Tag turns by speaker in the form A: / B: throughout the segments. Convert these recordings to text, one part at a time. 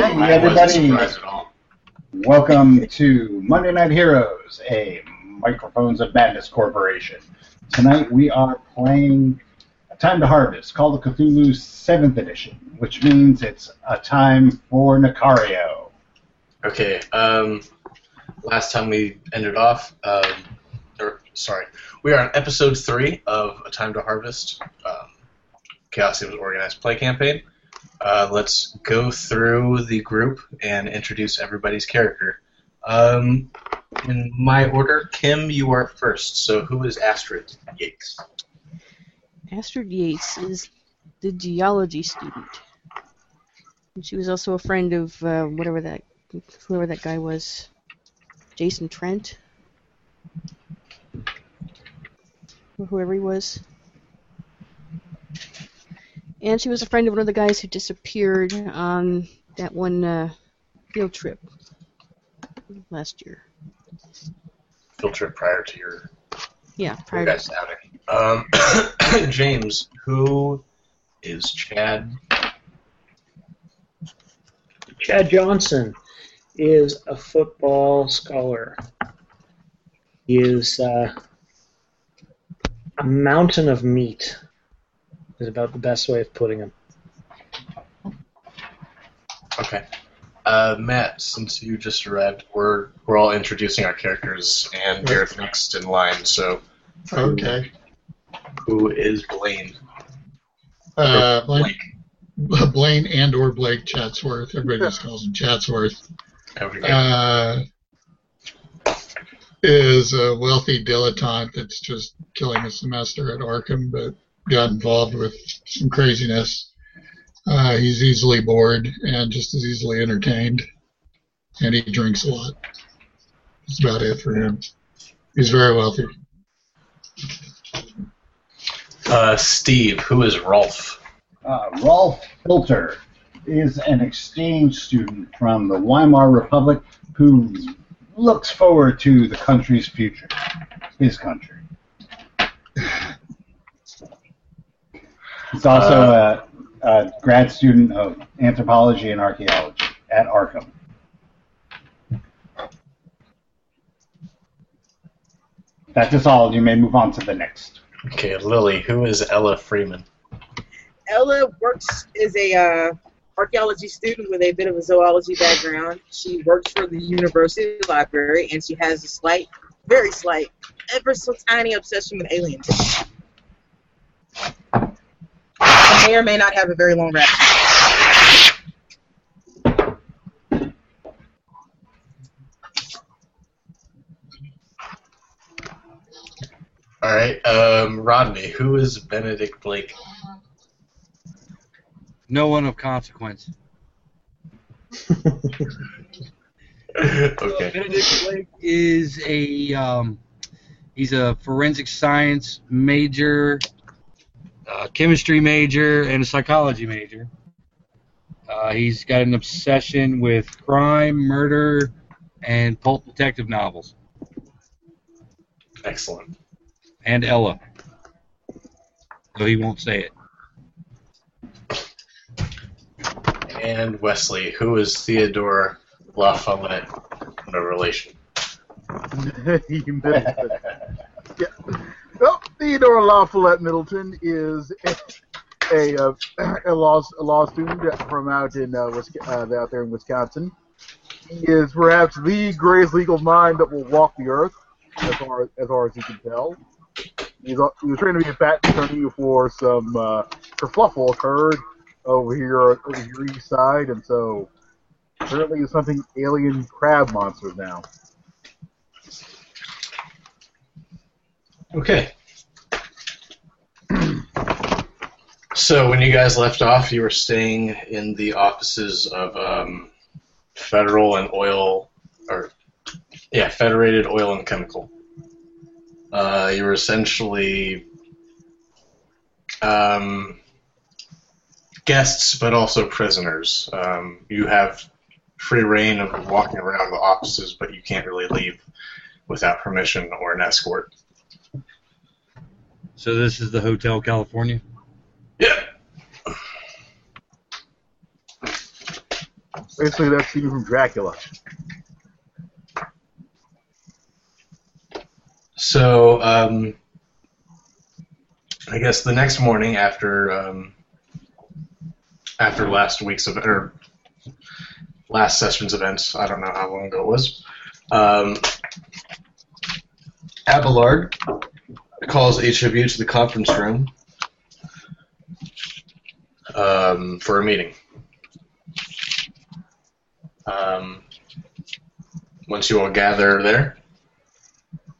A: everybody.
B: Wasn't surprised at all.
A: Welcome to Monday Night Heroes, a Microphones of Madness Corporation. Tonight we are playing Time to Harvest, Call of Cthulhu 7th Edition, which means it's a time for Nicario.
B: Okay. Um, last time we ended off, um, or sorry, we are on episode three of A Time to Harvest, um, Chaosium's organized play campaign. Uh, let's go through the group and introduce everybody's character. Um, in my order, Kim, you are first. So who is Astrid Yates?
C: Astrid Yates is the geology student. And she was also a friend of uh, whatever that whoever that guy was, Jason Trent, or whoever he was. And she was a friend of one of the guys who disappeared on that one uh, field trip last year.
B: Filtered prior to your
C: Yeah,
B: Prior
C: prior.
B: guys outing. Um, James, who is Chad?
D: Chad Johnson is a football scholar. He is uh, a mountain of meat. Is about the best way of putting him.
B: Okay. Uh, Matt, since you just arrived, we're we're all introducing our characters, and you're next in line. So,
E: Okay.
B: who is Blaine?
E: Uh, Blaine, Blaine and or Blake Chatsworth. Everybody just calls him Chatsworth.
B: Everybody.
E: Uh, is a wealthy dilettante that's just killing a semester at Arkham, but got involved with some craziness. Uh, he's easily bored and just as easily entertained, and he drinks a lot. That's about it for him. He's very wealthy.
B: Uh, Steve, who is Rolf?
A: Uh, Rolf Filter is an exchange student from the Weimar Republic who looks forward to the country's future, his country. He's also a, a grad student of anthropology and archaeology at Arkham. That is all. You may move on to the next.
B: Okay, Lily, who is Ella Freeman?
F: Ella works is a uh, archaeology student with a bit of a zoology background. She works for the university library, and she has a slight, very slight, ever so tiny obsession with aliens. I may or may not have a very long rap.
B: All right, um, Rodney, who is Benedict Blake?
G: No one of consequence.
B: okay.
G: Benedict Blake is a um, he's a forensic science major, uh, chemistry major, and a psychology major. Uh, he's got an obsession with crime, murder, and pulp detective novels.
B: Excellent.
G: And Ella, though he won't say it.
B: And Wesley, who is Theodore LaFollette? No relation.
H: you missed it. Well, Theodore LaFollette Middleton is a a, uh, a law a law student from out in uh, Wisc- uh, out there in Wisconsin. He is perhaps the greatest legal mind that will walk the earth, as far as, as, far as you can tell. He's, al- he was trying to be a patent attorney before some uh, kerfluffle occurred over here over here east side, and so apparently there's something alien crab monsters now.
B: Okay. So when you guys left off, you were staying in the offices of um, Federal and Oil, or yeah, Federated Oil and Chemical. Uh, you were essentially um, guests, but also prisoners. Um, you have free reign of walking around the offices, but you can't really leave without permission or an escort.
G: So this is the Hotel California.
B: Yeah.
H: Basically, that scene from Dracula.
B: So, um, I guess the next morning after um, after last week's event or last session's events, I don't know how long ago it was. Um, Abelard calls each of you to the conference room um, for a meeting. Um, once you all gather there,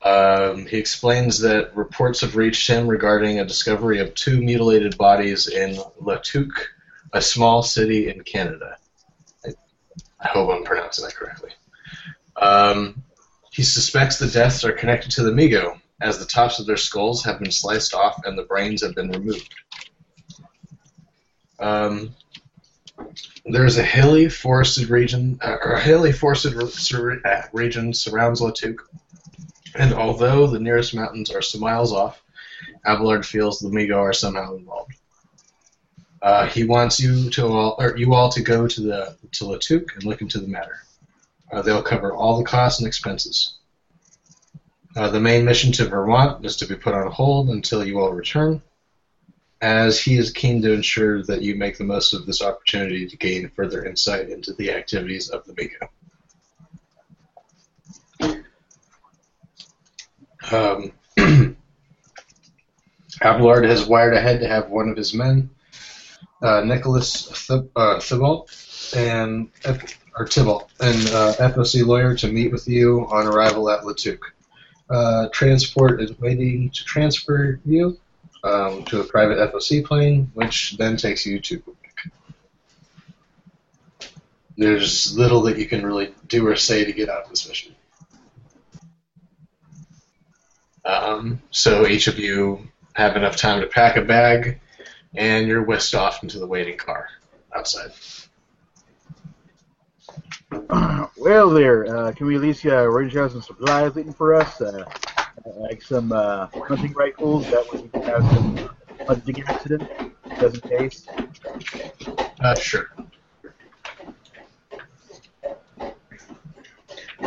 B: um, he explains that reports have reached him regarding a discovery of two mutilated bodies in Latuc, a small city in Canada. I, I hope I'm pronouncing that correctly. Um, he suspects the deaths are connected to the Migo, as the tops of their skulls have been sliced off and the brains have been removed. Um, there is a hilly, forested region, uh, or a hilly, forested re- sur- uh, region surrounds Latuc, and although the nearest mountains are some miles off, Abelard feels the Migo are somehow involved. Uh, he wants you to all, or you all, to go to the to Latuc and look into the matter. Uh, they'll cover all the costs and expenses. Uh, the main mission to Vermont is to be put on hold until you all return, as he is keen to ensure that you make the most of this opportunity to gain further insight into the activities of the Migo. Um, Abelard has wired ahead to have one of his men, uh, Nicholas Thib- uh, Thibault, and Ep- or Tybalt, an uh, FOC lawyer, to meet with you on arrival at Latuc. Uh, transport is waiting to transfer you um, to a private FOC plane, which then takes you to Quebec. There's little that you can really do or say to get out of this mission. Um, so each of you have enough time to pack a bag, and you're whisked off into the waiting car outside.
H: well, there. Uh, can we at least uh, arrange to have some supplies waiting for us? Uh, like some uh, hunting rifles, that way we can have some hunting accident, just in case.
B: Uh, sure.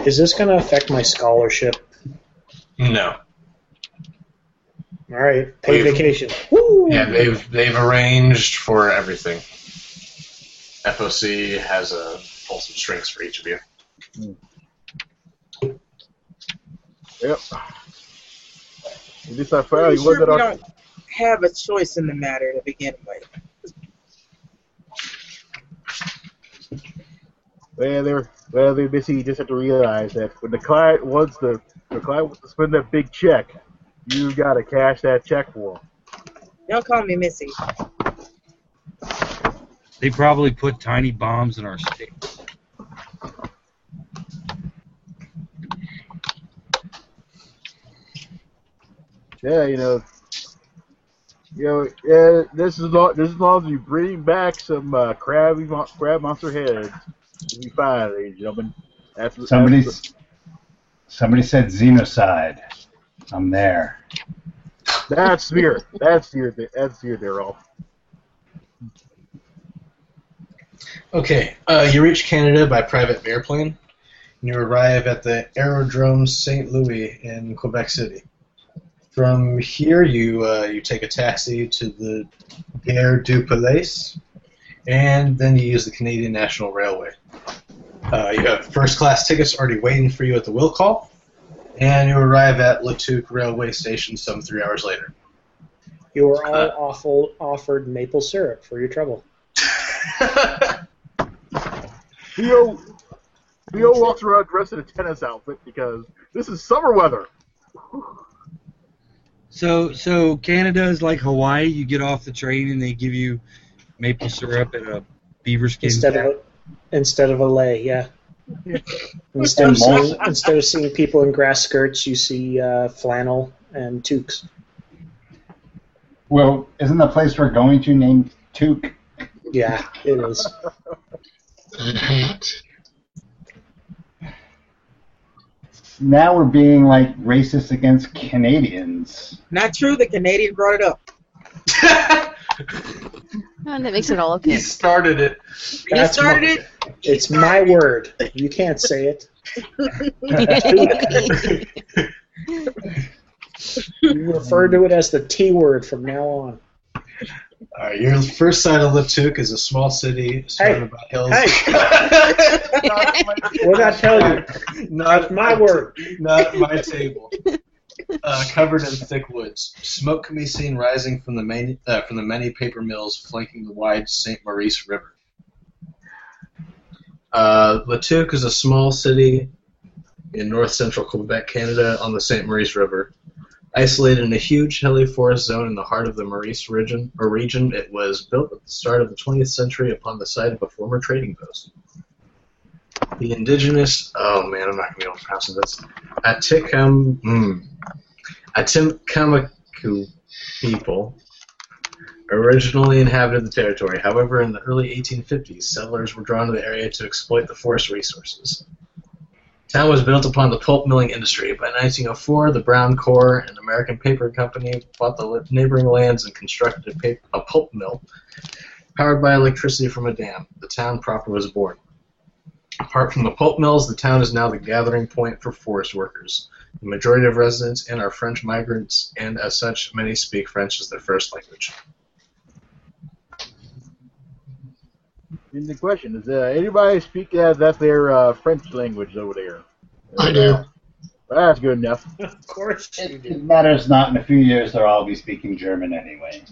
D: Is this going to affect my scholarship?
B: No.
D: All right, paid
B: Wait.
D: vacation. Woo!
B: Yeah, they've they've arranged for everything. FOC has a pull some strings for each of you.
H: Yep. At least I
F: Pretty
H: finally
F: sure
H: learned that
F: we
H: our
F: don't have a choice in the matter to begin with.
H: Well, they're well, they're busy. You just have to realize that when the client wants the the client wants to spend that big check, you gotta cash that check for 'em.
F: Don't call me Missy.
G: They probably put tiny bombs in our state.
H: Yeah, you know. You know, yeah, this is lo- this is as long as you bring back some uh, crabby mon- crab monster heads, you'll be fine, ladies and gentlemen. That's that's-
A: Somebody's somebody said xenocide. I'm there.
H: that's here. That's here. That's here. They're all.
B: Okay, uh, you reach Canada by private airplane, and you arrive at the Aerodrome Saint Louis in Quebec City. From here, you uh, you take a taxi to the Gare du Palais, and then you use the Canadian National Railway. Uh, you have first class tickets already waiting for you at the will call, and you arrive at Latuc Railway Station some three hours later.
D: You were all
B: Uh.
D: awful, offered maple syrup for your trouble.
H: Theo, Theo walks around dressed in a tennis outfit because this is summer weather.
G: So, so Canada is like Hawaii. You get off the train and they give you maple syrup and a beaver skin.
D: Instead of
G: cap.
D: a, instead of a lay, yeah.
H: Yeah.
D: Instead of,
A: And malt.
D: seeing, instead of seeing people in grass skirts, you see uh, flannel and toques.
A: Well, isn't the place we're going to named Took?
D: Yeah, it is.
E: That hat.
A: Now we're being like racist against Canadians.
F: Not true. The Canadian brought it up.
C: Oh, and that makes it all
B: he
C: okay.
B: started it.
F: He
D: That's
F: started
D: why-
F: it.
D: It's my word. You can't say it. You refer to it as the T word from now on.
B: All right, your first sign of Liptuk is a small city surrounded by hills.
D: What did I tell you?
B: not
D: My word.
B: Not my table. Uh, covered in thick woods, smoke can be seen rising from the main, uh, from the many paper mills flanking the wide Saint Maurice River. Uh, Latouk is a small city in north central Quebec, Canada, on the Saint Maurice River. Isolated in a huge hilly forest zone in the heart of the Maurice region, or region, it was built at the start of the 20th century upon the site of a former trading post. The indigenous, oh man, I'm not going to be able to pronounce this. Atikam, mm, Atikamaku people originally inhabited the territory. However, in the early 1850s, settlers were drawn to the area to exploit the forest resources. Town was built upon the pulp milling industry. By 1904, the Brown Corps, an American paper company, bought the li- neighboring lands and constructed a, pa- a pulp mill powered by electricity from a dam. The town proper was born. Apart from the pulp mills, the town is now the gathering point for forest workers. The majority of residents in are French migrants, and as such, many speak French as their first language.
H: And the question is, uh, anybody speak uh, that their uh, French language over there?
E: I do.
H: Well, that's good enough.
D: Of course you
A: It, it
D: do.
A: matters not. In a few years, they'll all be speaking German anyway.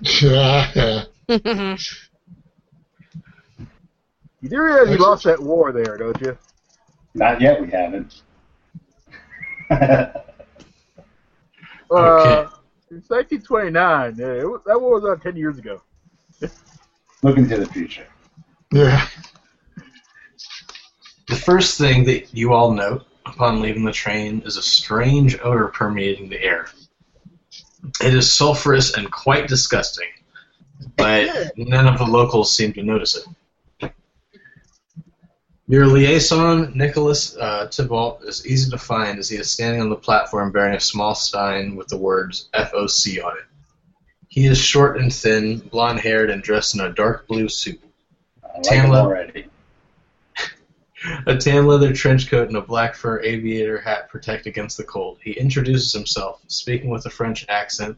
H: You do realize you lost that war there, don't you?
A: Not yet, we haven't.
H: Uh, it's 1929. Yeah, it was, that war was about 10 years ago.
A: Looking to the future.
E: Yeah.
B: The first thing that you all note upon leaving the train is a strange odor permeating the air. It is sulfurous and quite disgusting, but none of the locals seem to notice it. Your liaison, Nicholas uh, Tybalt, is easy to find as he is standing on the platform bearing a small sign with the words FOC on it. He is short and thin, blond haired, and dressed in a dark blue suit.
A: I like them
B: Tamla.
A: already.
B: A tan leather trench coat and a black fur aviator hat protect against the cold. He introduces himself, speaking with a French accent,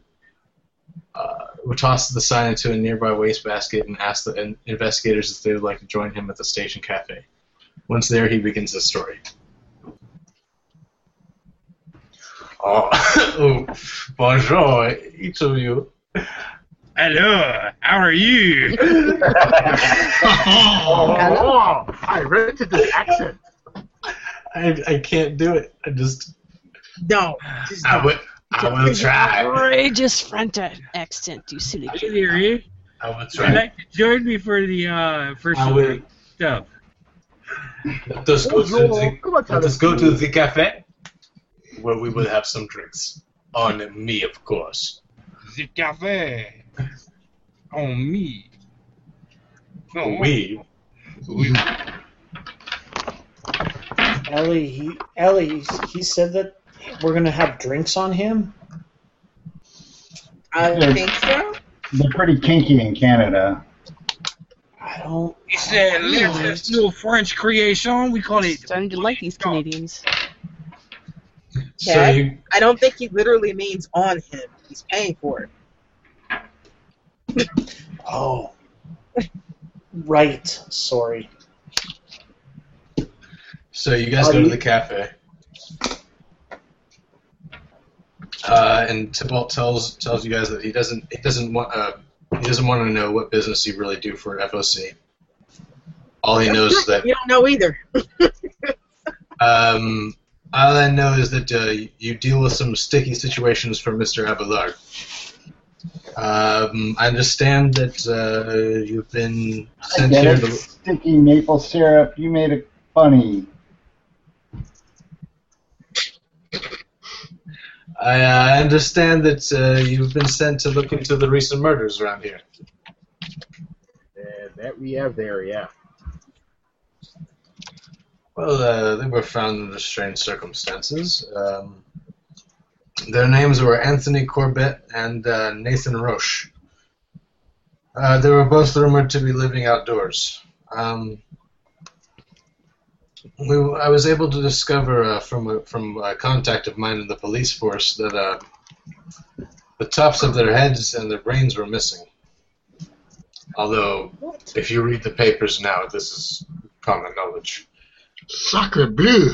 B: uh, who tosses the sign into a nearby wastebasket and asks the in- investigators if they would like to join him at the station cafe. Once there, he begins his story. Oh, oh, bonjour, each of you.
G: Hello, how are you?
H: Oh, I rented this accent.
B: I, I can't do it. I just.
F: No, just
B: I
F: don't.
B: will, I will try.
C: Outrageous French accent, you silly
G: Hey there, eh?
B: I will
G: Would you
B: try.
G: like to join me for the uh, for
B: I will.
G: some stuff?
B: Let us go to the
H: Bonjour. Come on,
B: Let
H: Thomas.
B: us go to the cafe, where we will have some drinks. On me, of course.
G: The cafe on Oh, me. No,
B: We.
D: Ellie, he, Ellie, he said that we're gonna have drinks on him.
F: I think so.
A: They're pretty kinky in Canada.
D: I don't.
G: He said, "Let's this new French creation. We call it."
C: Starting to like these Canadians.
B: So you,
F: I don't think he literally means on him. He's paying for it.
D: Oh, right. Sorry.
B: so you guys
D: Are
B: go to
D: you-
B: the cafe. Uh, and Tybalt tells tells you guys that he doesn't he doesn't want uh, he doesn't want to know what business you really do for FOC. All he knows is that
F: You don't know either.
B: um, all I know is that uh, you deal with some sticky situations for Mr. Abelard. Um, I understand that uh, you've been
A: I
B: sent
A: get
B: here
A: it.
B: to.
A: Sticky maple syrup. You made it funny.
B: I uh, understand that uh, you've been sent to look into the recent murders around here.
H: Yeah, that we have there, yeah.
B: Well, uh, they were found under strange circumstances. Um, their names were Anthony Corbett and uh, Nathan Roche. Uh, they were both rumored to be living outdoors. Um, We, I was able to discover uh, from a, from a contact of mine in the police force that uh, the tops of their heads and their brains were missing. Although, if you read the papers now, this is common knowledge.
E: Sacre bleu!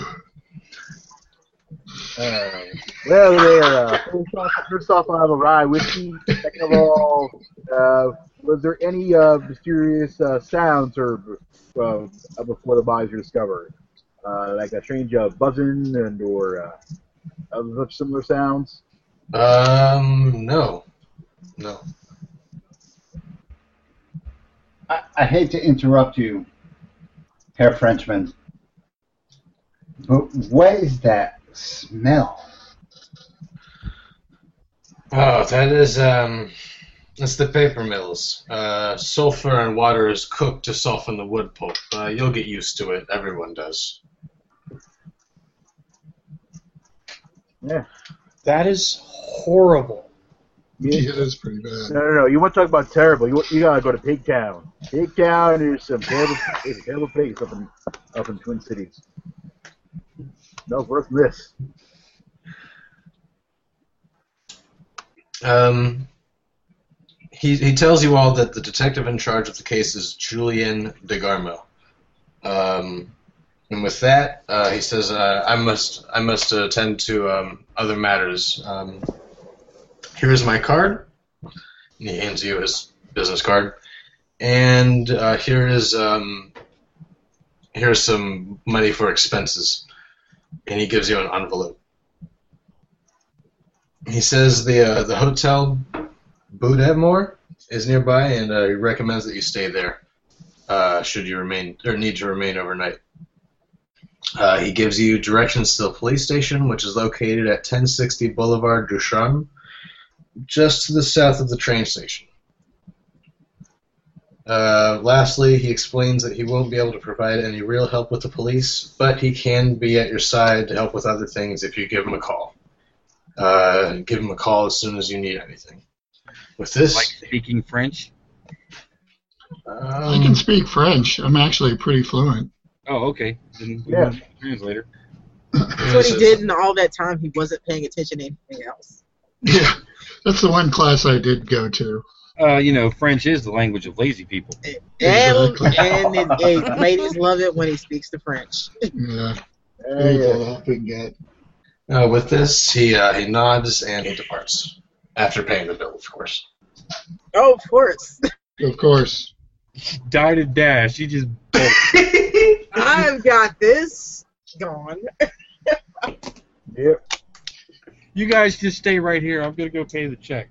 B: Um,
H: Well, there. Uh, first off, first off, I'll have a rye whiskey. Second of all, uh, was there any uh, mysterious uh, sounds or uh, before the bodies were discovered, uh, like a strange uh, buzzing and or uh, other similar sounds?
B: um, no, no.
A: I, I hate to interrupt you, Herr Frenchman, but what is that smell?
B: Oh, that is um, that's the paper mills. Uh, sulfur and water is cooked to soften the wood pulp. Uh, you'll get used to it. Everyone does.
D: That is horrible.
H: You,
E: Yeah, that's pretty bad.
H: no, no, no. You want to talk about terrible? You, you gotta go to Pig Town. Pig Town is some terrible, is terrible pigs up in up in Twin Cities. No worse than this.
B: Um, he he tells you all that the detective in charge of the case is Julian DeGarmo. Um, and with that, uh, he says, uh, "I must I must attend to um, other matters. Um, here is my card." And he hands you his business card. And uh, here is um, here's some money for expenses. And he gives you an envelope. He says the uh, the hotel Budetmore is nearby, and uh, he recommends that you stay there uh, should you remain or need to remain overnight. Uh, he gives you directions to the police station, which is located at 1060 Boulevard Ducharme, just to the south of the train station. Uh, lastly, he explains that he won't be able to provide any real help with the police, but he can be at your side to help with other things if you give him a call uh, give him a call as soon as you need anything. With this,
G: Like speaking French.
E: I
B: um,
E: can speak French. I'm actually pretty fluent.
G: Oh, okay. Then we
H: Yeah.
G: want a translator.
F: That's what he did in all that time. He wasn't paying attention to anything else.
E: Yeah, that's the one class I did go to.
G: Uh, you know, French is the language of lazy people.
F: And,
E: Exactly.
F: and it, it- ladies love it when he speaks the French.
E: Yeah,
H: Hey,
E: that's
H: uh,
E: all I can get.
B: uh, with this, he uh, he nods and he departs after paying the bill, of course.
F: Oh, of course.
E: Of course.
G: Died a dash. You just bolted.
F: I've got this gone.
H: yep.
G: You guys just stay right here. I'm gonna go pay the check.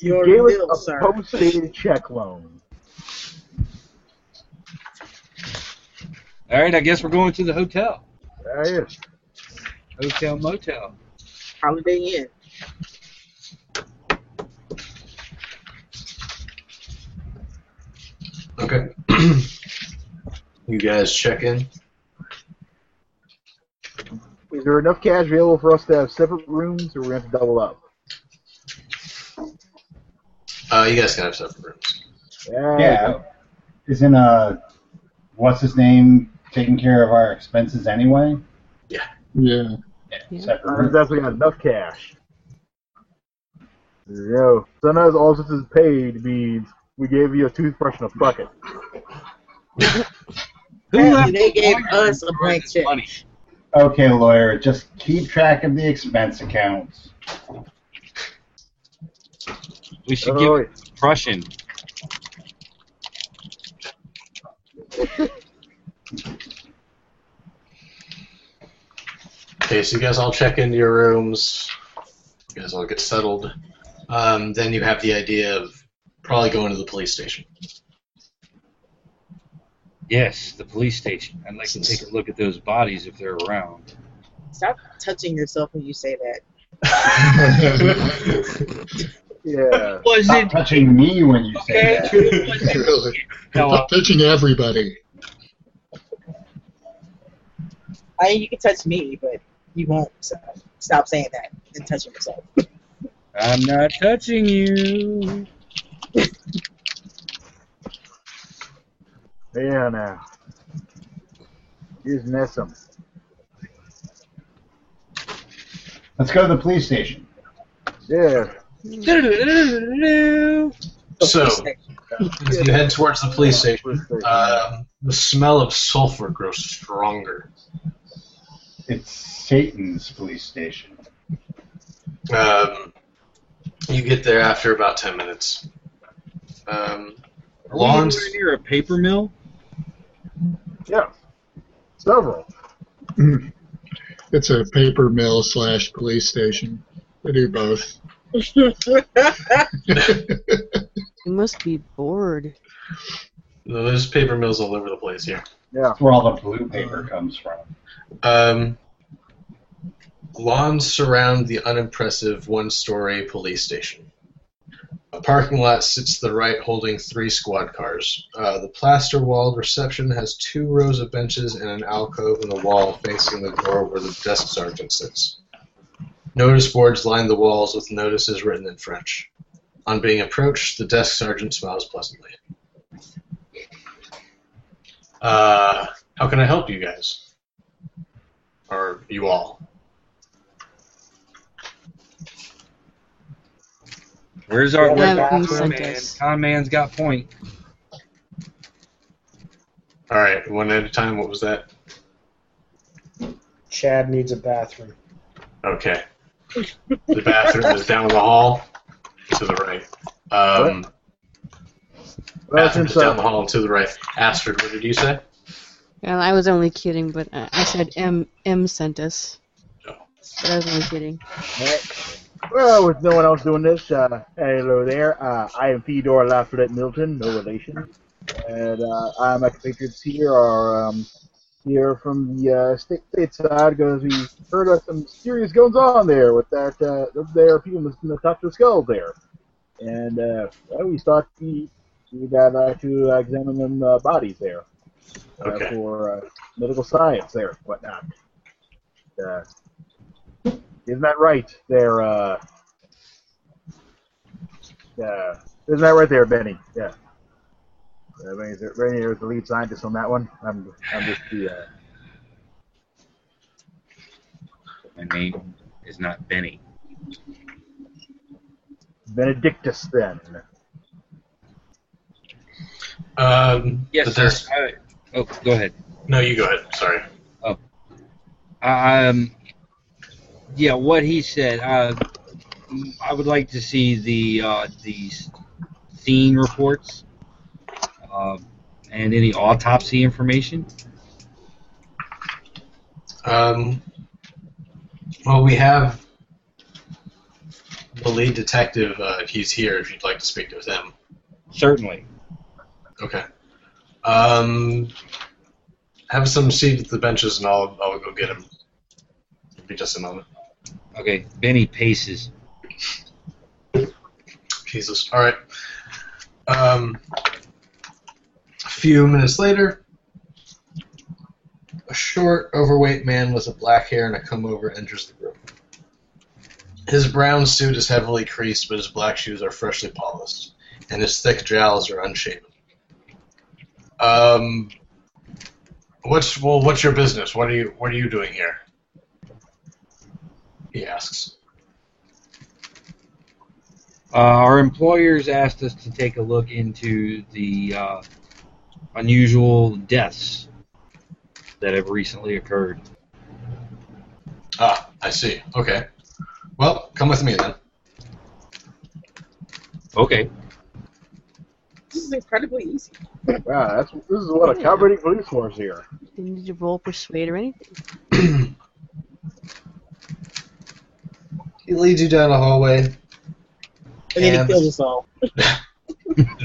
F: Your
H: Gave us
F: bill,
H: a
F: sir.
H: post-dated check loan.
G: All right, I guess we're going to the hotel,
H: There it is.
G: hotel motel.
F: Holiday Inn.
B: Okay. you guys check in.
H: Is there enough cash available for us to have separate rooms, or we have to double up?
B: Uh, you guys can have separate rooms.
H: There you
A: Yeah,
H: go.
A: isn't uh, what's his name taking care of our expenses anyway?
E: Yeah.
C: Yeah.
A: Separate
H: Turns
A: room.
H: out we got enough cash. There you go. Sometimes all this is paid means we gave you a toothbrush and a bucket.
F: Apparently they
G: the
F: gave
G: lawyer
F: us a
G: with
F: blank check.
G: Money?
A: Okay, lawyer, just keep track of the expense accounts.
G: We should
H: Oh,
G: give it to Prussian.
B: Okay, so you guys all check into your rooms. You guys all get settled. Um, then you have the idea of probably going to the police station.
G: Yes, the police station. I'd like to take a look at those bodies if they're around.
F: Stop touching yourself when you say that.
H: yeah.
G: Was
A: Stop
G: it
A: touching me when you say
G: okay?
A: that.
G: Was it-
E: really.
G: Hello.
E: Stop pitching everybody.
F: I mean, you can touch me, but you won't. So stop saying that and touching yourself.
G: I'm not touching you.
H: Yeah, now. Here's Nessum.
A: Let's go to the police station.
H: Yeah.
B: So as you head towards the police station, um, the smell of sulfur grows stronger.
A: It's Satan's police station.
B: Um, you get there after about ten minutes. Um, law
G: Are we anywhere
B: ens-
G: near a paper mill?
H: yeah. Several.
E: It's a paper mill slash police station. They do both.
C: You must be bored.
B: there's paper mills all over the place here.
H: Yeah.
A: That's where all the blue paper comes from.
B: Um, lawns surround the unimpressive one story police station. A parking lot sits to the right holding three squad cars. Uh, the plaster walled reception has two rows of benches and an alcove in the wall facing the door where the desk sergeant sits. Notice boards line the walls with notices written in French. On being approached, the desk sergeant smiles pleasantly. Uh, how can I help you guys? or you all.
G: Where's our where's
C: Yeah,
G: our
C: who
G: con
C: sent
G: man?
C: us?
G: Con man's got point.
B: All right, one at a time. What was that?
D: Chad needs a bathroom.
B: Okay. The bathroom is down the hall to the right. Um, bathroom
H: Bathroom
B: is down the
H: several.
B: hall and to the right. Astrid, what did you say?
C: Well, I was only kidding, but uh, I said M M sent us.
B: Oh.
C: But I was only kidding.
H: Well, with no one else doing this, uh, hello there. Uh, I am Theodore Lafayette Milton, no relation. And uh, I, my compatriots here are um, here from the uh, state, state side because we heard of some serious goings on there with that. Uh, there are people in the top of the skull there. And uh, well, we thought we, we got uh, to uh, examine them uh, bodies there uh,
B: Okay.
H: for uh, medical science there and whatnot. Uh, isn't that right there, uh, uh, isn't that right there, Benny? Yeah. Uh, Benny's the, Benny is the lead scientist on that one. I'm, I'm just the, uh,
G: My name is not Benny.
H: Benedictus then.
B: Um, the
G: Yes, sir.
B: desk-
G: I- oh, go ahead.
B: No, you go ahead. Sorry.
G: Um, yeah, what he said. Uh, I would like to see the uh, these scene reports uh, and any autopsy information.
B: Um, well, we have the lead detective. Uh, he's here. If you'd like to speak with him.
G: Certainly.
B: Okay. Um, have some seat at the benches, and I'll I'll go get him. It'll be just a moment.
G: Okay, Benny paces.
B: Jesus. All right. Um, a few minutes later, a short, overweight man with a black hair and a comb over enters the room. His brown suit is heavily creased, but his black shoes are freshly polished, and his thick jowls are unshaven. Um, what's well? What's your business? What are you What are you doing here? He asks.
G: Uh, our employers asked us to take a look into the uh, unusual deaths that have recently occurred.
B: Ah, I see. Okay. Well, come with me then.
G: Okay.
F: This is incredibly easy.
H: Wow, that's, this is what a cooperating police force here.
C: Didn't need to roll persuade or anything.
B: He leads you down a hallway.
F: And then he
B: And-
F: kills us all.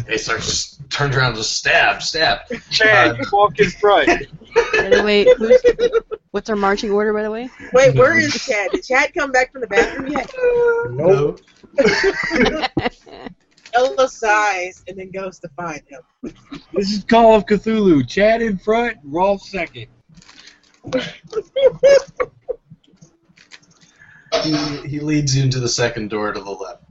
B: He starts just turns around, just stab, stab.
I: Chad, you walk in front.
C: By the way, who's, what's our marching order? By the way,
F: Wait, where is Chad? Did Chad come back from the bathroom yet?
B: No.
F: Ella sighs and then goes to find him.
G: This is Call of Cthulhu. Chad in front, Rolf second.
B: He, he leads you into the second door to the left.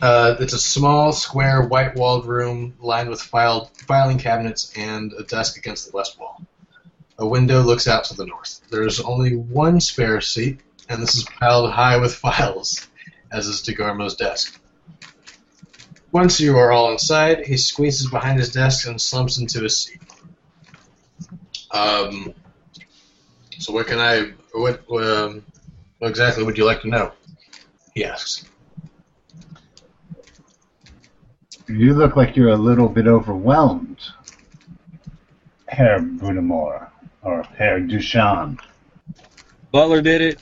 B: Uh, it's a small, square, white-walled room lined with filed, filing cabinets and a desk against the west wall. A window looks out to the north. There's only one spare seat, and this is piled high with files, as is DeGarmo's desk. Once you are all inside, he squeezes behind his desk and slumps into his seat. Um, so what can I? What, um, what exactly would you like to know? He asks.
A: You look like you're a little bit overwhelmed, Herr Brunamore, or Herr Duchamp.
G: Butler did it.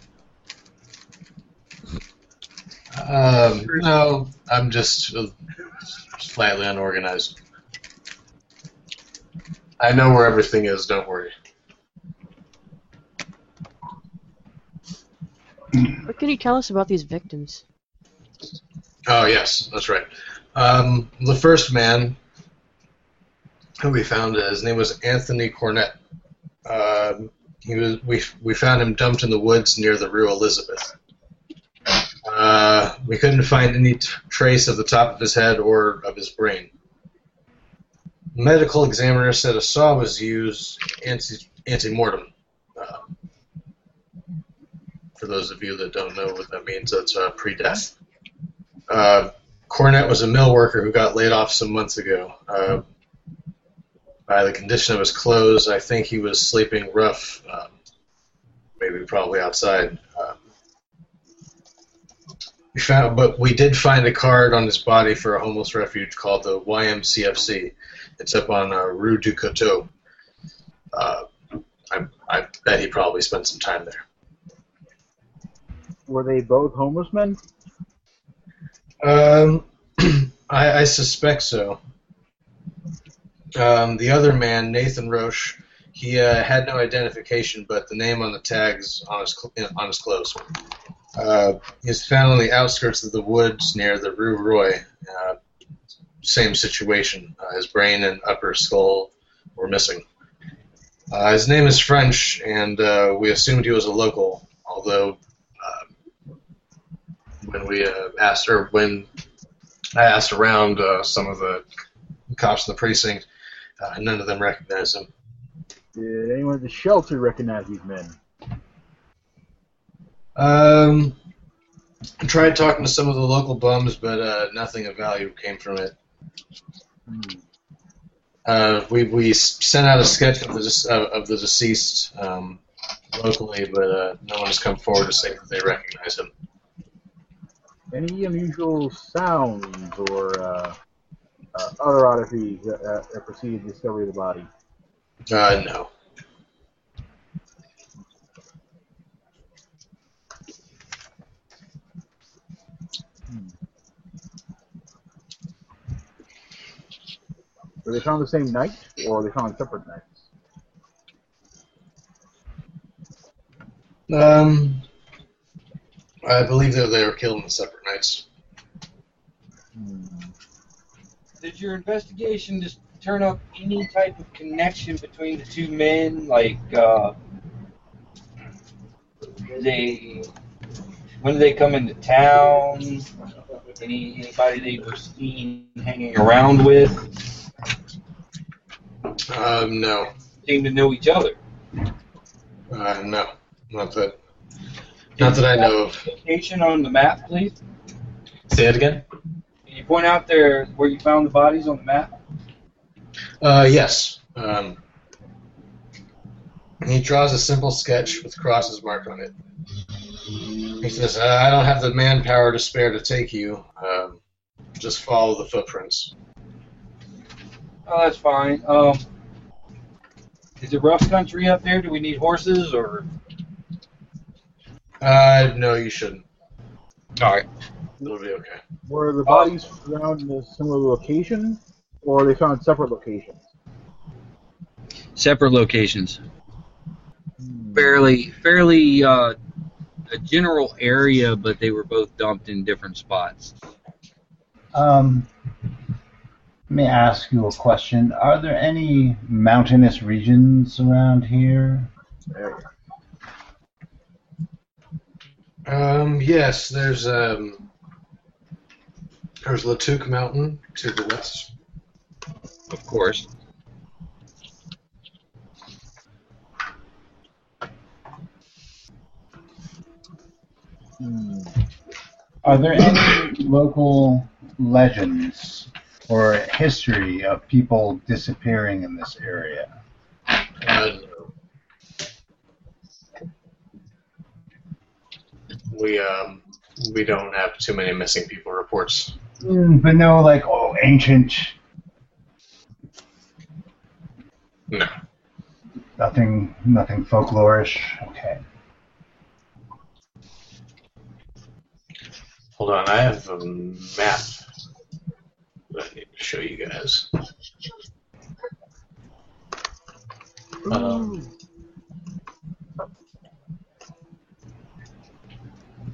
B: Um, no, I'm just uh, slightly unorganized. I know where everything is. Don't worry.
C: What can you tell us about these victims?
B: Oh yes, that's right. Um, the first man who we found, uh, his name was Anthony Cornett. Um, he was we we found him dumped in the woods near the Rue Elizabeth. Uh, we couldn't find any t- trace of the top of his head or of his brain. Medical examiner said a saw was used anti mortem. Uh, for those of you that don't know what that means, that's uh, pre-death. Uh, Cornett was a mill worker who got laid off some months ago. Uh, by the condition of his clothes, I think he was sleeping rough, um, maybe probably outside. Um, we found, but we did find a card on his body for a homeless refuge called the YMCFC. It's up on uh, Rue du Coteau. Uh, I, I bet he probably spent some time there.
H: Were they both homeless men?
B: Um, I, I suspect so. Um, the other man, Nathan Roche, he uh, had no identification, but the name on the tags on his cl- on his clothes. Uh, he was found on the outskirts of the woods near the Rue Roy. Uh, same situation. Uh, his brain and upper skull were missing. Uh, his name is French, and uh, we assumed he was a local, although uh, when we uh, asked, or when I asked around uh, some of the cops in the precinct, uh, none of them recognized him.
H: Did anyone at the shelter recognize these men?
B: Um, I tried talking to some of the local bums, but uh, nothing of value came from it.
H: Hmm.
B: Uh, we we s- sent out a sketch of the dis- uh, of the deceased um, locally, but uh, no one has come forward to say that they recognize him.
H: Any unusual sounds or uh, uh, other oddities that, uh, that preceded the discovery of the body?
B: Uh, no.
H: Were they found the same night, or were they found separate nights?
B: Um, I believe that they were killed on separate nights.
G: Did your investigation just turn up any type of connection between the two men? Like, uh, they when did they come into town? Any anybody they were seen hanging around with
B: Um, no.
G: seemed to know each other.
B: Uh, no. Not that. Not that I know of.
G: Location on the map, please.
B: Say it again.
G: Can you point out there where you found the bodies on the map?
B: Uh, yes. Um, he draws a simple sketch with crosses marked on it. He says, "Uh, "I I don't have the manpower to spare to take you. Um, just follow the footprints."
G: Oh, that's fine. Um, is it rough country up there? Do we need horses or?
B: Uh, no, you shouldn't.
G: All right.
B: It'll be okay.
H: Were the bodies found in a similar location, or were they found separate locations?
G: Separate locations. Hmm. Fairly, fairly uh, a general area, but they were both dumped in different spots.
A: Um, let me ask you a question. Are there any mountainous regions around here?
B: Um, yes, there's um, there's Latouk Mountain to the west.
G: Of course.
A: Are there any local legends or history of people disappearing in this area?
B: Uh, no. we um, we don't have too many missing people reports.
A: Mm, but no, like, oh, ancient,
B: No.
A: nothing, nothing folklorish. Okay.
B: Hold on, I have a map that I need to show you guys. Um,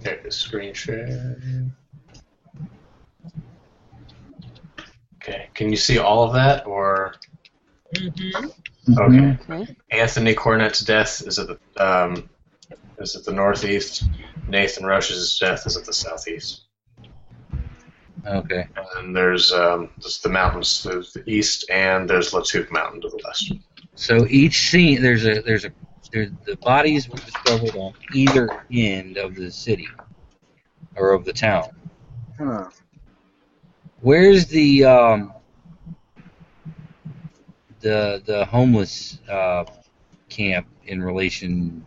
B: there the screen share. Okay, can you see all of that, or
F: Mm-hmm.
B: okay?
C: Okay.
B: Anthony Cornett's death is at the um, is at the northeast. Nathan Rush's death is at the southeast.
G: Okay.
B: And then there's um, there's the mountains to the east, and there's Latouf Mountain to the west.
G: So each scene, there's a there's a there's, the bodies were discovered on either end of the city or of the town.
H: Huh.
G: Where's the um the the homeless uh, camp in relation,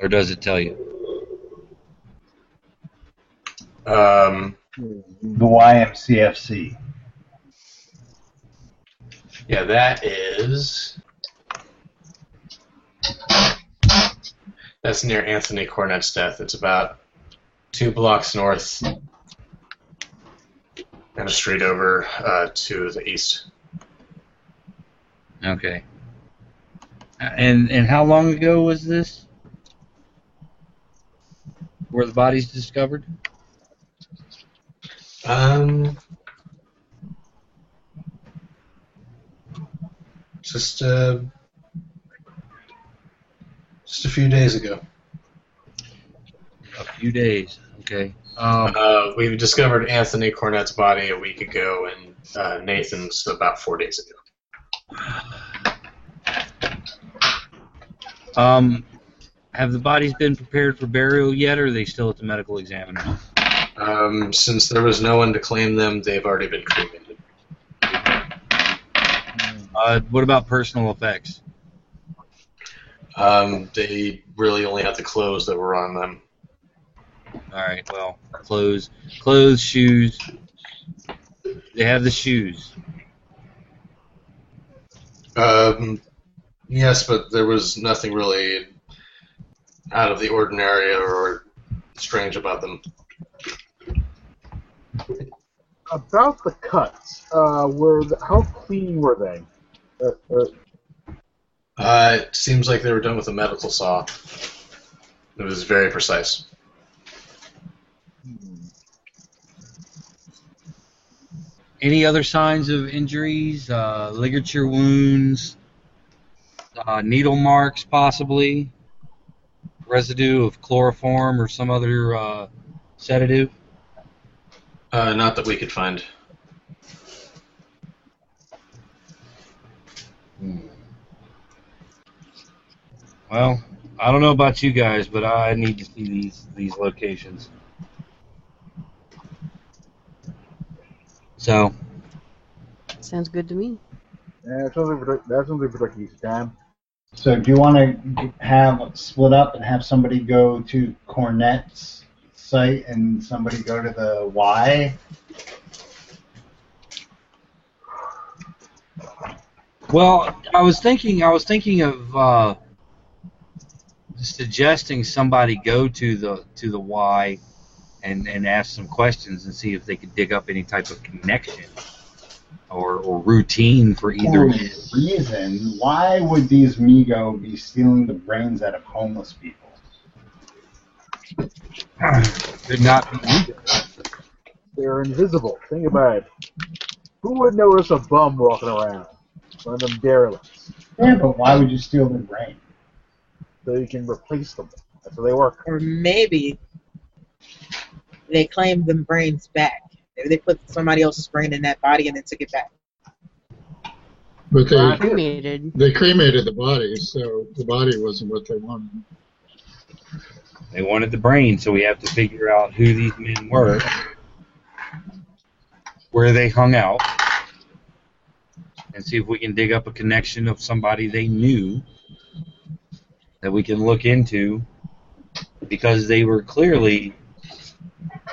G: or does it tell you?
B: Um,
A: The YMCFC.
B: yeah, that is. That's near Anthony Cornett's death. It's about two blocks north and a street over uh, to the east.
G: Okay. And and how long ago was this? Were the bodies discovered?
B: Um, just uh, just a few days ago.
G: A few days. Okay. Um,
B: Uh, we discovered Anthony Cornett's body a week ago, and uh, Nathan's about four days ago.
G: um, have the bodies been prepared for burial yet, or are they still at the medical examiner?
B: Um, since there was no one to claim them, they've already been cremated.
G: Uh, what about personal effects?
B: Um, they really only had the clothes that were on them.
G: All right. Well, clothes, clothes, shoes. They have the shoes.
B: Um, yes, but there was nothing really out of the ordinary or strange about them.
H: About the cuts, uh, were the, how clean were they? Uh, uh,
B: Uh, it seems like they were done with a medical saw. It was very precise.
G: Any other signs of injuries? Uh, ligature wounds, uh, needle marks, possibly residue of chloroform or some other uh, sedative.
B: Uh, not that we could find.
G: Well, I don't know about you guys, but I need to see these these locations. So,
C: Sounds good to me.
H: yeah, that sounds like we're- that sounds like we're talking East Dam.
A: So, do you want to have split up and have somebody go to Cornette's site and somebody go to the Y?
G: well, I was thinking, I was thinking of uh, suggesting somebody go to the to the Y and and ask some questions and see if they could dig up any type of connection or, or routine for either.
A: For reason, why would these Migo be stealing the brains out of homeless people?
G: Could not be
H: They're invisible. Think about it. Who would notice a bum walking around? One of them derelicts.
A: Yeah, but why would you steal their brain?
H: So you can replace them. That's how they work.
F: Or maybe they claimed the brains back. Maybe they put somebody else's brain in that body and then took it back.
E: But they
C: Cremated.
E: they cremated the body, so the body wasn't what they wanted.
G: They wanted the brain, so we have to figure out who these men were, where they hung out, and see if we can dig up a connection of somebody they knew that we can look into because they were clearly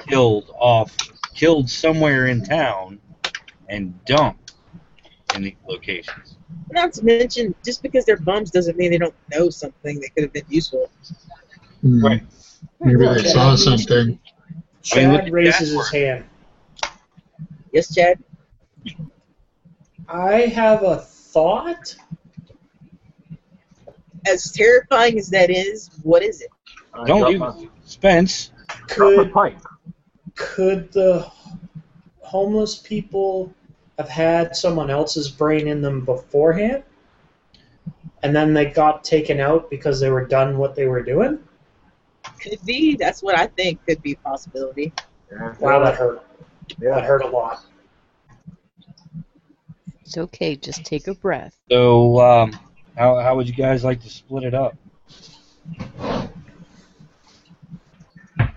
G: killed off, killed somewhere in town, and dumped in these locations.
F: Not to mention, just because they're bums doesn't mean they don't know something that could have been useful.
E: Hmm.
G: Right.
E: Maybe they saw something.
G: I mean, look
D: Chad
G: at
D: raises
G: that
D: his hand.
F: Yes, Chad.
D: I have a thought.
F: As terrifying as that is, what is it?
H: I
G: Don't
H: dropped
G: you,
H: my-
G: Spence?
H: dropped my
D: Could
H: pipe.
D: could the homeless people have had someone else's brain in them beforehand? And then they got taken out because they were done what they were doing?
F: Could be. That's what I think could be a possibility.
H: Yeah.
D: Wow, that hurt. That
H: Yeah.
D: hurt a lot.
C: It's okay. Just take a breath.
G: So, um, how, how would you guys like to split it up?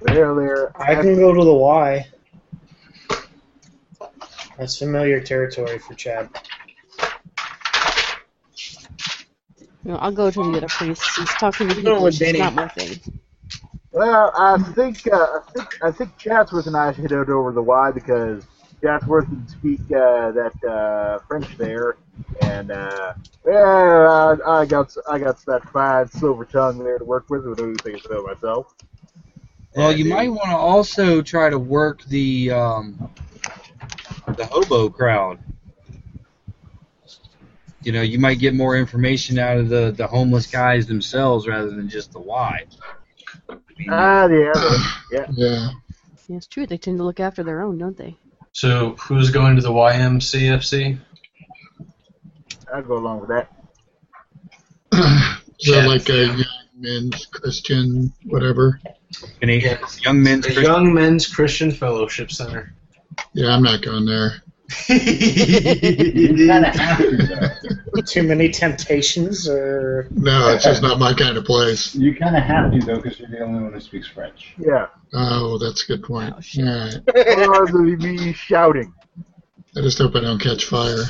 H: There, there.
D: I can go to the Y. That's familiar territory for Chad.
C: No, I'll go to the other priest. He's talking to
F: going
C: people,
F: with
C: which is
F: Benny.
C: not my thing.
H: Well, I think uh, I think I think Chatsworth and I should head over to the Y because Chatsworth can speak uh, that uh, French there, and uh, yeah, I, I got I got that fine silver tongue there to work with. I don't think so myself.
G: Well,
H: And
G: you
H: it-
G: might want to also try to work the um, the hobo crowd. You know, you might get more information out of the, the homeless guys themselves rather than just the why. I mean,
H: Ah, yeah,
E: Yeah.
C: Yeah, it's true. They tend to look after their own, don't they?
B: So who's going to the YMCFC?
H: I'll go along with that.
E: Is that
B: Yeah.
E: like a young men's Christian whatever?
G: Canadian young men's
B: The Young Men's Christian Fellowship Center.
E: Yeah, I'm not going there.
A: You kind of have to, though.
D: Too many temptations or
E: No, it's just not my kind of place.
A: You kind of have to, though, because you're the only one who speaks French.
H: Yeah,
E: Oh, that's a good point.
C: Oh,
E: All
C: shit.
E: right.
H: or they'll be shouting.
E: I just hope I don't catch fire.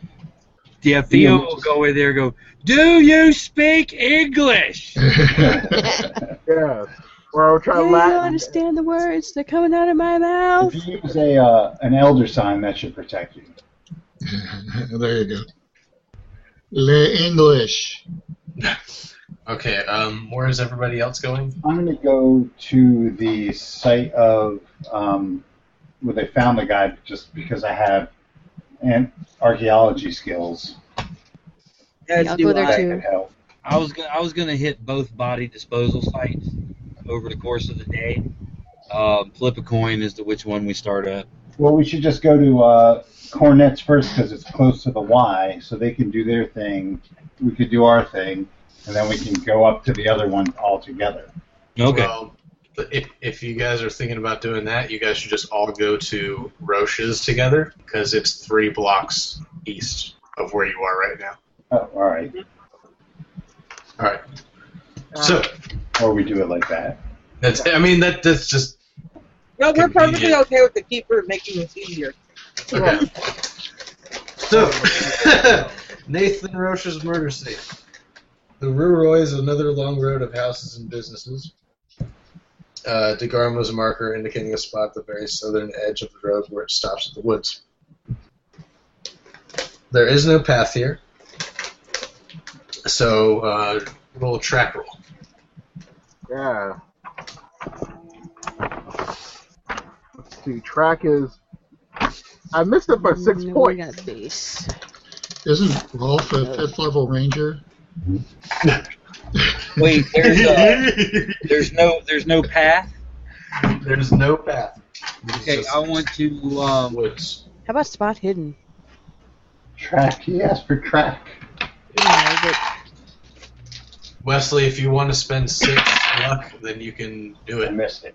G: yeah, Theo will go in there and go, Do you speak English?
E: Oh.
H: Yeah, or I'll try
C: Do you
H: Latin.
C: understand the words? They're coming out of my mouth.
A: If you use a uh, an elder sign, that should protect you.
E: there you go. Le English.
B: Okay, um, where is everybody else going?
A: I'm going to go to the site of um, where they found the guy, just because I have an archaeology skills
F: As
C: Yeah, I'll
F: do
C: go there
A: that
F: I.
C: too.
A: could help.
G: I was gonna, I was gonna hit both body disposal sites over the course of the day. Um, flip a coin as to which one we start at.
A: Well, we should just go to uh, Cornets first because it's close to the Y, so they can do their thing. We could do our thing, and then we can go up to the other one all together.
G: Okay.
B: Well, if, if you guys are thinking about doing that, you guys should just all go to Roche's together because it's three blocks east of where you are right now.
A: Oh, all right.
B: All right. So
A: Or we do it like that.
B: that's. I mean that that's just
F: No, we're
B: Convenient.
F: perfectly okay with the keeper making it easier.
B: okay. So Nathan Roche's murder scene. The Rue Roy is another long road of houses and businesses. Uh, DeGarm was a marker indicating a spot at the very southern edge of the road where it stops at the woods. There is no path here, so uh, roll a track roll.
H: Yeah. Let's see. Track is. I missed it by six
C: Mm, No, we
H: points.
C: got base.
E: Isn't Rolf a fifth level ranger?
G: Wait, there's uh, there's no there's no path.
B: There's no path. It's
G: Okay,
B: just
G: I want to. Um,
B: woods.
C: How about spot hidden?
A: Track. He asked for track.
C: Yeah, but
B: Wesley, if you want to spend six luck, then you can do
A: I
B: it.
A: missed it.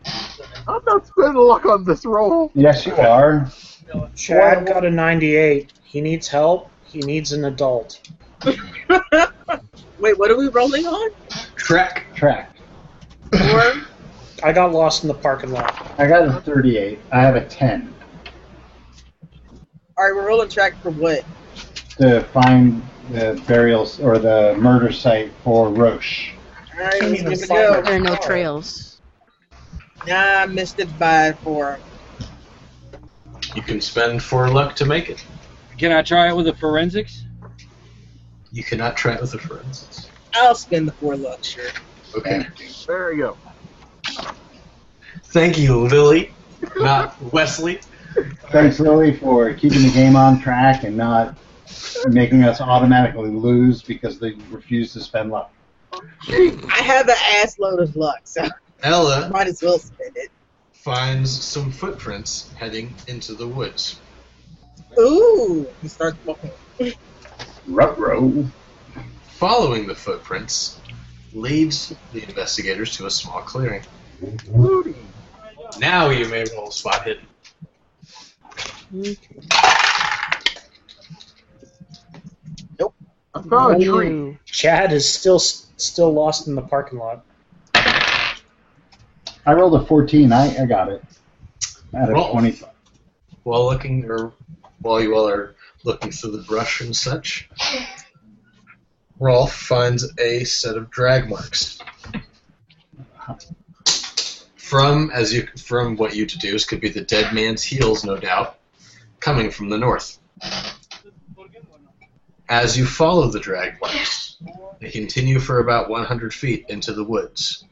H: I'm not spending luck on this roll.
A: Yes, you are.
D: Chad got a 98. He needs help. He needs an adult.
F: Wait, what are we rolling on?
B: Track.
A: Track.
F: Or
D: I got lost in the parking lot.
A: I got a 38. I have a 10
F: all right, we're rolling track for what?
A: to find the burial s- or the murder site for Roche.
F: All right,
D: Can't
F: let's
D: even
F: give it a
D: find
F: go.
D: it.
C: There are no trails.
F: Nah, I missed it by four.
B: You can spend four luck to make it.
G: Can I try it with a forensics?
B: You cannot try it with a forensics.
F: I'll spend the four luck, sure.
B: Okay.
H: There you go.
B: Thank you, Lily. Not Wesley.
A: Thanks, Lily, for keeping the game on track and not making us automatically lose because they refuse to spend luck.
F: I have an ass load of luck, so I
B: Ella
F: might as well spend it.
B: finds some footprints heading into the woods.
F: Ooh, he starts walking.
A: Ruh-roh.
B: Following the footprints leads the investigators to a small clearing. Now you may roll spot hidden.
H: I found a Oh, tree.
C: Ooh.
D: Chad is still still lost in the parking lot.
A: I rolled a 14. I, I got it. Out of
B: Roll.
A: 20.
B: While looking, or while you all are looking through the brush and such, Rolf finds a set of drag marks. From as you from what you deduce could be the dead man's heels, no doubt, coming from the north. As you follow the drag marks, they continue for about 100 feet into the woods.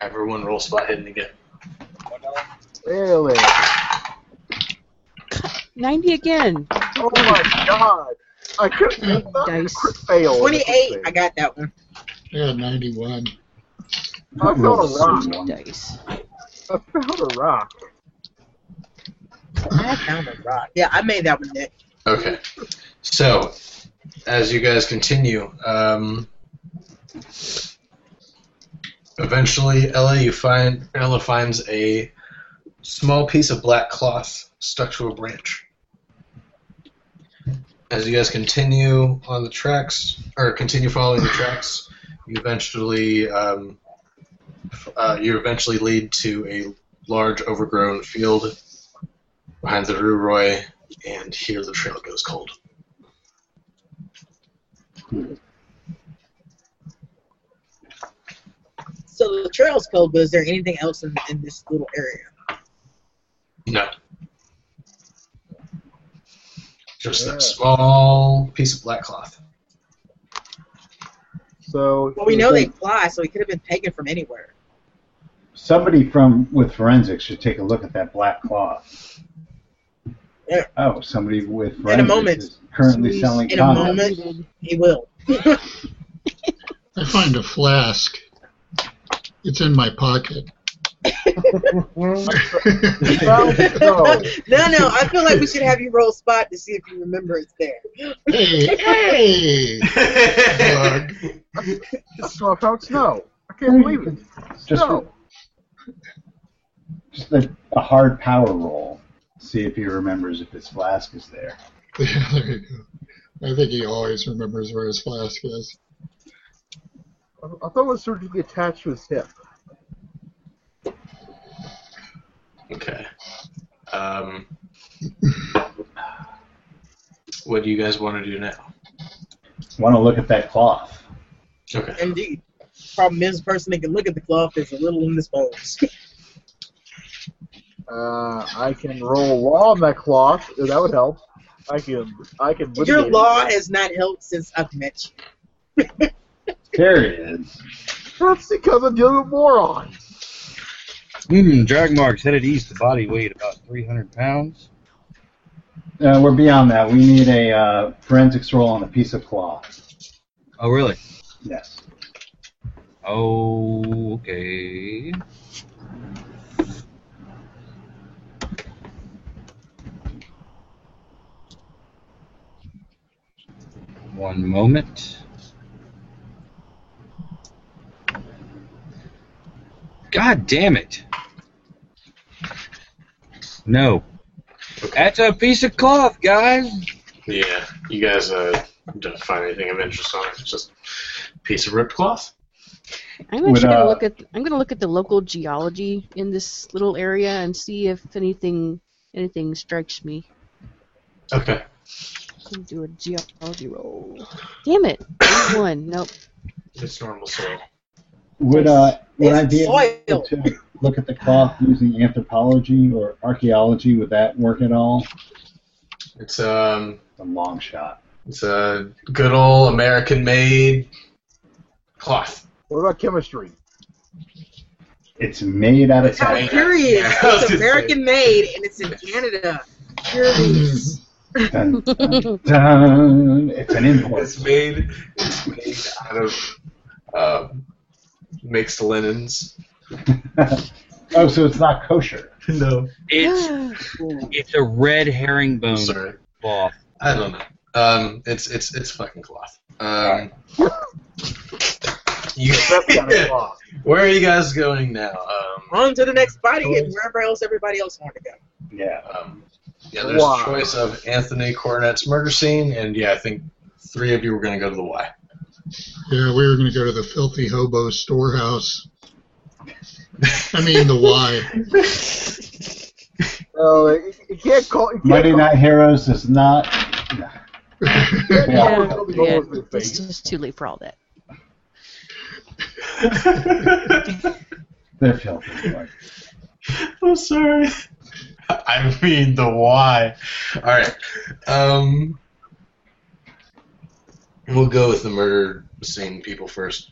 B: Everyone roll spot hidden again.
H: Really?
C: 90 again.
H: Oh my god. I could not
C: Dice.
H: crit fail. on this
F: 28,
H: thing.
F: I got that one.
E: Yeah, 91.
H: I found
A: Roll
H: a rock.
A: the one.
C: Dice.
H: I found a rock.
F: I found a rock. Yeah, I made that one, Nick.
B: Okay. So, as you guys continue, um, eventually Ella, you find Ella finds a small piece of black cloth stuck to a branch. As you guys continue on the tracks, or continue following the tracks, you eventually um, f- uh, you eventually lead to a large overgrown field behind the Rue Roy and here the trail goes cold.
F: So the trail's cold, but is there anything else in, in this little area?
B: No. Just
H: Yeah.
B: that small piece of black cloth.
H: So
F: Well, we know they fly, so he could have been taken from anywhere.
A: Somebody from with forensics should take a look at that black cloth.
F: Yeah.
A: Oh, somebody with forensics
F: a moment.
A: is currently selling
C: Somebody's-
F: in a
A: condoms.
F: moment. He will.
E: I find a flask. It's in my pocket.
H: found no.
F: No, no, I feel like we should have you roll spot to see if you remember it's there.
E: hey, hey! Bug.
H: So I found snow. I can't believe it.
A: Just,
H: Snow.
A: just a, a hard power roll. See if he remembers if his flask is there.
E: Yeah, there you go. I think he always remembers where his flask is.
H: I I thought it was surgically attached to his hip.
B: Okay. Um, what do you guys want to do now?
A: Want to look at that cloth?
B: Okay.
F: Indeed. Problem is, the person that can look at the cloth is a little indisposed.
H: Uh, I can roll law on that cloth. if That would help. I can. I can.
F: Your
H: litigate
F: law
H: it.
F: has not helped since I've met you.
A: There it is.
H: That's because I'm dealing with morons.
G: Hmm, drag marks headed east. The body weighed about 300 pounds.
A: Uh, we're beyond that. We need a uh, forensics roll on a piece of cloth.
G: Oh, really?
A: Yes.
G: Oh, okay. One moment. God damn it. No. That's a piece of cloth, guys.
B: Yeah. You guys uh, don't find anything of interest on it. It's just a piece of ripped cloth.
C: I'm actually
A: Would,
C: gonna
A: uh,
C: look at I'm gonna look at the local geology in this little area and see if anything anything strikes me.
B: Okay.
C: Let me do a geology roll. Damn it! One. Nope.
B: It's normal soil.
A: Would uh, would I be
F: It's
A: able to look at the cloth using anthropology or archaeology? Would that work at all?
B: It's um,
A: It's a long shot.
B: it's a good old American-made cloth.
H: What about chemistry?
A: It's made out of
B: It's made-
A: time.
F: How curious.
B: Yeah, I was
F: It's
B: gonna say.
F: American made and it's in Canada. Curious.
A: Dun, dun, dun. It's an import.
B: It's made. It's made out of um, mixed linens.
A: oh, so it's not kosher.
B: No.
G: It's it's a red herringbone
B: Sorry.
G: cloth.
B: I don't know. Um, it's it's it's fucking cloth. Um, you,
H: That's kind of cloth.
B: where are you guys going now? Um,
F: On to the next body hit, wherever else everybody else wanted to go.
A: Yeah.
B: um, yeah, there's
H: Why?
B: a choice of Anthony Cornett's murder scene, and yeah, I think three of you were going to go to the Y.
E: Yeah, we were going to go to the filthy hobo storehouse. I mean, the Y.
H: Oh, you you can't call. You can't
A: Monday
H: call,
A: Night Heroes is not.
H: you can't call
C: Yeah.
H: something
C: Yeah.
H: over the
C: It's
H: face.
C: just too late for all that.
A: They're filthy. Like,
B: I'm sorry. I mean the Y. All right. Um, we'll go with the murder scene people first.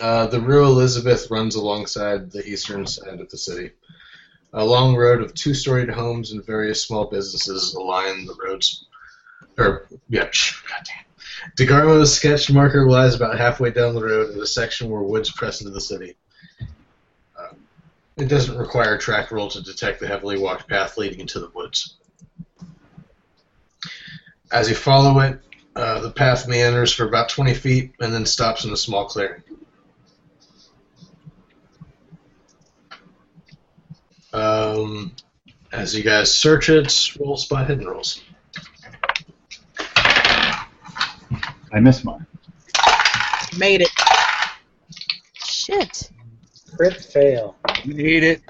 B: Uh, the Rue Elizabeth runs alongside the eastern side of the city. A long road of two-storied homes and various small businesses align the roads. Or yeah, goddamn. DeGarmo's sketched marker lies about halfway down the road in a section where woods press into the city. It doesn't require a track roll to detect the heavily walked path leading into the woods. As you follow it, uh, the path meanders for about 20 feet and then stops in a small clearing. Um, as you guys search it, roll spot hidden rolls.
A: I miss mine.
F: Made it.
C: Shit.
D: Crit fail.
G: Need it.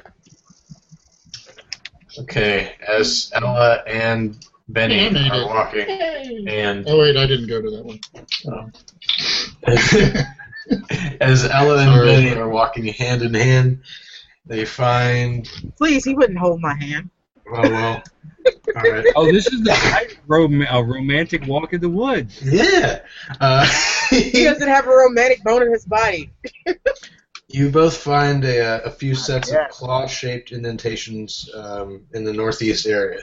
B: Okay, as Ella and Benny
E: Yeah, I made
B: are
E: it.
B: walking, and
E: Oh, wait, I didn't go to that one.
B: As Ella and
E: Sorry.
B: Benny are walking hand in hand, they find.
F: Please, he wouldn't hold my hand.
B: Oh well. All right.
G: Oh, this is the height of rom- a uh, romantic walk in the woods.
B: Yeah. Uh,
F: He doesn't have a romantic bone in his body.
B: you both find a, uh, a few sets of
H: Yes.
B: claw-shaped indentations um, in the northeast area.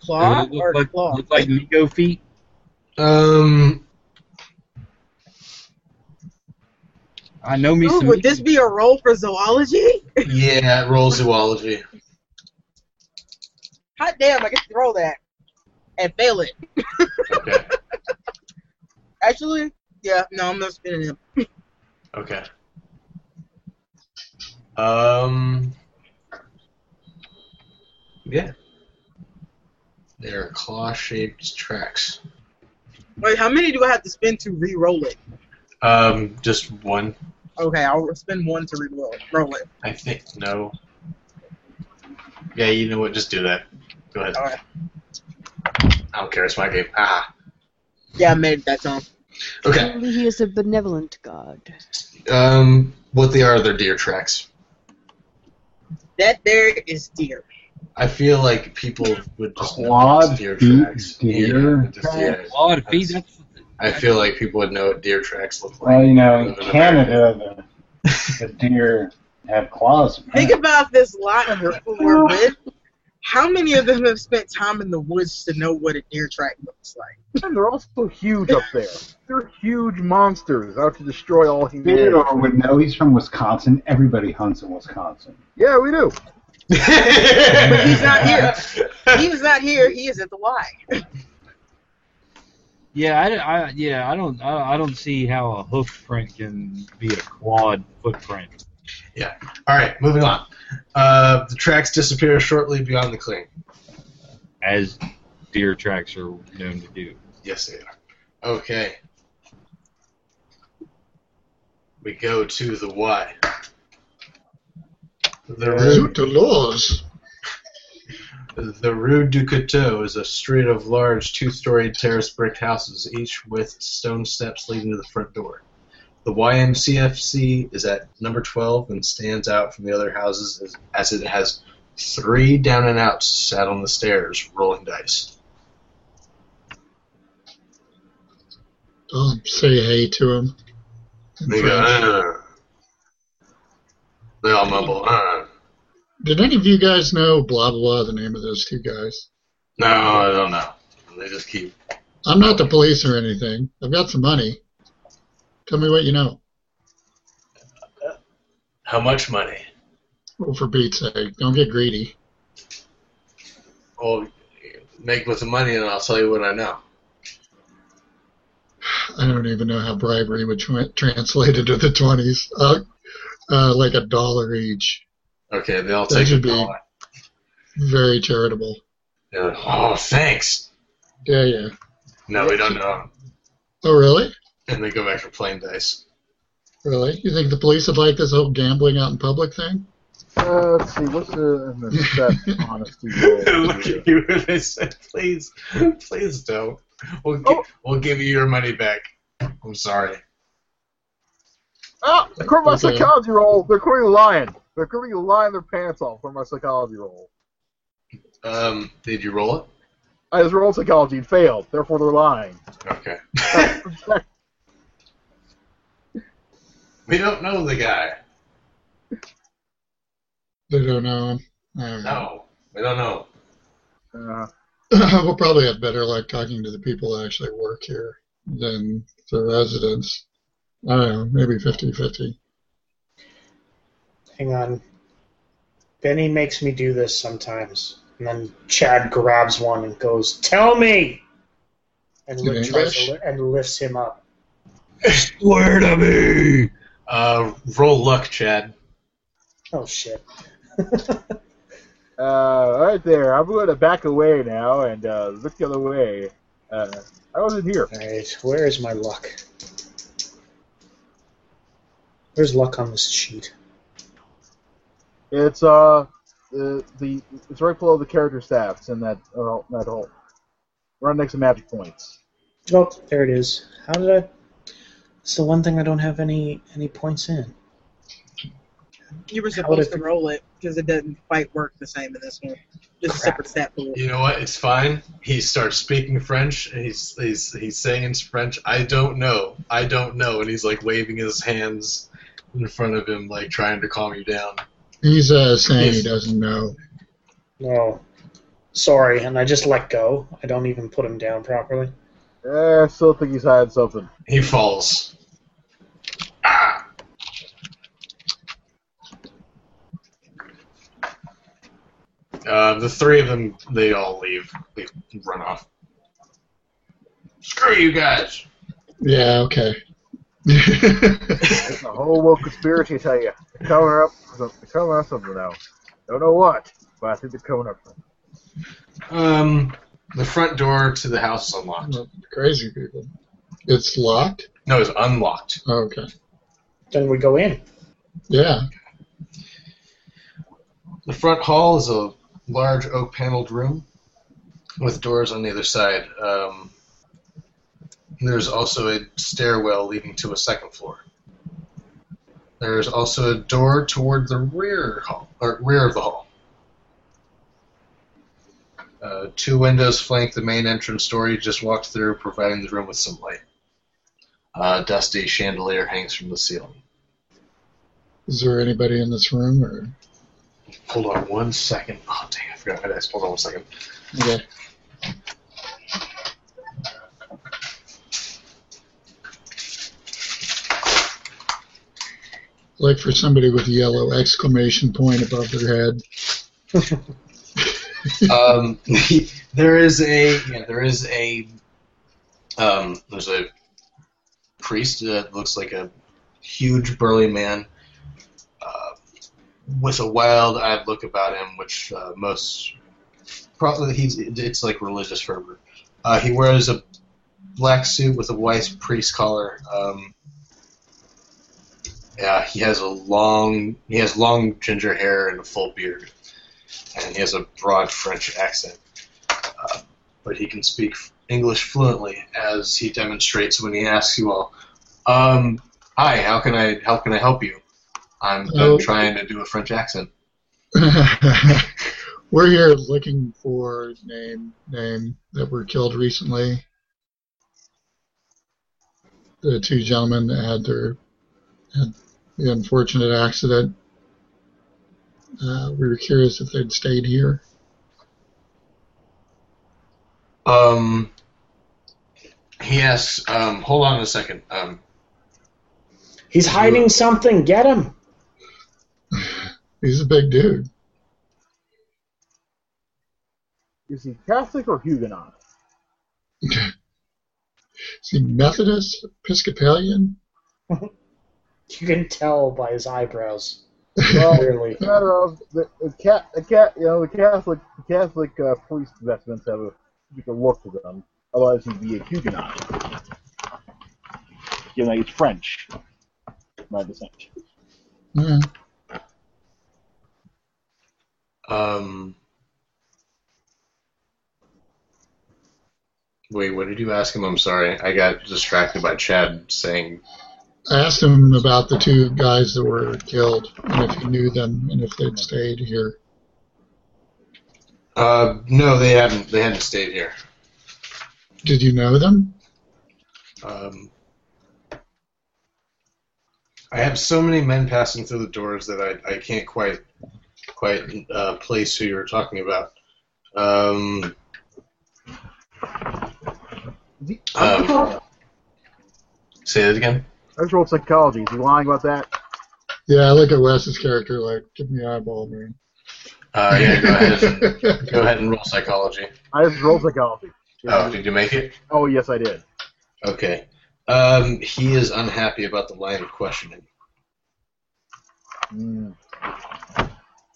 F: Claw
G: It would
F: or
G: look like,
F: claw?
G: look like Nico feet.
B: Um,
G: I know me
F: Ooh,
G: some.
F: would this be a role for zoology?
B: yeah, roll zoology.
F: Hot damn, I get to roll that and fail it.
B: Okay.
F: Actually, yeah, no, I'm not spinning him.
B: Okay. Um. Yeah. They are claw-shaped tracks.
F: Wait, how many do I have to spin to re-roll it?
B: Um, just one,
F: Okay, I'll spend one to re-roll it. Roll it.
B: I think. No. Yeah, you know what? Just do that. Go ahead.
F: All right.
B: I don't care. It's my game. Ah.
F: Yeah, I made it that time.
B: Okay.
C: Surely he is a benevolent god.
B: Um, what they are? They're deer tracks.
F: That there is deer.
B: I feel like people would just know
A: Clawed
B: it's deer
A: feet,
B: tracks.
A: deer
B: Yeah, just-
A: tracks?
B: yeah.
G: A lot of feet. That's,
B: I feel like people would know what deer tracks look like.
A: Well, you know, in Canada, the, the deer have claws.
F: Think about this lot of people we're with. How many of them have spent time in the woods to know what a deer track looks like?
H: And they're also huge up there. They're huge monsters out to destroy all humanity.
A: Theodore would know he's from Wisconsin. Everybody hunts in Wisconsin.
H: Yeah, we do.
B: but
F: he's not here. He was not here. He is at the Y.
G: yeah, I, I- yeah, I don't, I, I don't see how a hoof print can be a clawed footprint.
B: All right, moving on. Uh, the tracks disappear shortly beyond the clearing.
G: as deer tracks are known to do.
B: Yes, they are. Okay. We go to the Y. The
E: Suit
B: Rue,
E: the laws.
B: the Rue du Coteau is a street of large two-story terraced brick houses, each with stone steps leading to the front door. The YMCFC is at number 12 and stands out from the other houses as, as it has three down and outs sat on the stairs rolling dice.
E: I'll Oh, say hey to him.
B: They go, "Ah." They all mumble, "Ah."
E: Did any of you guys know blah blah the name of those two guys?
B: No, I don't know. And They just keep.
E: I'm not the police or anything. I've got some money. Tell me what you know.
B: How much money?
E: Well, Oh, for Pete's sake, don't get greedy.
B: Well, make with the money, and I'll tell you what I know.
E: I don't even know how bribery would tra- translate into the 20s. Uh, uh, like a dollar each.
B: Okay, they all
E: That
B: take a
E: should be-
B: dollar.
E: Very charitable.
B: They're like, oh, thanks.
E: Yeah, yeah.
B: No, we don't know.
E: Oh, really?
B: And they go back to playing dice.
E: Really? You think the police would like this whole gambling out in public thing?
H: Uh, let's see. What's the, the set honesty roll?
B: Look at you, and they said, please, please don't. We'll, gi-
H: Oh.
B: we'll give you your money back. I'm sorry.
H: Ah, according to my
E: Okay.
H: psychology roll, they're according to lying. They're according to lying their pants off for my psychology roll.
B: Um, did you roll it?
H: I just rolled psychology and failed, therefore they're lying.
B: Okay. we don't know the guy.
E: They don't know him. I don't know.
B: No, we don't know.
H: Uh,
E: we'll probably have better luck talking to the people that actually work here than the residents. I don't know, maybe 50 50.
D: Hang on. Benny makes me do this sometimes. And then Chad grabs one and goes, Tell me! And,
E: In
D: li- tries
E: English?
D: to li- and lifts him up.
G: Swear to me.
B: Uh, roll luck, Chad.
D: Oh, shit.
H: uh, all right, there. I'm going to back away now and uh, look the other way. Uh, I wasn't here.
D: Alright, where is my luck? Where's luck on this sheet?
H: It's uh the the it's right below the character stats in that uh, that hole. Right next to magic points.
D: Oh, there it is. How did I. It's the one thing I don't have any any points in.
F: You were
D: would it
F: supposed to
D: be?
F: roll it because it doesn't quite work the same in this one. Just a
D: Crap.
F: separate stat pool.
B: You know what? It's fine. He starts speaking French. and He's he's he's saying in French, "I don't know, I don't know," and he's like waving his hands in front of him, like trying to calm you down.
E: He's uh, saying he
B: Yes.
E: doesn't know.
D: No. Sorry, and I just let go. I don't even put him down properly.
H: Eh, I still think he's hiding something.
B: He falls. Ah! Uh, the three of them, they all leave. They run off. Screw you guys!
E: Yeah, okay.
H: It's a whole world conspiracy, I tell you. They're covering up, some- they're covering up something now. Don't know what, but I think they're covering up. something.
B: Um, the front door to the house is unlocked.
E: Crazy people. It's locked?
B: No, it's unlocked.
E: Oh, okay.
D: Then we go in.
E: Yeah.
B: The front hall is a large oak paneled room with doors on either side. Um, there's also a stairwell leading to a second floor. There is also a door toward the rear hall or rear of the hall. Uh, two windows flank the main entrance door you just walked through, providing the room with some light. Uh, A dusty chandelier hangs from the ceiling.
E: Is there anybody in this room? Or
B: Hold on one second. Oh, dang, I forgot how to ask. Hold on one second.
E: okay. Like for somebody with a yellow exclamation point above their head.
B: um, there is a yeah, there is a um, there's a priest that looks like a huge burly man uh, with a wild-eyed look about him, which uh, most probably he's it's like religious fervor. Uh, he wears a black suit with a white priest collar. Um, Yeah, he has a long he has long ginger hair and a full beard, and he has a broad French accent. Uh, but he can speak English fluently, as he demonstrates when he asks you all, um, "Hi, how can I how can I help you? I'm,
E: Oh.
B: I'm trying to do a French accent."
E: we're here looking for name name that were killed recently. The two gentlemen that had their had the unfortunate accident. Uh, we were curious if they'd stayed here.
B: Um, he asks, um, "Hold on a second. Um,
D: He's hiding something. Get him.
E: He's a big dude.
H: Is he Catholic or Huguenot?
E: Is he Methodist, Episcopalian?
D: You can tell by his eyebrows. Clearly.
H: It's a matter of the, the cat, the cat, you know, the Catholic, the Catholic uh, police vestments have a particular look to them. Otherwise, he'd be a Huguenot. You know, he's French. My descent.
E: Yeah.
B: um, wait, what did you ask him? I'm sorry, I got distracted by Chad saying
E: I asked him about the two guys that were killed and if he knew them and if they'd stayed here.
B: Uh, no, they hadn't. They hadn't stayed here.
E: Did you know them?
B: Um, I have so many men passing through the doors that I, I can't quite quite uh, place who you're talking about. Um, um, say that again.
H: I just rolled psychology. Is he lying about that?
E: Yeah, I look at Wes's character like, give me eyeball, man.
B: Uh, yeah, go ahead. And, go ahead and roll psychology.
H: I just rolled psychology.
B: Oh, did you make it?
H: Oh, yes, I did.
B: Okay. Um, he is unhappy about the line of questioning.
H: Mm.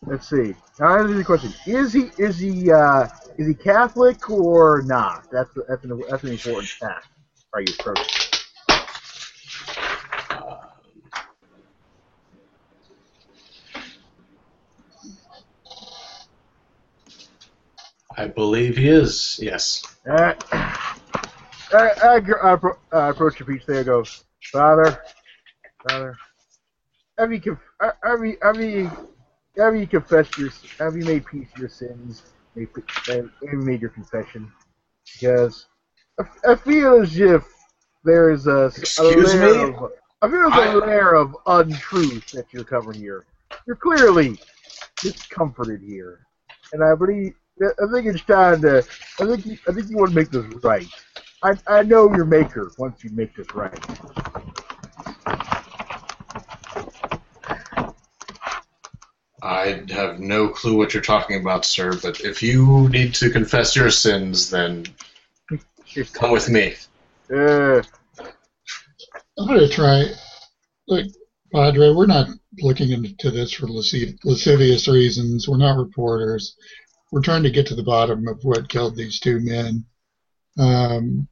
H: Let's see. Now that's a good question. Is he is he uh, is he Catholic or not? That's that's an, that's an important fact. Are you approaching?
B: I believe he is. Yes.
H: Uh, I, I, gr- I, appro- I approach the beach there and go, Father, Father, have you, conf- uh, have you, have you, have you confessed your, s- have you made peace with your sins, made, p- have you made your confession? Because I, f- I feel as if there's a, s- a
B: Excuse
H: layer
B: me?
H: of, I feel there's a
B: I-
H: layer of untruth that you're covering here. You're clearly discomforted here and I believe I think it's time to. I think you, I think you want to make this right. I I know your maker once you make this right.
B: I have no clue what you're talking about, sir, but if you need to confess your sins, then come with me.
H: Uh,
E: I'm gonna try. Look, Padre, we're not looking into this for lasci- lascivious reasons. We're not reporters. We're trying to get to the bottom of what killed these two men. Um,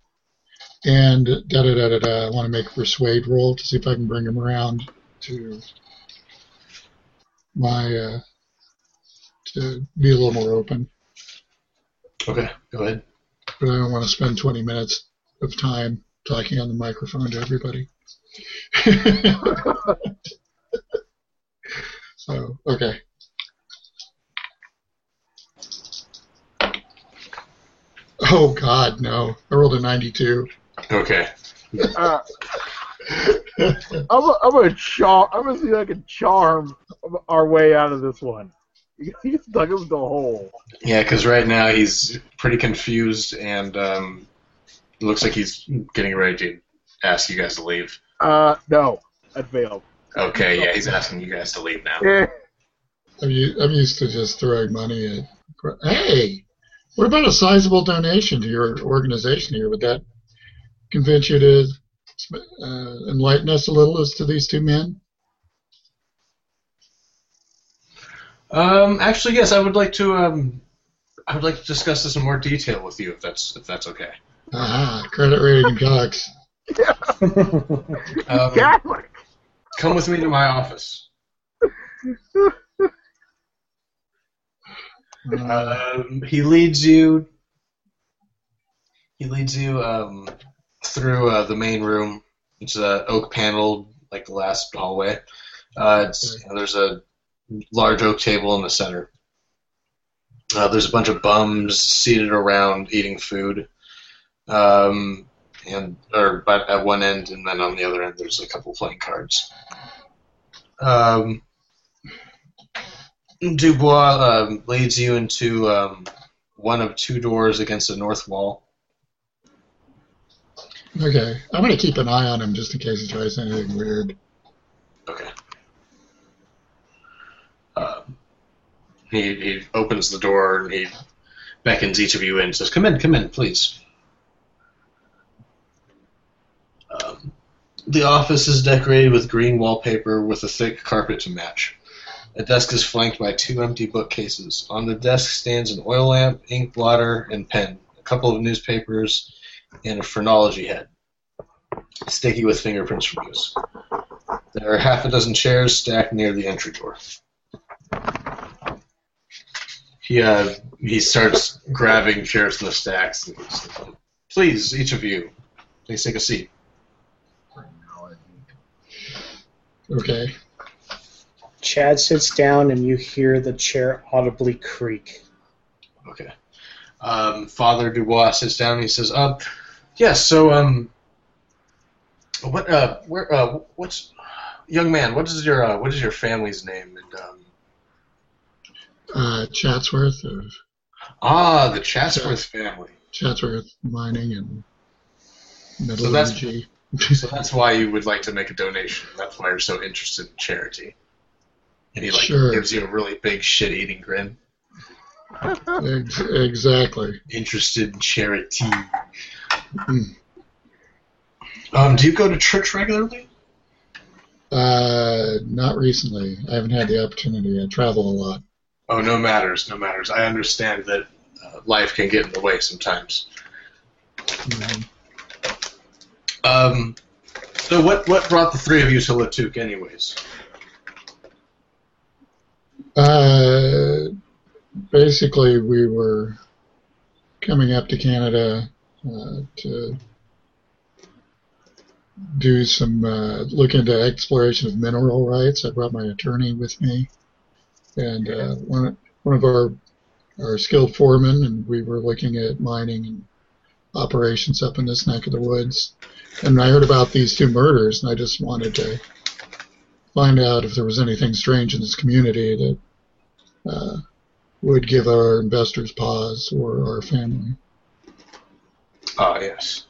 E: and da da da da da. I want to make a persuade roll to see if I can bring him around to my uh, to be a little more open.
B: Okay, go ahead.
E: But I don't want to spend 20 minutes of time talking on the microphone to everybody. so, okay. Oh, God, no. I rolled a 92.
B: Okay.
H: uh, I'm a, I'm gonna char. I'm gonna see if I can charm our way out of this one. He stuck us the hole.
B: Yeah, because right now he's pretty confused and um, looks like he's getting ready to ask you guys to leave.
H: Uh, no, that failed.
B: Okay, yeah, he's asking you guys to leave now.
H: Eh,
E: I'm, u- I'm used to just throwing money at. Hey, what about a sizable donation to your organization here? Would that convince you to uh, enlighten us a little as to these two men?
B: Um, actually, yes, I would like to. Um, I would like to discuss this in more detail with you, if that's if that's okay.
E: Ah, credit rating Cox.
B: Um,
H: Catholic.
B: Come with me to my office. Um, he leads you. He leads you um, through uh, the main room. It's uh, oak paneled, like the last hallway. Uh, it's, there's a large oak table in the center. Uh, there's a bunch of bums seated around eating food, um, and or but at one end, and then on the other end, there's a couple playing cards. Um, Dubois um, leads you into um, one of two doors against the north wall.
E: Okay, I'm gonna keep an eye on him just in case he tries anything weird.
B: Okay. Um, he, he opens the door and he beckons each of you in. Says, "Come in, come in, please." Um, the office is decorated with green wallpaper with a thick carpet to match. A desk is flanked by two empty bookcases. On the desk stands an oil lamp, ink blotter, and pen, a couple of newspapers, and a phrenology head, sticky with fingerprints from use. There are half a dozen chairs stacked near the entry door. He uh, he starts grabbing chairs from the stacks. And he's like, Please, each of you, please take a seat.
E: Okay.
D: Chad sits down, and you hear the chair audibly creak.
B: Okay. Um, Father Dubois sits down and he says, "Um, yes. So, um, what? Uh, where? Uh, what's, young man? What is your uh, what is your family's name? And um,
E: Uh, Chatsworth of
B: ah, the Chatsworth family.
E: Chatsworth Mining and
B: So that's-
E: Metallurgy.
B: So that's why you would like to make a donation. That's why you're so interested in charity." And he like
E: Sure.
B: gives you a really big shit-eating grin.
E: Ex- exactly.
B: Interested in charity. Hmm.
E: Mm.
B: Um, do you go to church regularly?
E: Uh, not recently. I haven't had the opportunity. I travel a lot.
B: Oh, no matters, no matters. I understand that uh, life can get in the way sometimes.
E: Mhm.
B: Um, so what what brought the three of you to Latuk, anyways?
E: Uh, basically, we were coming up to Canada uh, to do some uh, look into exploration of mineral rights. I brought my attorney with me, and uh, one one of our our skilled foremen, and we were looking at mining and operations up in this neck of the woods. And I heard about these two murders, and I just wanted to find out if there was anything strange in this community that uh, would give our investors pause or our family.
B: Ah, yes.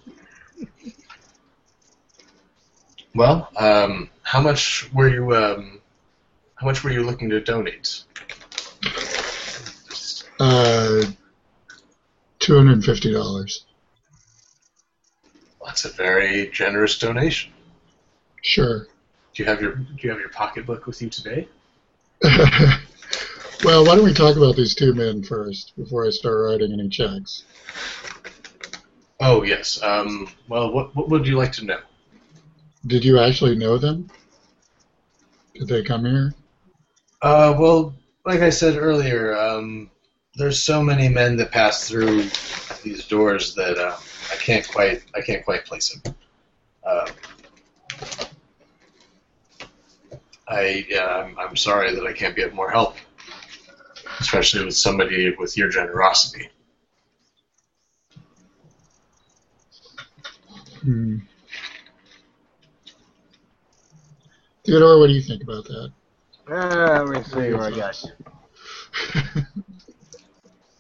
B: Well, um, how much were you um, how much were you looking to donate?
E: Uh, Two hundred and fifty dollars.
B: That's a very generous donation.
E: Sure.
B: Do you have your Do you have your pocketbook with you today?
E: well, why don't we talk about these two men first before I start writing any checks?
B: Oh yes. Um, well, what what would you like to know?
E: Did you actually know them? Did they come here?
B: Uh, well, like I said earlier, um, there's so many men that pass through these doors that um, I can't quite I can't quite place them. Uh, I yeah, I'm, I'm sorry that I can't get more help, especially with somebody with your generosity.
E: Hmm. Theodore, what do you think about that?
H: Uh, let me see what I got.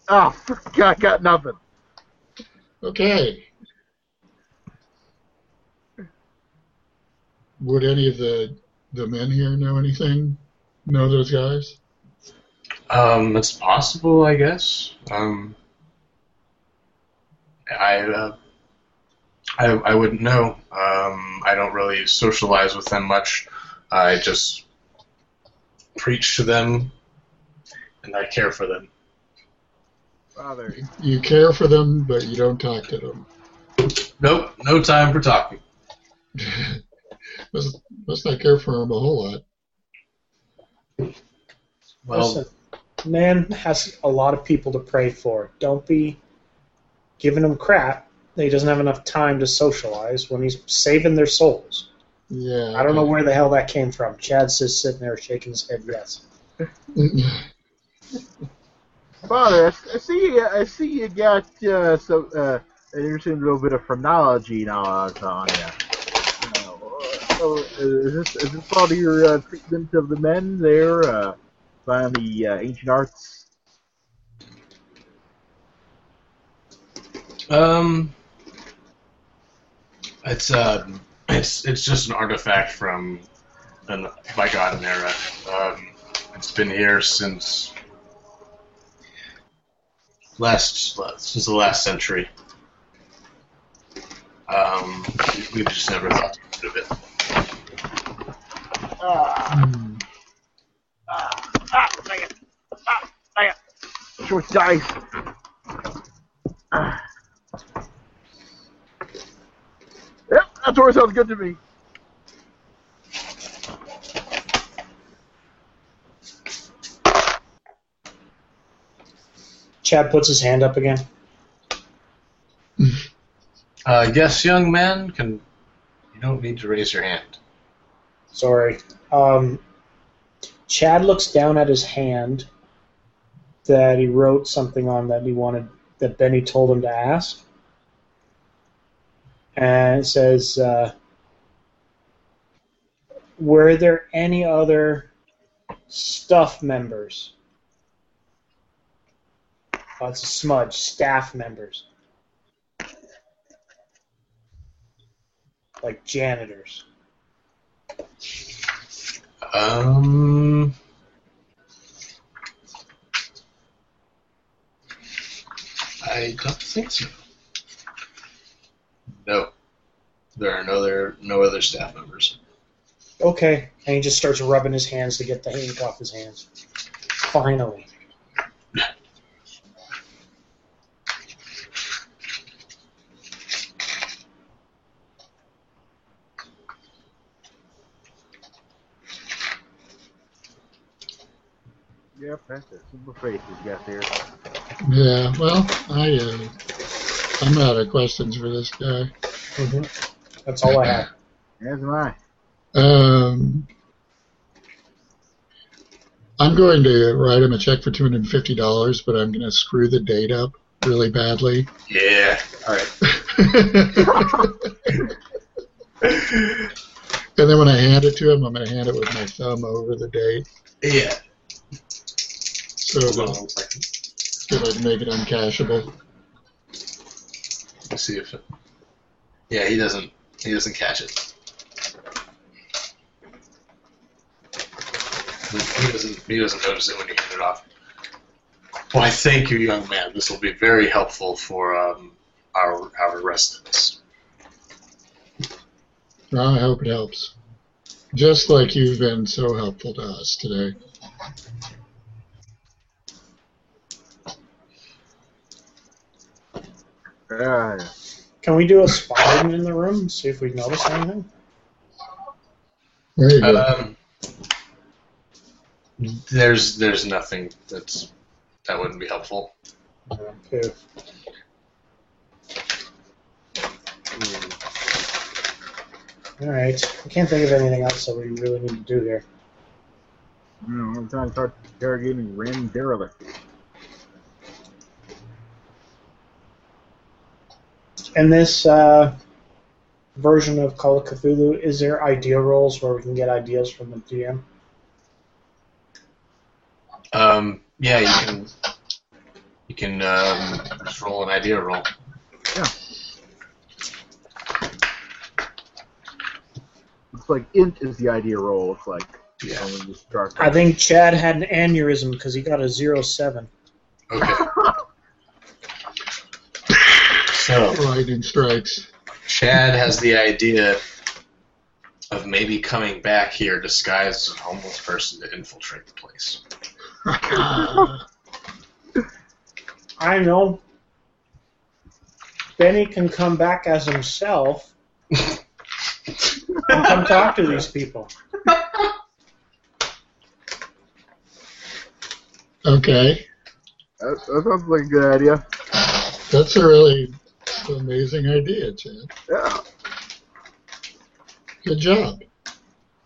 H: Oh, frick, I got nothing.
E: Okay. Would any of the the men here know anything? Know those guys?
B: Um, it's possible, I guess. Um, I, uh, I, I wouldn't know. Um, I don't really socialize with them much. I just preach to them, and I care for them.
H: Father.
E: You care for them, but you don't talk to them.
B: Nope, no time for talking.
E: Must, must not care for him a whole lot.
B: Well,
D: Listen, man has a lot of people to pray for. Don't be giving him crap that he doesn't have enough time to socialize when he's saving their souls.
E: Yeah.
D: I don't know where the hell that came from. Chad's just sitting there shaking his head. Yes.
H: Father, I, I see. I see you got uh, some uh, an interesting little bit of phrenology knowledge on you. So, uh, is this is this part of your uh, treatment of the men there uh, by the uh, ancient arts?
B: um, it's um, it's it's just an artifact from an bygone era. Um, it's been here since last since the last century. Um, we've just never thought to get rid of it.
E: Hmm.
H: Short dice. Yep, that door sounds good to me.
D: Chad puts his hand up again.
B: Uh, yes, young man, can you don't need to raise your hand.
D: Sorry. Um, Chad looks down at his hand that he wrote something on that he wanted that Benny told him to ask, and it says, uh, "Were there any other stuff members?" Oh, it's a smudge. Staff members, like janitors.
B: Um, I don't think so. No, there are no other no other staff members.
D: Okay. And he just starts rubbing his hands to get the ink off his hands. Finally.
H: Yep, that's it. Simple faith you got there.
E: Yeah, well, I, uh, I'm out of questions for this guy.
D: That's all I have.
H: As am I.
E: Um, I'm going to write him a check for $250, but I'm going to screw the date up really badly.
B: Yeah. All right.
E: and then when I hand it to him, I'm going to hand it with my thumb over the date.
B: Yeah.
E: So
B: Hold on
E: that
B: one second.
E: I'd make it uncashable.
B: Let's see if. It, yeah, he doesn't. He doesn't catch it. He doesn't. He doesn't notice it when you hand it off. Why, thank you, young man. This will be very helpful for um, our our residents.
E: I hope it helps. Just like you've been so helpful to us today.
H: Uh,
D: Can we do a spotting in the room? See if we notice anything?
E: There you go.
B: Um, there's there's nothing that's that wouldn't be helpful.
D: Okay. Alright. I can't think of anything else that we really need to do here.
H: you know, I'm trying to start interrogating Ren Derelict.
D: In this uh, version of Call of Cthulhu, is there idea rolls where we can get ideas from the DM?
B: Um, yeah, you can you can um, just roll an idea roll.
H: It's like int is the idea roll. It's like
B: Yeah.
H: when you start.
D: I think Chad had an aneurysm because he got a zero seven.
B: Okay. so
E: Lightning strikes.
B: Chad has the idea of maybe coming back here disguised as a homeless person to infiltrate the place.
D: I know. Benny can come back as himself. Come talk to these people.
E: Okay.
H: That, that sounds like a good idea.
E: That's a really amazing idea, Chad.
H: Yeah.
E: Good job.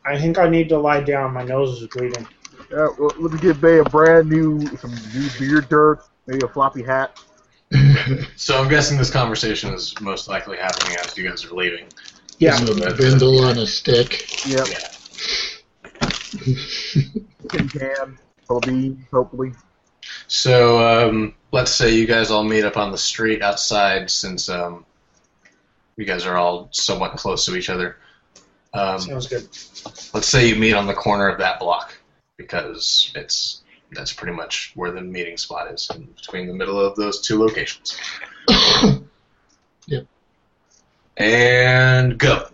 D: I think I need to lie down. My nose is bleeding.
H: yeah well, let me give Bay a brand new, some new beard dirt, maybe a floppy hat.
B: So I'm guessing this conversation is most likely happening as you guys are leaving.
D: Yeah.
E: With a bindle on a stick.
H: Yep.
B: Yeah.
H: Tin can, full of beans, hopefully.
B: So um, let's say you guys all meet up on the street outside, since um, you guys are all somewhat close to each other. Um,
D: Sounds good.
B: let's say you meet on the corner of that block because it's that's pretty much where the meeting spot is in between the middle of those two locations
E: Yep.
B: and go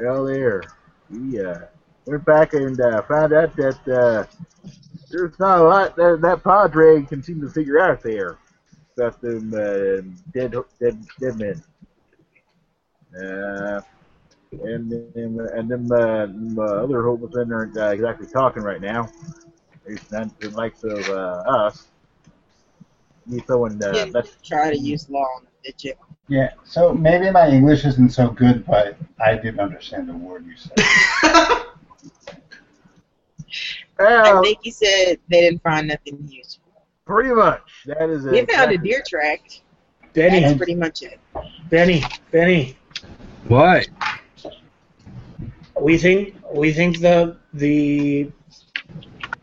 H: Well, there. We uh, went back and uh, found out that uh, there's not a lot that that Padre can seem to figure out there about them uh, dead, dead, dead men. Uh, and them, and them, uh, them uh, other homeless men aren't uh, exactly talking right now. There's none to the likes of uh, us. Need someone uh,
F: Didn't
H: that's
F: try to use long digit.
A: Yeah, so maybe my English isn't so good, but I did understand the word you said.
F: I
H: well,
F: think he said they didn't find nothing useful.
H: pretty much. That is it.
F: They found a deer track.
D: Benny,
F: That's pretty much it.
D: Benny, Benny.
G: What?
D: We think we think the the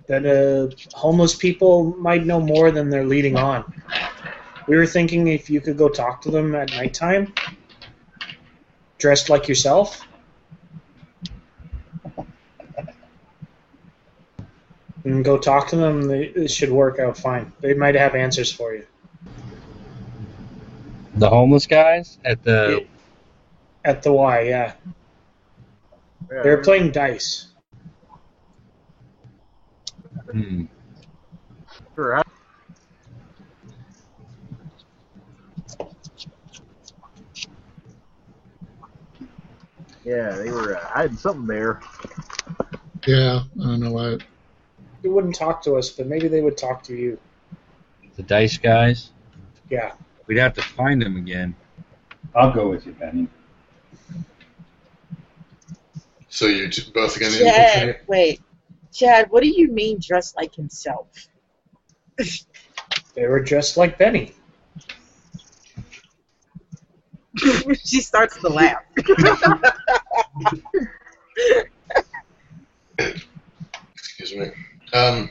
D: that uh, homeless people might know more than they're leading on. We were thinking if you could go talk to them at nighttime, dressed like yourself. And go talk to them. They- It should work out fine. They might have answers for you
G: The homeless guys at the
D: at the Y. Yeah, they're playing dice.
G: hmm.
H: Sure, I- Yeah, they were uh, hiding something there.
E: Yeah, I don't know why.
D: They wouldn't talk to us, but maybe they would talk to you.
G: the dice guys.
D: Yeah.
G: We'd have to find them again.
A: I'll go with you, Benny.
B: so you're t- both going to
F: Chad,
B: infiltrate
F: wait. Chad, what do you mean dressed like himself?
D: They were dressed like Benny.
F: she starts to laugh.
B: excuse me um,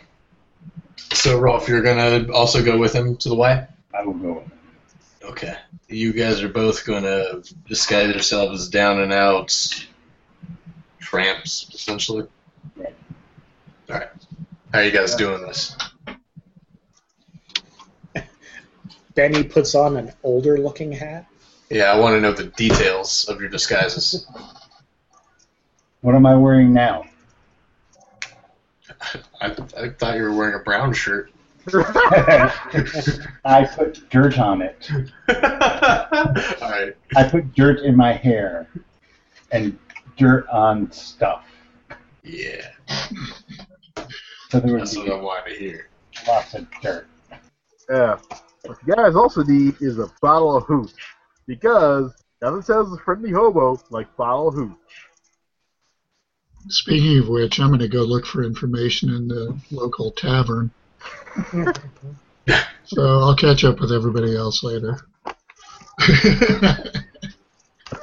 B: so rolf you're going to also go with him to the y
A: I will go with him.
B: okay you guys are both going to disguise yourselves as down and out tramps essentially all right how are you guys doing this
D: Benny puts on an older looking hat.
B: Yeah, I want to know the details of your disguises.
A: What am I wearing now?
B: I, I thought you were wearing a brown shirt.
A: I put dirt on it.
B: All right.
A: I put dirt in my hair and dirt on stuff.
B: Yeah,
A: So there would
B: that's what I
A: be
B: wanted to hear.
A: lots of dirt.
H: Yeah. What you guys also need is a bottle of hooch. Because nothing says a friendly hobo like bottle of hooch.
E: Speaking of which, I'm going to go look for information in the local tavern. so I'll catch up with everybody else later.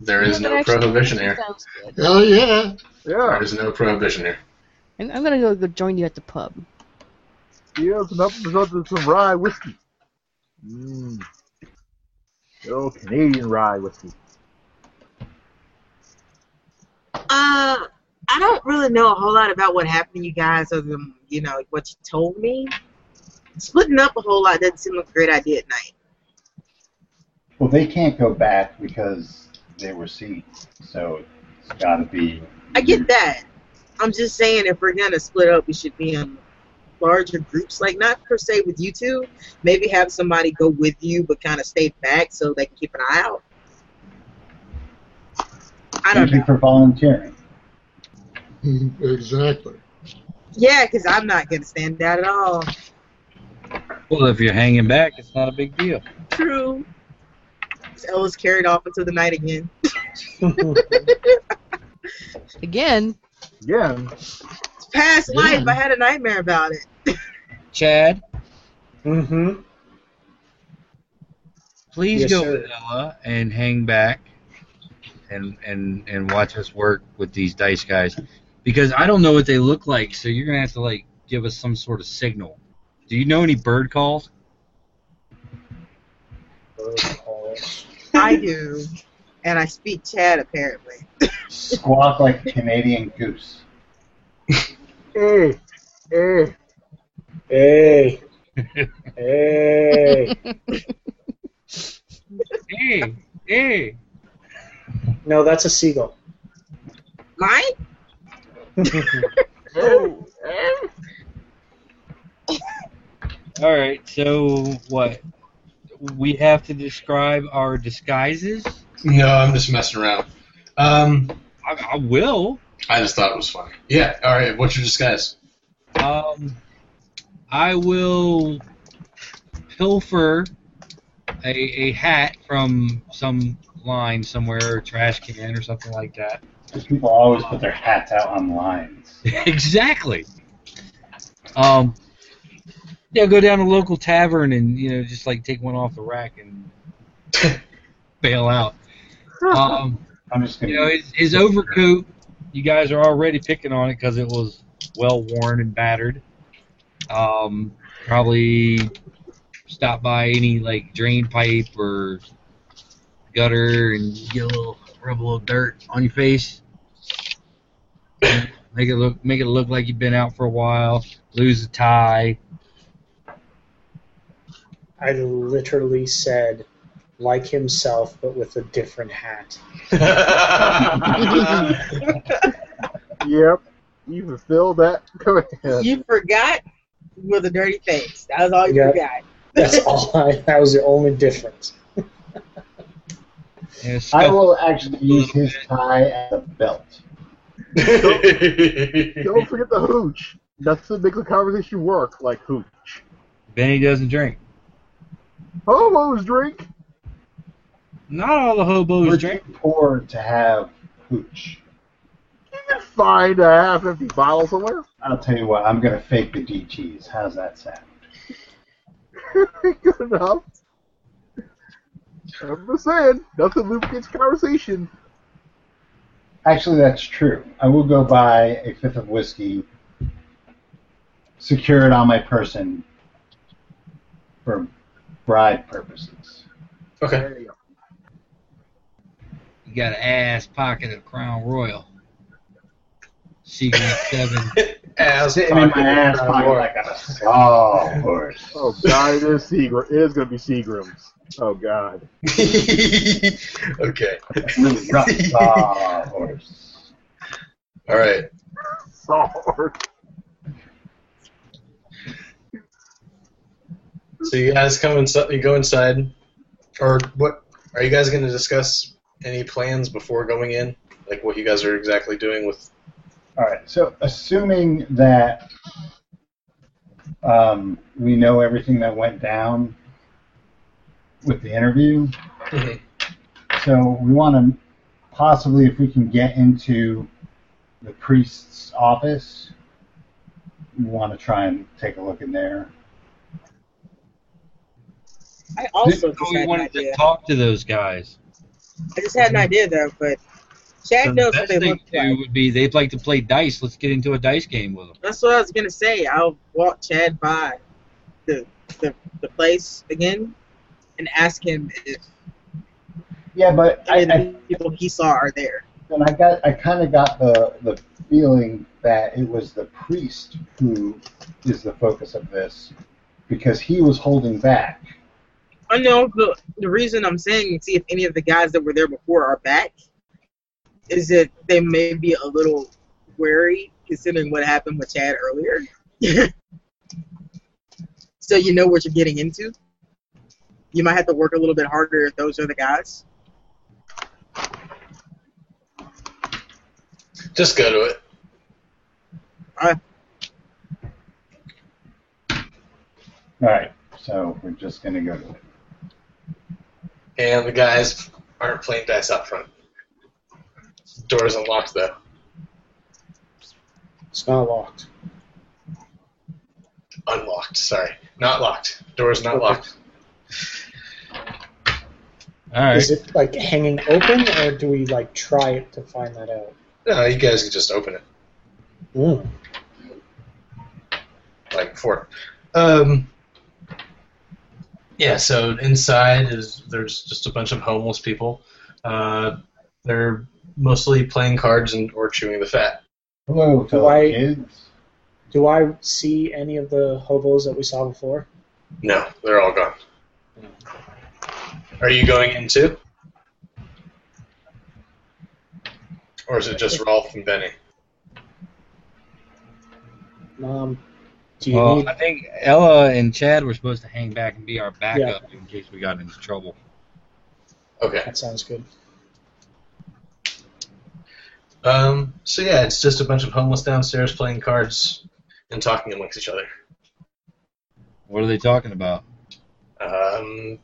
B: There is no
C: Yeah, but actually,
B: prohibition
C: that
B: here.
C: sounds good.
E: Hell yeah!
H: Yeah.
B: There is no prohibition here.
C: I'm, I'm gonna go, go join you at the pub.
H: He opens up with some rye whiskey. Mmm. Oh, Canadian rye whiskey.
F: Uh, I don't really know a whole lot about what happened to you guys other than, you know, what you told me. Splitting up a whole lot doesn't seem like a great idea at night.
A: Well, they can't go back because they were seen. So it's got to be.
F: I get that. I'm just saying if we're gonna split up, we should be in larger groups. Like not per se with you two. Maybe have somebody go with you, but kind of stay back so they can keep an eye out. I don't
A: Thank you
F: know.
A: for volunteering.
E: Exactly.
F: Yeah, because I'm not going to stand out at all.
G: Well, if you're hanging back, it's not a big deal.
F: True. Ella's carried off into the night again.
C: Again,
H: Yeah.
F: It's past
E: Yeah.
F: life. I had a nightmare about it.
G: Chad,
D: Mm-hmm.
G: please
D: Yes,
G: go
D: sir.
G: with Ella and hang back and and and watch us work with these dice guys because I don't know what they look like, so you're gonna have to like give us some sort of signal. Do you know any bird calls?
F: I do. And I speak Chad, apparently.
A: Squawk like Canadian goose.
H: Hey. Hey.
D: Hey. hey.
G: Hey, hey.
D: No, that's a seagull.
F: Mine?
H: Oh.
G: All right, so what? We have to describe our disguises.
B: No, I'm just messing around. Um,
G: I, I will.
B: I just thought it was funny. Yeah. All right. What's your disguise?
G: Um, I will pilfer a, a hat from some line somewhere, or trash can, or something like that.
A: These people always put their hats out on lines.
G: exactly. Um, yeah, go down to local tavern and you know just like take one off the rack and bail out. Um,
A: I'm just gonna.
G: You know, his, his overcoat, you guys are already picking on it because it was well worn and battered. Um, probably stop by any, like, drain pipe or gutter and get a little, rub a little dirt on your face. Make it look, make it look like you've been out for a while. Lose a tie.
D: I literally said, like himself, but with a different hat.
H: Yep. You fulfill that command.
F: You forgot with a dirty face. That was all you
D: Yeah.
F: forgot.
D: That's all. I, that was the only difference.
G: And
A: I
G: scuff-
A: will actually use his tie as a belt.
H: Don't forget the hooch. That's to make the conversation work, like hooch.
G: Benny doesn't drink.
H: Homos drink.
G: Not all the
A: We're
G: hobos drink.
A: too poor to have hooch.
H: You can find a half-empty bottle somewhere.
A: I'll tell you what. I'm gonna fake the DTS. How's that sound?
H: Good enough. I'm just saying, nothing lubricates conversation.
A: Actually, that's true. I will go buy a fifth of whiskey, secure it on my person for bribe purposes.
B: okay.
H: There you go.
G: You got an ass pocket of Crown Royal. Secret seven.
B: As
A: Sitting in my ass pocket like a sawhorse.
H: Oh god, it is Seagram. It is gonna be Seagrams. Oh god.
B: okay.
A: Really rough sawhorse.
B: All right.
H: Sorry.
B: So you guys come inside. You go inside, or what? Are you guys going to discuss any plans before going in? Like what you guys are exactly doing with?
A: All right. So, assuming that um, we know everything that went down with the interview, so we want to possibly, if we can get into the priest's office, we want to try and take a look in there.
F: I also
G: Didn't know
F: just
G: we
F: had an
G: wanted to
F: idea.
G: talk to those guys.
F: I just had an idea, though, but
G: So
F: Chad
G: the
F: knows what
G: best
F: they
G: thing
F: look
G: to do
F: like.
G: would be they'd like to play dice. Let's get into a dice game with them.
F: That's what I was going to say. I'll walk Chad by the, the, the place again and ask him if
A: Yeah, but I,
F: any of
A: I
F: the people he saw are there.
A: and I got I kind of got the the feeling that it was the priest who is the focus of this because he was holding back.
F: I know the, the reason I'm saying see if any of the guys that were there before are back is that they may be a little wary considering what happened with Chad earlier. so you know what you're getting into. You might have to work a little bit harder if those are the guys.
B: Just go to it.
A: All right, so we're just gonna go to it.
B: And the guys aren't playing dice out front. Door is unlocked though.
D: It's not locked.
B: Unlocked. Sorry, not locked. Door is not locked.
G: All right.
D: Is it like hanging open, or do we like try it to find that out?
B: No, you guys can just open it
D: Mm.
B: like before. Um. Yeah. So inside is there's just a bunch of homeless people. Uh, they're mostly playing cards and or chewing the fat.
A: Hello, fellow
D: I-
A: kids.
D: Do I see any of the hobos that we saw before?
B: No, they're all gone. Are you going in too? Or is it just Rolf and Benny?
D: Um, do you
G: Well,
D: need?
G: I think Ella and Chad were supposed to hang back and be our backup in case we got into trouble.
B: Okay.
D: That sounds good.
B: Um, so yeah, it's just a bunch of homeless downstairs playing cards and talking amongst each other.
G: What are they talking about?
B: Um,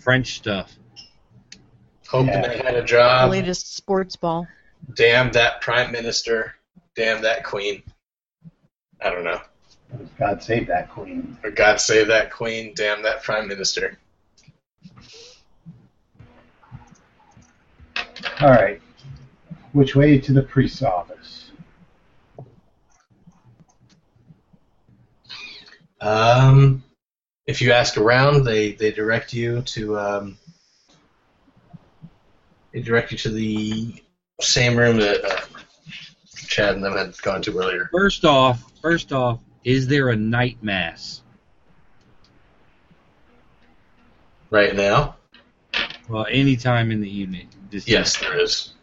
G: French stuff.
B: hope
A: Yeah.
B: they had a
C: The
B: job.
C: latest sports ball.
B: Damn that prime minister. Damn that queen. I don't know.
A: God save that queen.
B: Or God save that queen. Damn that prime minister.
A: All right, which way to the priest's office?
B: Um, if you ask around, they, they direct you to um, they direct you to the same room that uh, Chad and them had gone to earlier.
G: First off, first off, is there a night mass?
B: Right now,
G: Well, any time in the evening. This
B: yes, there is.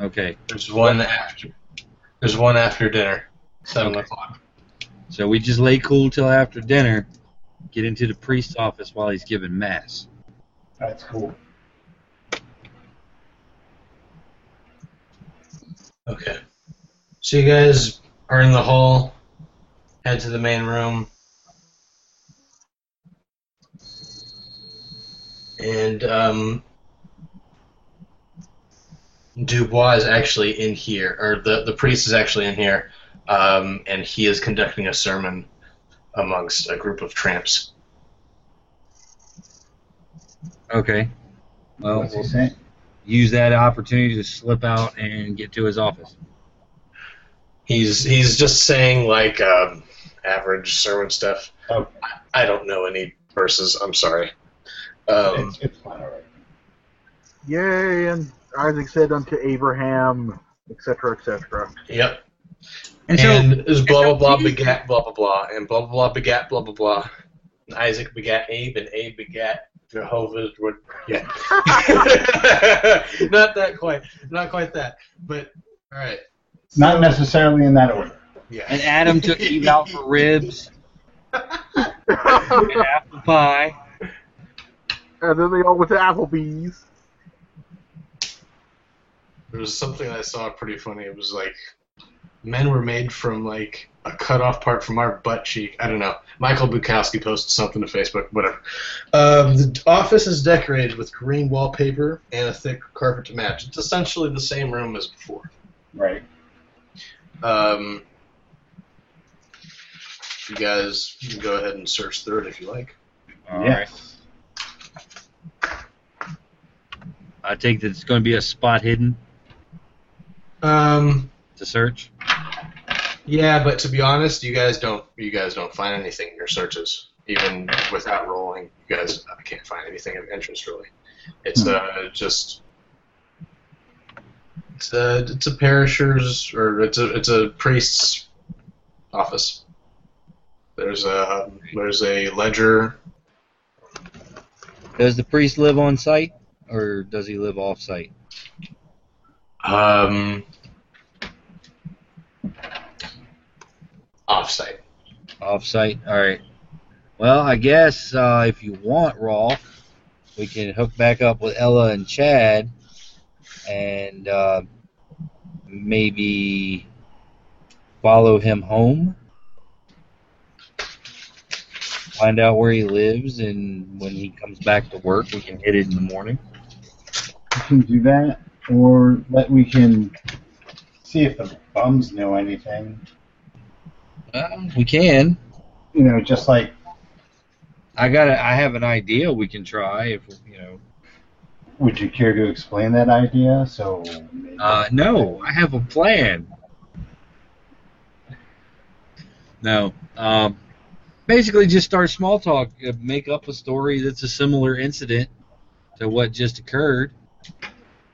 G: Okay.
B: There's one after. There's one after dinner, seven o'clock.
G: So we just lay cool till after dinner, get into the priest's office while he's giving mass.
A: That's cool.
B: Okay. So you guys are in the hall. Head to the main room. And um, Dubois is actually in here, or the, the priest is actually in here, um, and he is conducting a sermon amongst a group of tramps.
G: Okay. Well,
A: What's he
G: we'll
A: saying?
G: use that opportunity to slip out and get to his office.
B: He's he's just saying like um, average sermon stuff.
A: Okay.
B: I don't know any verses. I'm sorry. Um,
A: it's, it's fine, all right.
H: Yay, and Isaac said unto Abraham, etc., etc.
B: Yep. And,
G: And so-
B: it was blah
G: so
B: blah blah
G: he-
B: begat blah blah blah and blah blah blah begat blah blah blah. And Isaac begat Abe and Abe begat Jehovah's Wit- yeah. not that quite. Not quite that. But all right.
A: Not necessarily in that order.
B: Yeah.
G: And Adam took Eve out for ribs and apple pie.
H: and then they all went to Applebee's.
B: There was something I saw pretty funny. It was like men were made from like a cut off part from our butt cheek. I don't know. Michael Bukowski posted something to Facebook, whatever. Um, the office is decorated with green wallpaper and a thick carpet to match. It's essentially the same room as before.
A: Right.
B: Um, you guys can go ahead and search through it if you like.
G: All right.
A: yes.
G: I take that it's going to be a spot hidden
B: Um,
G: to search.
B: yeah, but to be honest, you guys don't you guys don't find anything in your searches, even without rolling. You guys can't find anything of interest really. It's uh just it's a it's a parisher's or it's a it's a priest's office. There's a there's a ledger
G: Does the priest live on site or does he live off site?
B: Um, offsite.
G: Off site. All right. Well, I guess uh, if you want, Rolf, we can hook back up with Ella and Chad and uh, maybe follow him home, find out where he lives, and when he comes back to work, we can hit it in the morning.
A: We can do that, or that we can see if the bums know anything.
G: Uh, we can.
A: You know, just like
G: I got. to I have an idea. We can try if you know.
A: would you care to explain that idea? So maybe-
G: Uh, no, I have a plan. No. Um, basically, just start small talk. Uh, Make up a story that's a similar incident to what just occurred.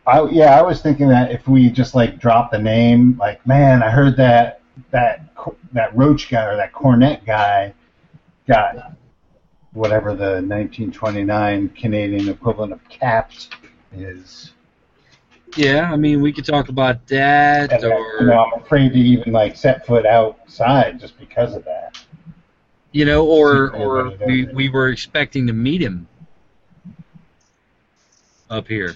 A: I, yeah, I was thinking that if we just like drop the name, like, man, I heard that that co- that Roach guy or that Cornet guy got whatever the 1929 Canadian equivalent of capped is.
G: Yeah, I mean, we could talk about that,
A: And that,
G: or
A: you know, I'm afraid to even like set foot outside just because of that.
G: you know, or
A: Secret
G: or
A: identity.
G: we, we were expecting to meet him up here.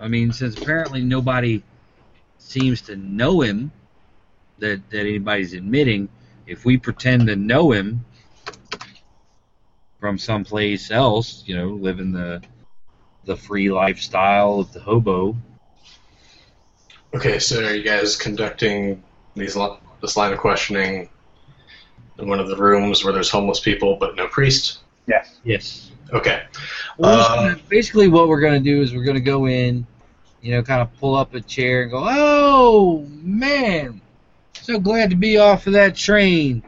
G: I mean, since apparently nobody seems to know him, that that anybody's admitting, if we pretend to know him from someplace else, you know, living the the free lifestyle of the hobo,
B: Okay, so are you guys conducting these li- this line of questioning in one of the rooms where there's homeless people but no priest?
A: Yes.
G: yes.
B: Okay.
G: We're just
B: Um,
G: gonna- basically, what we're going to do is we're going to go in, you know, kind of pull up a chair and go, "Oh man, so glad to be off of that train."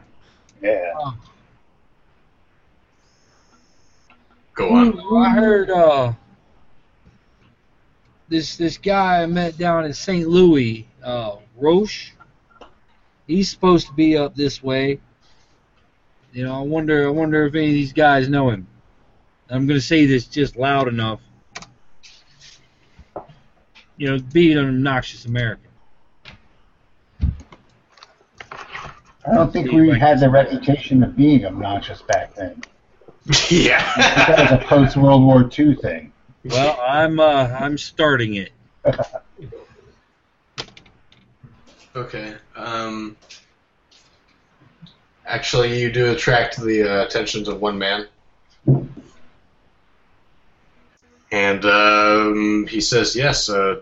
A: Yeah.
B: Go on.
G: Ooh, I heard uh, this this guy I met down in St. Louis, uh, Roche. He's supposed to be up this way. You know, I wonder I wonder if any of these guys know him. I'm gonna say this just loud enough. You know, be an obnoxious American.
A: I don't think we had the reputation of being obnoxious back then. That was
B: yeah.
A: a post World War II thing.
G: Well, I'm uh, I'm starting it.
B: okay. Um, actually, you do attract the uh, attentions of one man. And um, he says, "Yes, uh,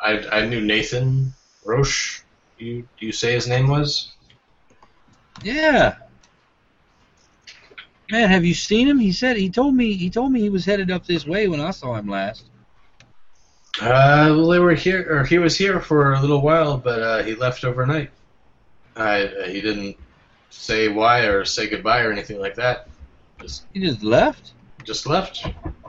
B: I, I knew Nathan Roche. You you say his name was?
G: Yeah. Man, have you seen him? He said he told me he told me he was headed up this way when I saw him last.
B: Uh, well, they were here, or he was here for a little while, but uh, he left overnight. I, uh, he didn't say why or say goodbye or anything like that. Just,
G: He just left.
B: just left.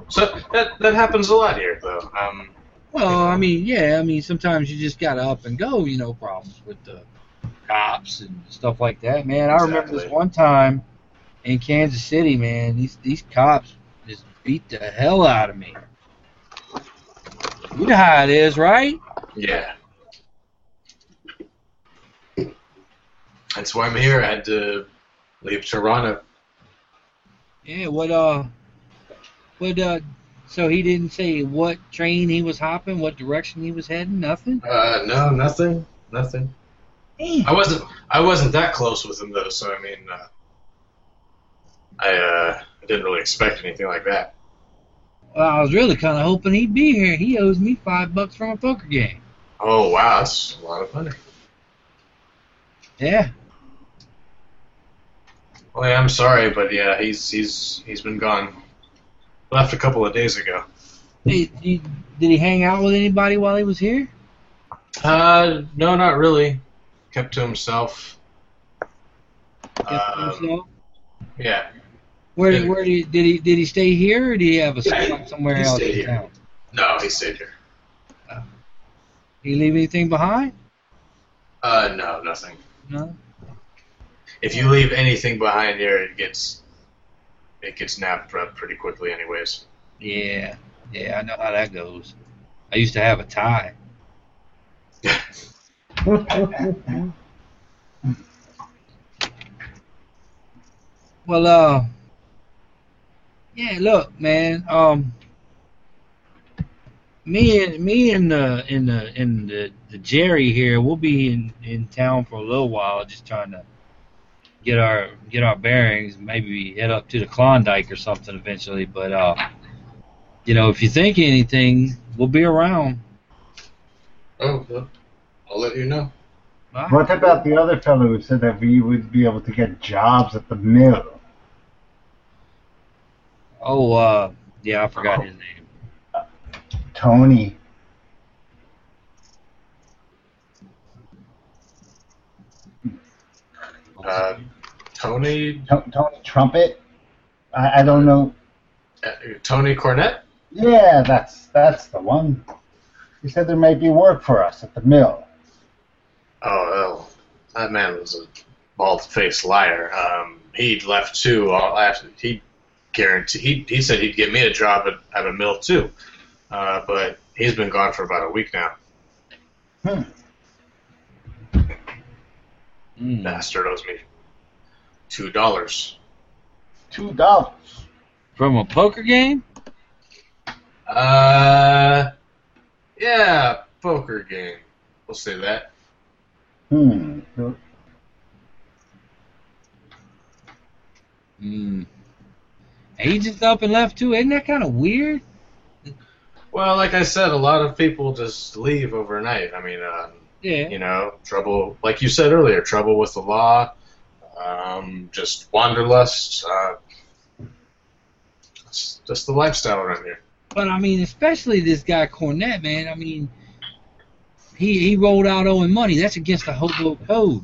B: So that that happens a lot here, though. Um,
G: Well, I mean, yeah, I mean, sometimes you just gotta up and go. You know, problems with the cops and stuff like that. Man, I remember this
B: Exactly.
G: one time in Kansas City. Man, these these cops just beat the hell out of me. You know how it is, right?
B: yeah. That's why I'm here. I had to leave Toronto.
G: Yeah. What uh, what uh. So he didn't say what train he was hopping, what direction he was heading, nothing.
B: Uh, no, nothing, nothing. I wasn't, I wasn't that close with him though. So I mean, uh, I uh, I didn't really expect anything like that.
G: Well, I was really kind of hoping he'd be here. He owes me five bucks from a poker game.
B: Oh wow, that's a lot of money.
G: Yeah.
B: Well, yeah, I'm sorry, but yeah, he's he's he's been gone. Left a couple of days ago.
G: Hey, you- did he hang out with anybody while he was here?
B: Uh, no, not really. Kept to himself.
G: Kept to
B: Um,
G: himself?
B: Yeah,
G: Where
B: yeah.
G: did where did he, did he did he stay here or did he have a
B: Yeah,
G: spot somewhere
B: he
G: else
B: stayed here.
G: in town?
B: no, he stayed here.
G: Did he leave anything behind?
B: Uh, no, nothing.
G: No.
B: If you leave anything behind here, it gets it gets napped up pretty quickly, anyways.
G: Yeah. Yeah, I know how that goes. I used to have a tie. Well, uh, yeah. Look, man. Um, me and me and uh, and uh, and the, the Jerry here, we'll be in, in town for a little while, just trying to get our get our bearings. Maybe head up to the Klondike or something eventually. But uh, you know, if you think of anything, we'll be around.
B: Oh, well, I'll let you know.
G: Bye.
A: What about the other fellow who said that we would be able to get jobs at the mill?
G: Oh, uh, yeah, I forgot his name.
A: Tony.
B: Uh, Tony,
A: T- Tony Trumpet? I, I don't know.
B: uh, Tony Cornett.
A: Yeah, that's that's the one. He said there might be work for us at the mill.
B: Oh, well, that man was a bald-faced liar. Um, he left too. Uh, after he guaranteed, he, he said he'd get me a job at, at a mill too, uh, but he's been gone for about a week now.
A: Hmm.
G: Mm.
B: Bastard owes me two dollars.
A: Two dollars.
G: From a poker game?
B: Uh, yeah, poker game. We'll say that.
A: Hmm.
G: Mm. He just up and left too. Isn't that kind of weird?
B: Well, like I said, a lot of people just leave overnight. I mean, um,
G: Yeah.
B: you know, trouble, like you said earlier, trouble with the law, um, just wanderlust, uh, it's just the lifestyle around here.
G: But I mean, especially this guy Cornette, man. I mean, he he rolled out owing money. That's against the hobo code.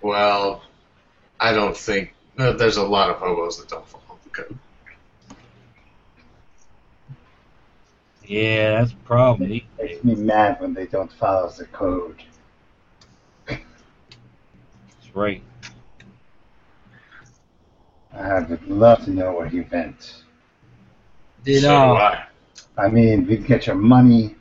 B: Well, I don't think no, there's a lot of hobos that don't follow the code.
G: Yeah, that's a problem. He-
A: Makes me mad when they don't follow the code.
G: That's right.
A: I would love to know where he went.
G: Did
B: so do
G: uh,
B: I.
A: I mean, we'd get your money.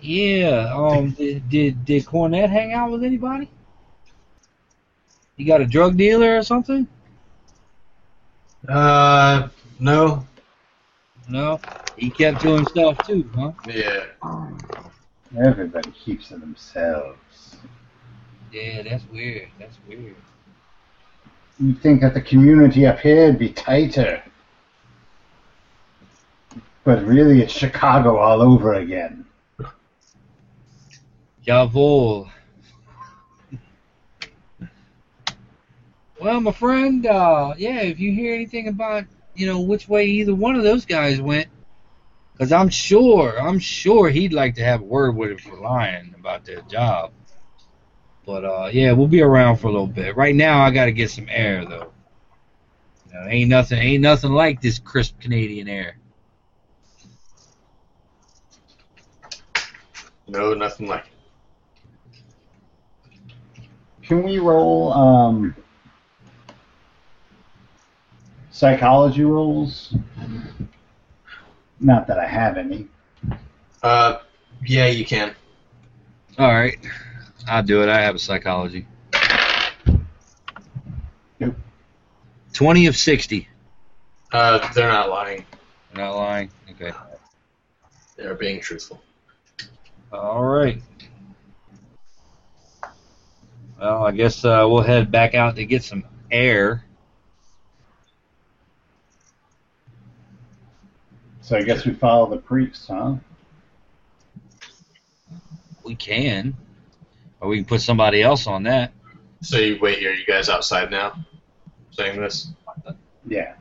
G: yeah. Um, did, did did Cornette hang out with anybody? He got a drug dealer or something?
B: Uh, no.
G: No, he kept to himself too, huh?
B: Yeah.
A: Everybody keeps to themselves.
G: Yeah, that's weird. That's weird.
A: You'd think that the community up here would be tighter. But really, it's Chicago all over again.
G: Jawohl. Well, my friend, uh, yeah, if you hear anything about, you know, which way either one of those guys went, because I'm sure, I'm sure he'd like to have a word with him for lying about their job. But, uh, yeah, we'll be around for a little bit. Right now, I got to get some air, though. You know, ain't nothing, ain't nothing like this crisp Canadian air.
B: No, nothing like it.
A: Can we roll um, psychology rolls? Not that I have any.
B: Uh, yeah, you can.
G: All right, I'll do it. I have a psychology.
A: Nope.
G: Twenty of sixty.
B: Uh, they're not lying.
G: You're not lying. Okay.
B: They're being truthful.
G: All right. Well, I guess uh, we'll head back out to get some air.
A: So I guess we follow the priest, huh?
G: We can, or we can put somebody else on that.
B: So you wait here. You guys outside now? Saying this.
A: Yeah.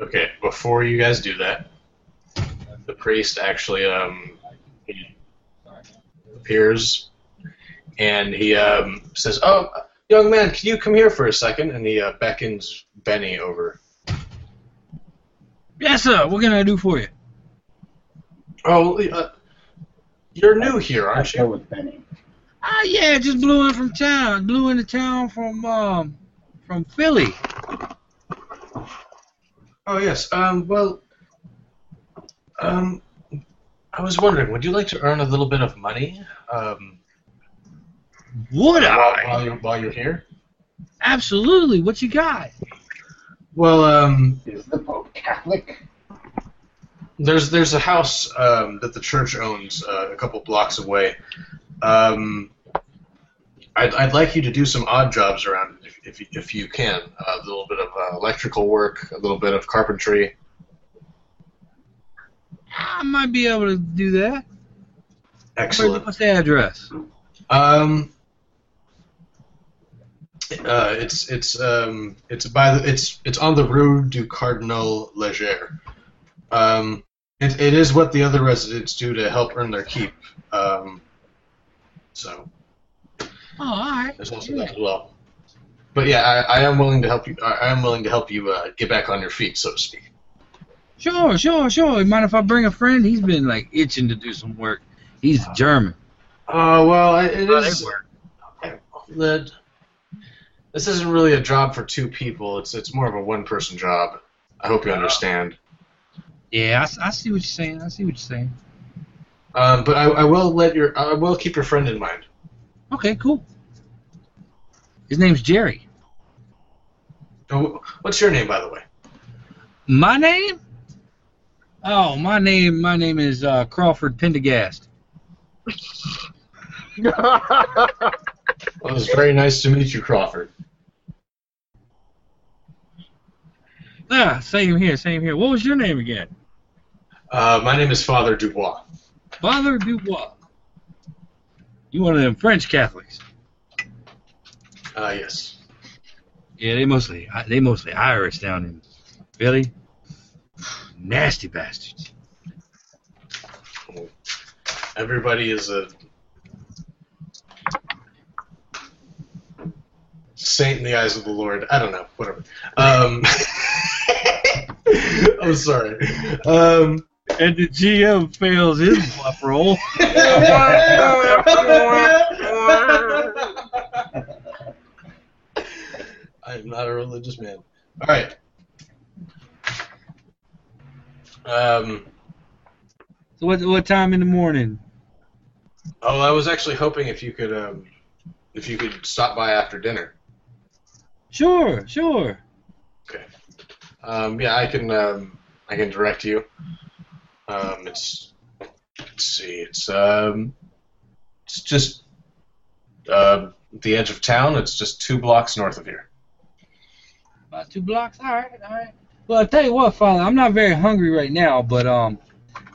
B: Okay, before you guys do that, the priest actually um, he appears and he um, says, "Oh, young man, can you come here for a second? And he uh, beckons Benny over.
G: Yes, sir. What can I do for you?
B: Oh, uh, you're new here,
A: I
B: aren't
A: go
B: you?
A: with Benny.
G: Ah, yeah, just blew in from town. Blew into town from um from Philly.
B: Oh yes. Um, well, um, I was wondering, would you like to earn a little bit of money um,
G: Would
B: while,
G: I?
B: while, you're, while you're here?
G: Absolutely. What you got?
B: Well, um,
A: Is the Pope Catholic?
B: There's there's a house um, that the church owns uh, a couple blocks away. Um, I'd, I'd like you to do some odd jobs around it if, if, you, if you can. Uh, a little bit of uh, electrical work, a little bit of carpentry.
G: I might be able to do that.
B: Excellent.
G: What's the address?
B: Um, uh, it's it's um, it's by the, it's it's on the Rue du Cardinal Leger. Um, it, it is what the other residents do to help earn their keep. Um, so
G: Oh, all right.
B: there's also that as well. But yeah, I, I am willing to help you. I I am willing to help you uh, get back on your feet, so to speak.
G: Sure, sure, sure. You mind if I bring a friend? He's been like itching to do some work. He's German.
B: Uh, well, it, it
G: Oh, they
B: is the, This isn't really a job for two people. It's it's more of a one-person job. I hope you understand.
G: Yeah, I s- I, see what you're saying. I see what you're saying.
B: Um, but I, I will let your I will keep your friend in mind.
G: Okay, cool. His name's Jerry.
B: Oh, What's your name, by the way?
G: My name? Oh, my name. My name is uh, Crawford Pendergast.
B: Well, it was very nice to meet you, Crawford.
G: Ah, same here, same here. What was your name again?
B: Uh, my name is Father Dubois.
G: Father Dubois. You one of them French Catholics?
B: Uh, yes.
G: Yeah, they mostly they mostly Irish down in Philly. Nasty bastards.
B: Everybody is a saint in the eyes of the Lord. I don't know, whatever. Um, I'm sorry. Um,
G: And the GM fails his bluff roll.
B: I'm not a religious man. All right. Um,
G: So what what time in the morning?
B: oh, I was actually hoping if you could, um, if you could stop by after dinner.
G: Sure, sure.
B: Um, yeah, I can um, I can direct you. Um, it's let's see, it's um, it's just uh, the edge of town. It's just two blocks north of here.
G: About two blocks. All right, all right. Well, I tell you what, Father, I'm not very hungry right now, but um,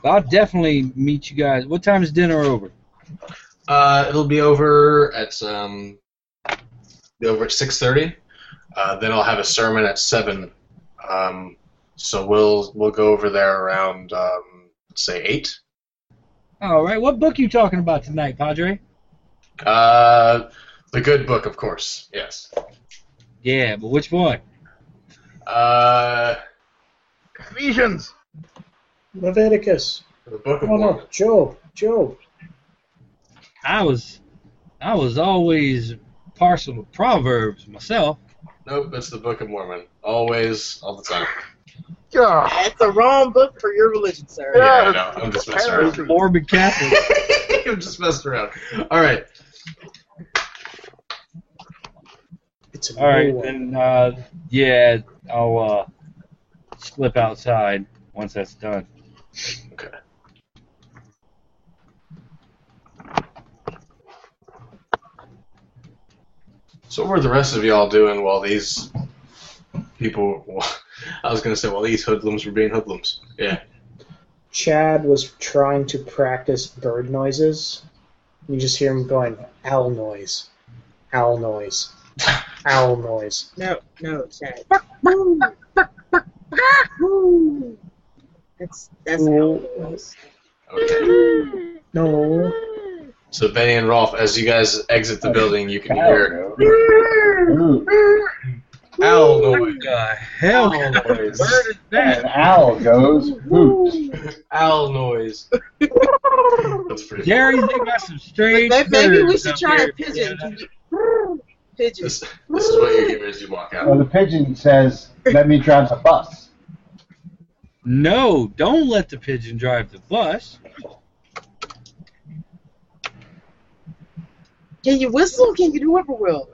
G: I'll definitely meet you guys. What time is dinner over?
B: Uh, it'll be over at um, be over at six thirty. Uh, then I'll have a sermon at seven. Um, so we'll we'll go over there around um, say eight.
G: All right. What book you talking about tonight, Padre?
B: Uh, the good book, of course. Yes.
G: Yeah, but which one?
B: Uh,
H: Ephesians.
D: Leviticus.
B: the Book of
D: Oh, No,
B: Mormon.
D: no, Job. Job.
G: I was, I was always partial to Proverbs myself.
B: Nope, that's the Book of Mormon. Always, all the time.
H: Yeah.
F: That's the wrong book for your religion, sir.
B: Yeah, I know. I'm just messing around.
G: Morbid Catholic.
B: I'm just messing around. All right.
D: It's a
G: All right,
D: new one.
G: then. Uh, yeah, I'll uh, slip outside once that's done.
B: Okay. So what were the rest of y'all doing while these people? I was gonna say while these hoodlums were being hoodlums. Yeah.
D: Chad was trying to practice bird noises. You just hear him going, owl noise, owl noise, owl noise.
F: No, no, Chad. That's that's how it was.
B: Okay.
D: No.
B: So Benny and Rolf, as you guys exit the building, you can hear
A: There we go. Ooh,
B: owl noise.
G: The hell,
B: Owl noise.
G: bird Oh, is
A: and
G: that?
A: an owl goes hoot.
B: Owl noise. That's pretty.
G: Jerry, they got some strange.
F: But maybe we
G: birds
F: should
G: up
F: try
G: here.
F: a pigeon. Can you- Pigeon.
B: This, this is what you hear as you walk
A: Well,
B: out.
A: the pigeon says, "Let me drive the bus."
G: No, don't let the pigeon drive the bus.
F: Can you whistle? Can you do whippoorwill?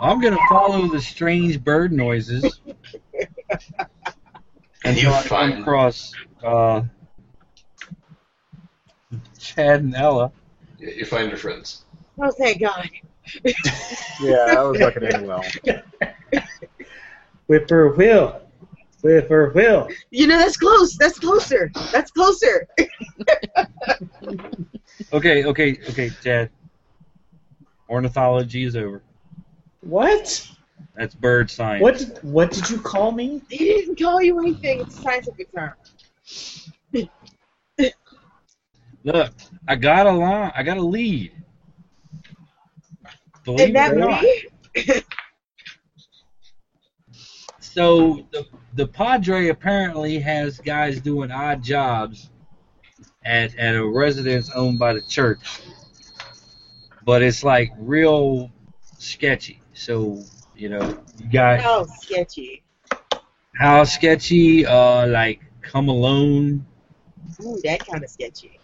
G: I'm gonna follow the strange bird noises
B: And you
G: until I come
B: find
G: across uh, Chad and Ella.
B: yeah, you find your friends.
F: Oh, thank God.
J: Yeah, that was not going to end well.
D: Whipper will. Whipper will.
F: You know, that's close. That's closer. That's closer.
G: Okay, okay, okay, Chad. Ornithology is over.
D: What?
G: That's bird science.
D: What did, what did you call me?
F: He didn't call you anything. It's a scientific term.
G: Look, I got a line. I got a lead. Believe
F: And
G: it
F: that
G: or not.
F: me?
G: So the the Padre apparently has guys doing odd jobs at at a residence owned by the church, but it's like real sketchy. So you know, you got
F: Oh, sketchy.
G: how sketchy? Uh, like come alone
F: Ooh, that kind of sketchy.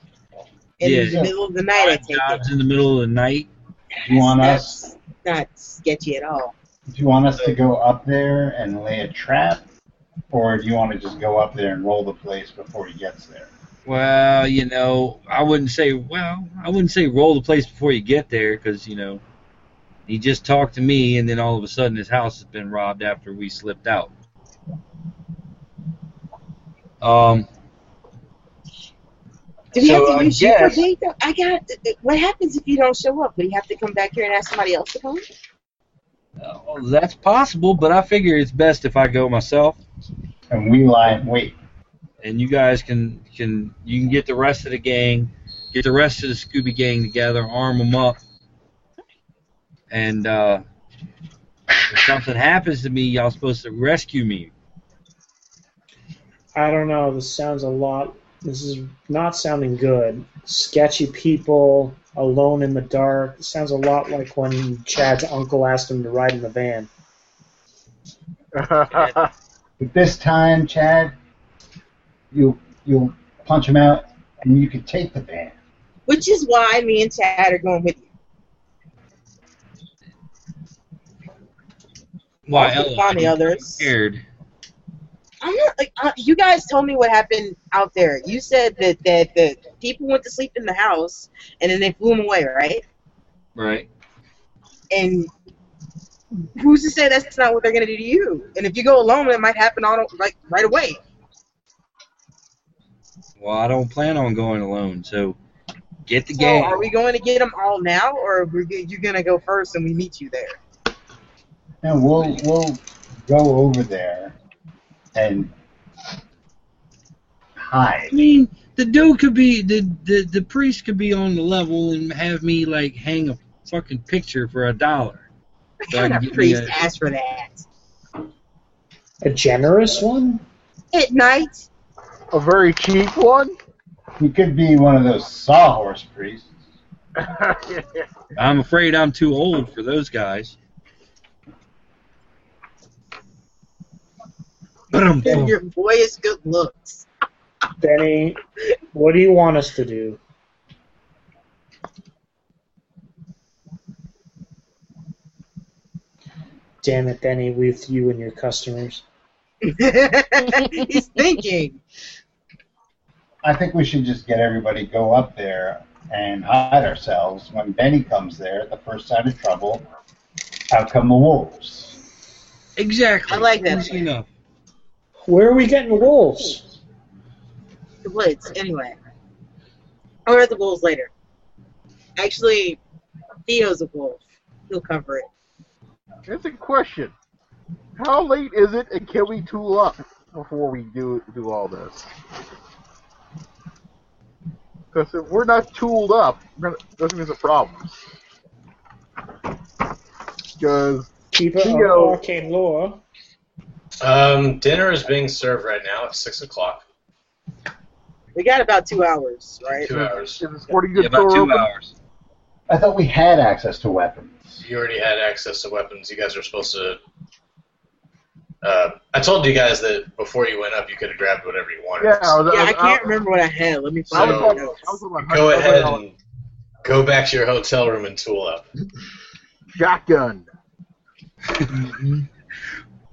F: In
G: Yeah.
F: the middle of the night, I take it.
G: jobs in the middle of the night.
A: Do you want us?
F: That's not sketchy at all.
A: Do you want us to go up there and lay a trap, or do you want to just go up there and roll the place before he gets there?
G: Well, you know, I wouldn't say. Well, I wouldn't say roll the place before you get there, because you know, he just talked to me, and then all of a sudden his house has been robbed after we slipped out. Um,
F: Do we
G: So,
F: have to
G: I
F: use you for
G: guess-
F: date? though? I got. What happens if you don't show up? Do you have to come back here and ask somebody else to come?
G: uh, well, that's possible, but I figure it's best if I go myself,
A: And we lie and wait.
G: and you guys can can you can get the rest of the gang, get the rest of the Scooby gang together, arm them up, and uh, if something happens to me, y'all supposed to rescue me.
D: I don't know. This sounds a lot. This is not sounding good. Sketchy people, alone in the dark. It sounds a lot like when Chad's uncle asked him to ride in the van.
A: But this time, Chad, you you'll punch him out, and you can take the van.
F: Which is why me and Chad are going with you.
G: Why
F: Also
G: Ella?
F: find the others.
G: Scared.
F: I'm not like uh, you guys told me what happened out there. You said that that the people went to sleep in the house and then they flew them away, right?
G: Right.
F: And who's to say that's not what they're gonna do to you? And if you go alone, it might happen all like right away.
G: Well, I don't plan on going alone, so get the
F: So
G: gang.
F: are we going to get them all now, or we're g- you gonna go first and we meet you there?
A: And we'll we'll go over there and hide.
G: I mean, the dude could be the, the the priest could be on the level and have me like hang a fucking picture for a dollar. So I
F: What
G: can
F: kind
G: get
F: of
G: me
F: priest
G: a-
F: asked for that?
D: A generous one?
F: At night?
H: a very cheap one.
A: He could be one of those sawhorse priests.
G: I'm afraid I'm too old for those guys. Ba-dum,
F: Give
G: bum.
F: your boyish good looks.
D: Benny, what do you want us to do? Damn it, Benny, with you and your customers.
F: He's thinking.
A: I think we should just get everybody go up there and hide ourselves. When Benny comes there, the first sign of trouble, out come the wolves.
G: Exactly.
F: I like that.
G: Easy enough.
D: Where are we getting wolves?
F: the woods anyway. Or at the wolves later. Actually, Theo's a wolf. He'll cover it.
H: That's a question. How late is it, and can we tool up before we do do all this? Because if we're not tooled up, we're gonna, that's gonna be a problem. Because
D: Keep it
H: Theo.
D: on arcane lore.
B: Um, dinner is being served right now. It's six o'clock.
F: We got about two hours, right?
B: Two hours.
H: is the sporting
G: Yeah,
H: goods
G: about
H: store
G: two
H: open?
G: hours.
A: I thought we had access to weapons.
B: You already had access to weapons. You guys are supposed to. Uh, I told you guys that before you went up, you could have grabbed whatever you wanted.
H: Yeah, I was,
F: Yeah, I
H: was-
F: can't remember what I had. Let me
B: I
H: I
F: find
H: was,
B: So-
F: my
H: talking- I
F: notes.
H: was talking about
B: Go
H: hundred-
B: ahead
H: hundred
B: and go back to your hotel room and tool up.
H: dollar shotgun. Mm-hmm.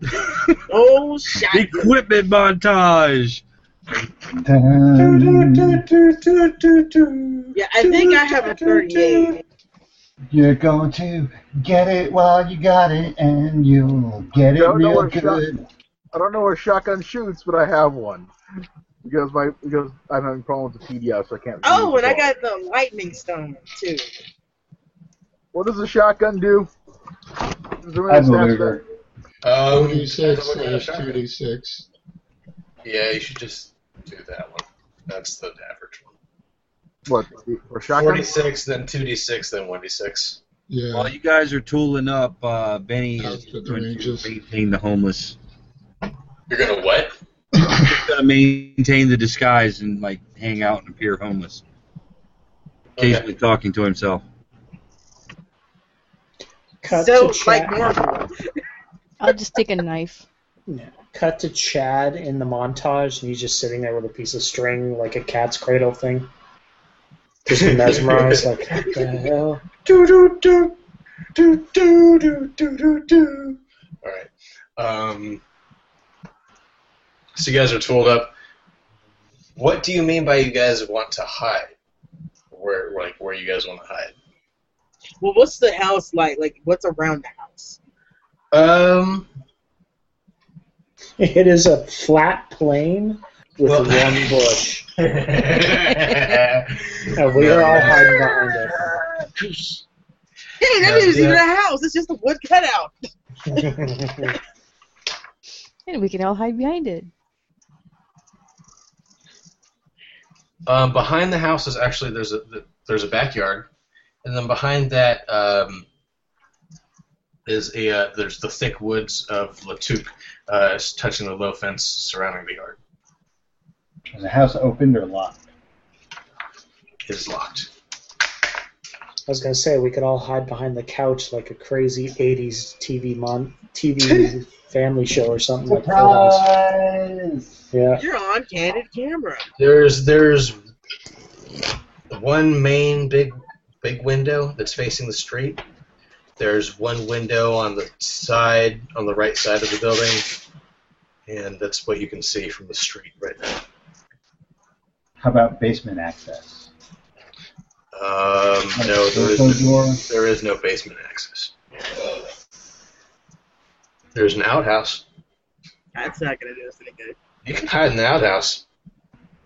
E: Mhm.
F: Oh, shit.
K: Equipment montage.
F: Yeah, I think I have a 38.
A: You're going to get it while you got it, and you'll get it
H: No, no,
A: real
H: I'm shocked.
A: good.
H: I don't know where shotgun shoots, but I have one. Because my because I'm having problems with PDF, so I can't.
F: Oh, and
H: read the
F: I got
H: file.
F: the lightning stone, too.
H: What does a shotgun do? Is there
A: I
H: any stats
A: believe
H: for
A: her.
B: Um,
E: Forty-six
B: look at the
E: slash
B: shotgun.
E: thirty-six.
B: Yeah, you should just do that one. That's the average one.
H: that? What for shotgun?
B: Forty-six, then two d six, then one d six.
E: Yeah.
K: While you guys are tooling up, uh, Benny is
E: That's what the
K: going
E: range
K: to
E: is.
K: maintain the homeless.
B: You're gonna what?
K: He's going to maintain the disguise and like hang out and appear homeless, occasionally talking to himself.
D: Cut
F: so,
D: to
F: like
D: Chad.
F: normal.
C: I'll just take a knife.
D: Yeah. Cut to Chad in the montage, and he's just sitting there with a piece of string, like a cat's cradle thing. Just mesmerized, like, what the hell? Do, do, do, do, do, do, do, do, do.
B: All right. Um, so you guys are tooled up. What do you mean by you guys want to hide? Where, like, where you guys want to hide?
F: Well, what's the house like? Like, what's around the house?
B: Um,
D: It is a flat plane with
B: Well-
D: one bush, and we are all
B: yeah,
D: hiding behind it.
F: Hey, that
B: Yeah,
F: isn't even
B: yeah.
F: a house. It's just a wood cutout.
C: And we can all hide behind it.
B: um, behind the house is actually there's a there's a backyard, and then behind that um, is a uh, there's the thick woods of Latouk, uh, touching the low fence surrounding the yard.
A: Is the house opened or locked?
B: It is locked.
D: I was gonna say we could all hide behind the couch like a crazy '80s TV mon TV family show or something like that.
A: Surprise!
D: Yeah,
F: You're on candid camera.
B: There's there's one main big big window that's facing the street. There's one window on the side on the right side of the building, and that's what you can see from the street right now.
A: How about basement access?
B: Um, no, there
A: There's no
B: is
A: door.
B: there is no basement access. There's an outhouse.
F: That's not gonna do us any good.
B: You can hide in the outhouse.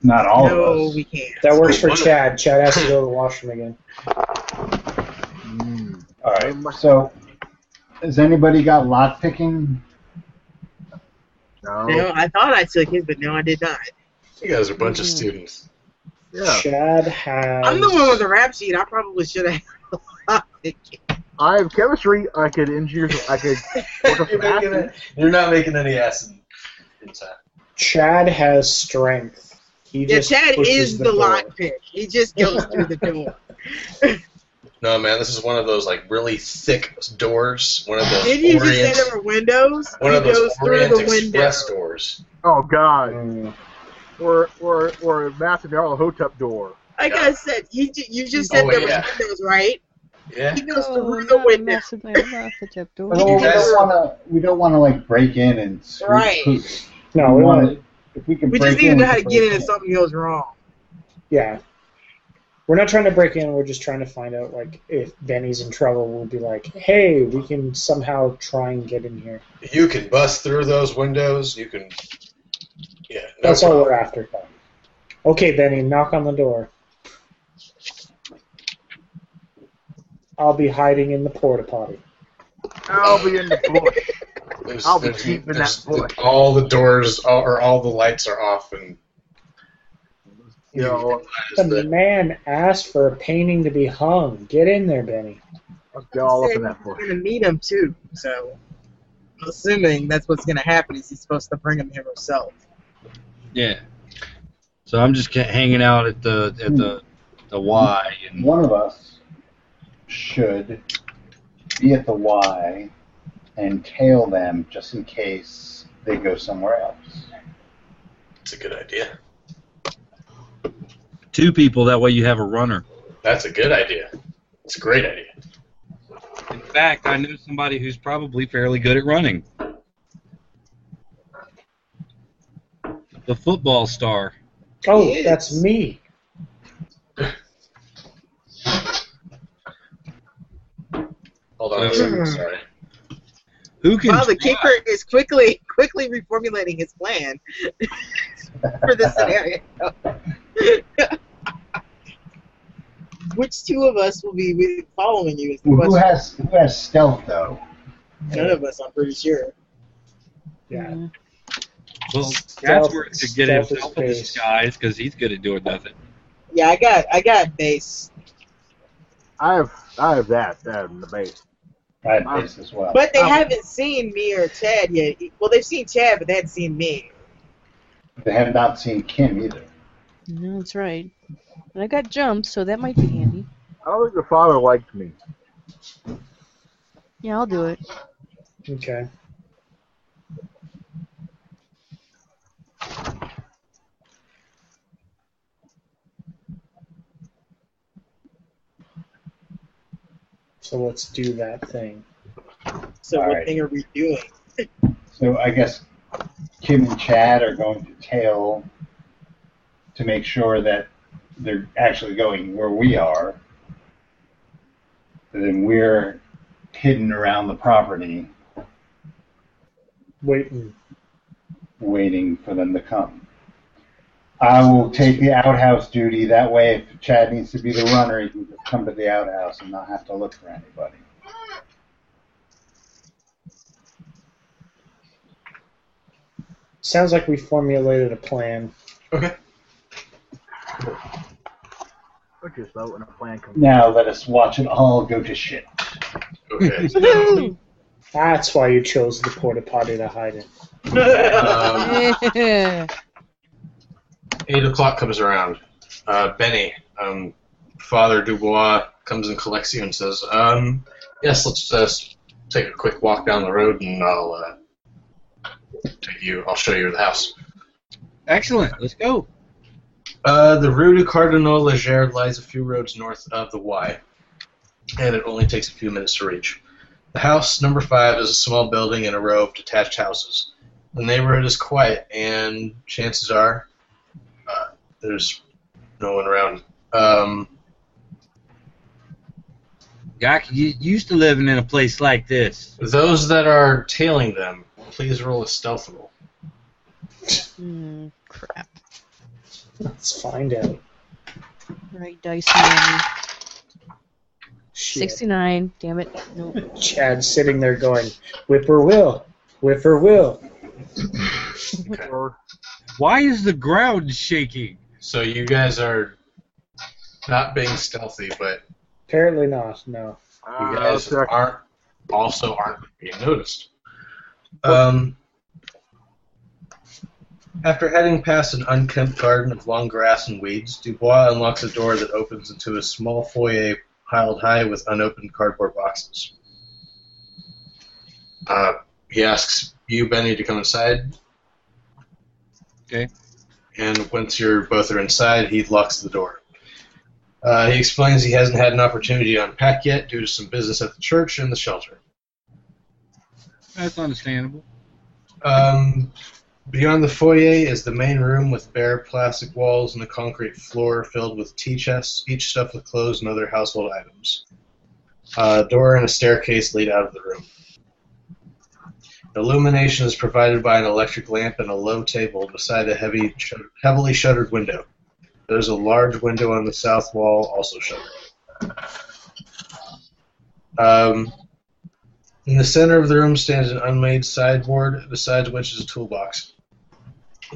A: Not all
F: no,
A: of us.
F: we can't.
D: that works for Chad. Chad has to go to the washroom again.
E: Mm.
A: All right. So, has anybody got lock picking?
E: No.
F: No, I thought I took his, but no, I did not.
B: You guys are a bunch of
C: Mhm.
B: students.
E: Yeah.
D: Chad has.
F: I'm the one with the rap sheet. I probably should have.
H: I have chemistry. I could engineer. I could work up
B: you're,
H: some acid.
B: making it- you're not making any acid in time.
D: Chad has strength. He
F: yeah,
D: just
F: Chad
D: pushes
F: is the,
D: door.
F: lockpick. He just goes through the door.
B: No, man, this is one of those like really thick doors. One of those
F: Did you just say
B: Orient,
F: there were windows?
B: one
F: he
B: of those
F: goes through
B: Orient
F: the
B: Express
F: window.
B: doors.
H: Oh God.
D: Mm.
H: Or or or a massive narrow hotep door.
F: Like I said, he ju- you just said
B: Oh,
F: there
B: yeah.
F: was windows, right?
B: Yeah.
F: He goes
C: Oh,
F: through the
C: not a
F: window.
C: mess with my mouth at that door.
A: Well, we
B: guys-
A: don't want to. We don't want to like break in and screw
F: Right.
A: poop.
D: No, we want.
A: If we can
F: We
A: break
F: just need to
A: in,
F: know
A: we
F: how to
A: can
F: get
A: break
F: in if something goes wrong.
D: Yeah. We're not trying to break in. We're just trying to find out, like, if Benny's in trouble, we'll be like, "Hey, we can somehow try and get in here."
B: You can bust through those windows. You can. Yeah. no
D: That's all
B: problem.
D: we're after. Okay, Benny, knock on the door. I'll be hiding in the porta potty.
H: I'll be in the bush.
B: There's-
H: I'll be
B: there's-
H: deep in
B: there's-
H: that bush.
B: All the doors all, or all the lights are off, and
H: You know,
D: The
B: Is that-
D: man asked for a painting to be hung. Get in there, Benny.
H: I'll go all up
F: Said
H: in that
F: We're
H: bush.
F: gonna meet him too, so I'm assuming that's what's gonna happen. Is he's supposed to bring him here himself?
K: Yeah. So I'm just ca- hanging out at the at the the Y
A: in.
K: and
A: One of us should be at the Y and tail them just in case they go somewhere else.
B: That's a good idea.
K: two people. That way you have a runner.
B: That's a good idea. It's a great idea.
G: In fact, I know somebody who's probably fairly good at running. The football star.
D: Oh, that's me.
B: Hold on a second, sorry.
G: Who can
F: Wow, the keeper is quickly quickly reformulating his plan for this scenario. Which two of us will be with- following you is the
A: Who
F: question.
A: has who has stealth though?
F: None of us, I'm pretty sure.
D: Yeah.
G: Well,
D: Stealth-
G: that's where to get
D: stealth
G: himself in
D: is base.
G: disguise because he's good at doing nothing.
F: Yeah, I got I got base.
H: I have I have that that in the base.
A: I have base as well.
F: But they
H: Um,
F: haven't seen me or Chad yet. Well, they've seen Chad, but they hadn't seen me.
A: They have not seen Kim either.
C: No, that's right. And I got jump, so that might be handy.
H: I don't think the father liked me.
C: Yeah, I'll do it.
D: Okay. So let's do that thing.
F: So
A: All
F: what
A: right.
F: thing are we doing?
A: So I guess Kim and Chad are going to tail to make sure that they're actually going where we are. And then we're hidden around the property
D: Waiting.
A: waiting for them to come. I will take the outhouse duty. That way, if Chad needs to be the runner, he can just come to the outhouse and not have to look for anybody.
D: Sounds like we formulated a plan.
B: Okay.
H: Which is though when a plan comes.
A: Now let us watch it all go to shit.
H: Hmm.
B: Okay.
C: Woohoo!
D: That's why you chose the porta potty to hide in.
B: um,
C: Yeah.
B: eight o'clock comes around. Uh, Benny, um, Father Dubois comes and collects you and says, um, "Yes, let's uh, s- take a quick walk down the road, and I'll uh, take you. I'll show you the house."
G: Excellent. Let's go.
B: Uh, the Rue du Cardinal Leger lies a few roads north of the Y, and it only takes a few minutes to reach. The house number five is a small building in a row of detached houses. The neighborhood is quiet, and chances are uh, there's no one around. Um,
G: I could get used to living in a place like this.
B: those that are tailing them, please roll a stealth roll.
C: Hmm, crap.
D: Let's find out.
C: Right dice man.
D: Shit.
C: 69. Damn it. Nope.
D: Chad's sitting there going, Whipper will, Whipper will.
H: Or
G: Why is the ground shaking?
B: So you guys are not being stealthy, but
D: Apparently not, no.
B: you
H: uh, I'll
B: guys
H: check.
B: aren't also aren't being noticed. Um, after heading past an unkempt garden of long grass and weeds, Dubois unlocks a door that opens into a small foyer piled high with unopened cardboard boxes. Uh, he asks you, Benny, to come inside.
G: Okay.
B: And once you're both are inside, he locks the door. Uh, he explains he hasn't had an opportunity to unpack yet due to some business at the church and the shelter.
G: That's understandable.
B: Um, beyond the foyer is the main room with bare plastic walls and a concrete floor filled with tea chests, each stuffed with clothes and other household items. A door and a staircase lead out of the room. Illumination is provided by an electric lamp and a low table beside a heavy, shut- heavily shuttered window. There's a large window on the south wall, also shuttered. Um, in the center of the room stands an unmade sideboard, besides which is a toolbox.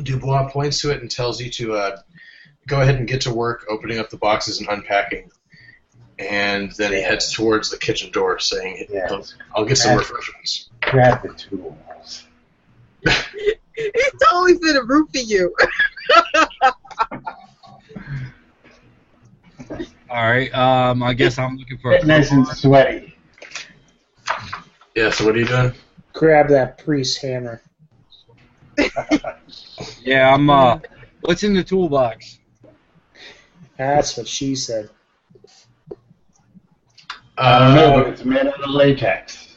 B: Dubois points to it and tells you to uh, go ahead and get to work opening up the boxes and unpacking. And then he heads towards the kitchen door, saying,
A: Yeah,
B: I'll get some
A: Yeah.
B: refreshments.
A: grab the tools.
F: It's totally for the roof for you.
G: All right. Um, I guess I'm looking for.
A: Get nice and sweaty.
B: Yeah, so what are you doing?
D: Grab that priest hammer.
G: Yeah, I'm. Uh, what's in the toolbox?
D: That's what she said.
A: I
B: Uh,
A: don't know, but it's made out of latex.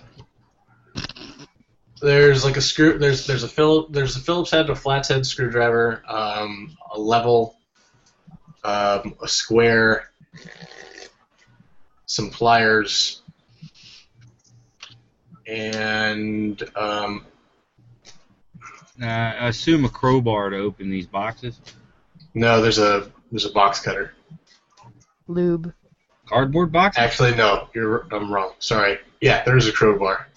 B: There's like a screw. There's there's a Phil, there's a Phillips head, a flathead screwdriver, um, a level, um, a square, some pliers, and um,
G: Uh, I assume a crowbar to open these boxes.
B: no, there's a there's a box cutter.
C: Lube.
G: Cardboard boxes.
B: Actually, no, you're I'm wrong. Sorry. Yeah, there's a crowbar.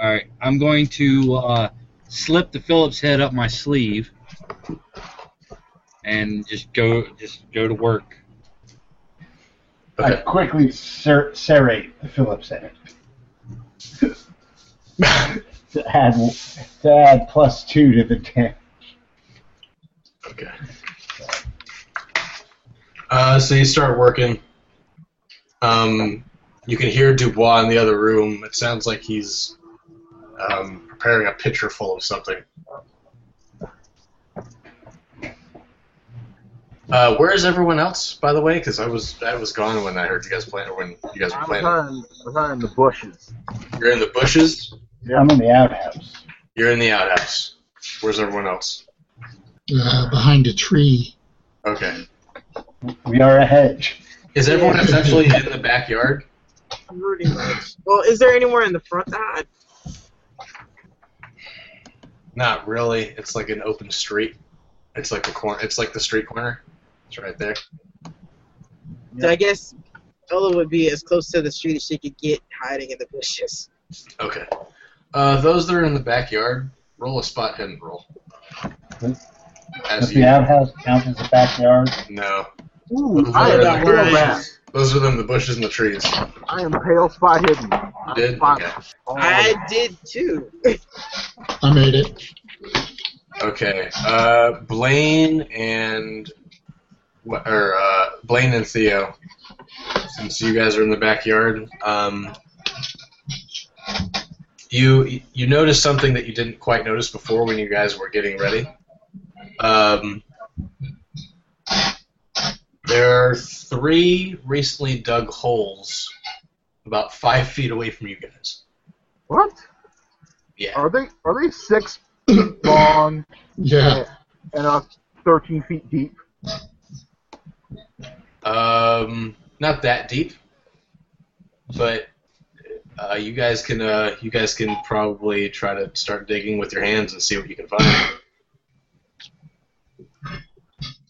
G: All right, I'm going to uh, slip the Phillips head up my sleeve and just go just go to work.
A: I quickly ser- serrate the Phillips head to add to add plus two to the damage.
B: Okay. Uh, so you start working. Um, you can hear Dubois in the other room. It sounds like he's um, preparing a pitcher full of something. Uh, where is everyone else, by the way? Because I was I was gone when I heard you guys playing, or when you guys were
H: I'm
B: playing.
H: behind, behind the bushes.
B: You're in the bushes.
A: I'm in the outhouse.
B: You're in the outhouse. Where's everyone else?
E: uh, behind a tree.
B: Okay.
A: We are a hedge.
B: Is everyone essentially in the backyard?
F: Pretty much. Well, is there anywhere in the front? Ah,
B: Not really. It's like an open street. It's like the corner. It's like the street corner. It's right there.
F: So I guess Ella would be as close to the street as she could get, hiding in the bushes.
B: Okay. Uh, those that are in the backyard, roll a spot hidden roll.
A: Does
B: As
A: the
B: you
A: outhouse count as a backyard?
B: no,
H: Ooh,
B: I
H: I
B: am
H: am
B: not
H: real
B: ready.
H: bad.
B: those are them the bushes and the trees.
H: I am pale spot hidden. I
B: Did?
H: spot
B: Okay.
H: all
F: I
H: of
F: did too.
E: I made it.
B: Okay. Uh, Blaine and wh- or uh, Blaine and Theo, since you guys are in the backyard, um, you you notice something that you didn't quite notice before when you guys were getting ready. Um, there are three recently dug holes about five feet away from you guys.
H: What?
B: Yeah.
H: Are they are they six feet long
E: Yeah.
H: and uh, thirteen feet deep?
B: Um, not that deep, but uh, you guys can uh, you guys can probably try to start digging with your hands and see what you can find.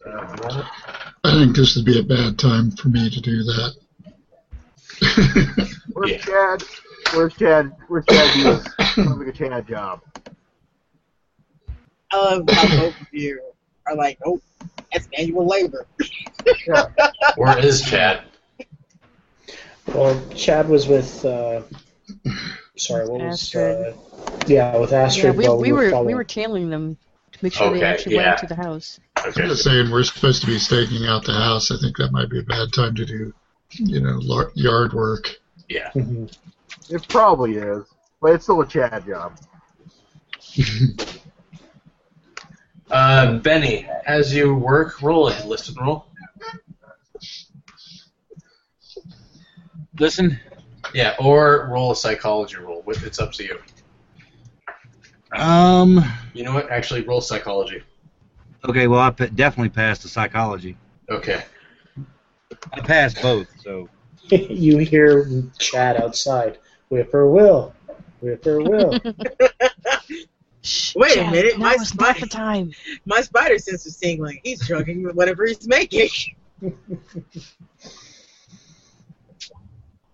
B: Uh,
E: I think this would be a bad time for me to do that.
H: Where's
B: Yeah.
H: Chad? Where's Chad? Where's Chad? Hughes? Sounds like a Chad job.
F: Ella, how both of you are like, nope, that's manual labor.
B: where is Chad?
D: Well, Chad was with. Uh, sorry, what was? Uh,
C: Astrid.
D: yeah, with Astrid.
C: Yeah, we,
D: while
C: we were we
D: following.
C: were tailing them to make sure they
B: Okay,
C: actually
B: yeah.
C: went into the house.
E: I'm
B: Okay.
E: just saying we're supposed to be staking out the house. I think that might be a bad time to do, you know, lar- yard work.
B: Yeah.
D: Mhm.
H: It probably is, but it's still a Chad job.
B: Uh, Benny, as you work, roll a listen roll.
G: Listen,
B: Yeah, or roll a psychology roll. With it's up to you.
G: um,
B: You know what? Actually, roll psychology.
G: okay, well I pa- definitely passed the psychology.
B: Okay.
G: I passed both, so
D: you hear Chad outside. Whip her will. Whip her will.
C: Shh,
F: Wait a
C: Chad,
F: minute,
C: now
F: my
C: is not
F: spy-
C: the time.
F: My spider sense is tingling. He's drugging with whatever he's making.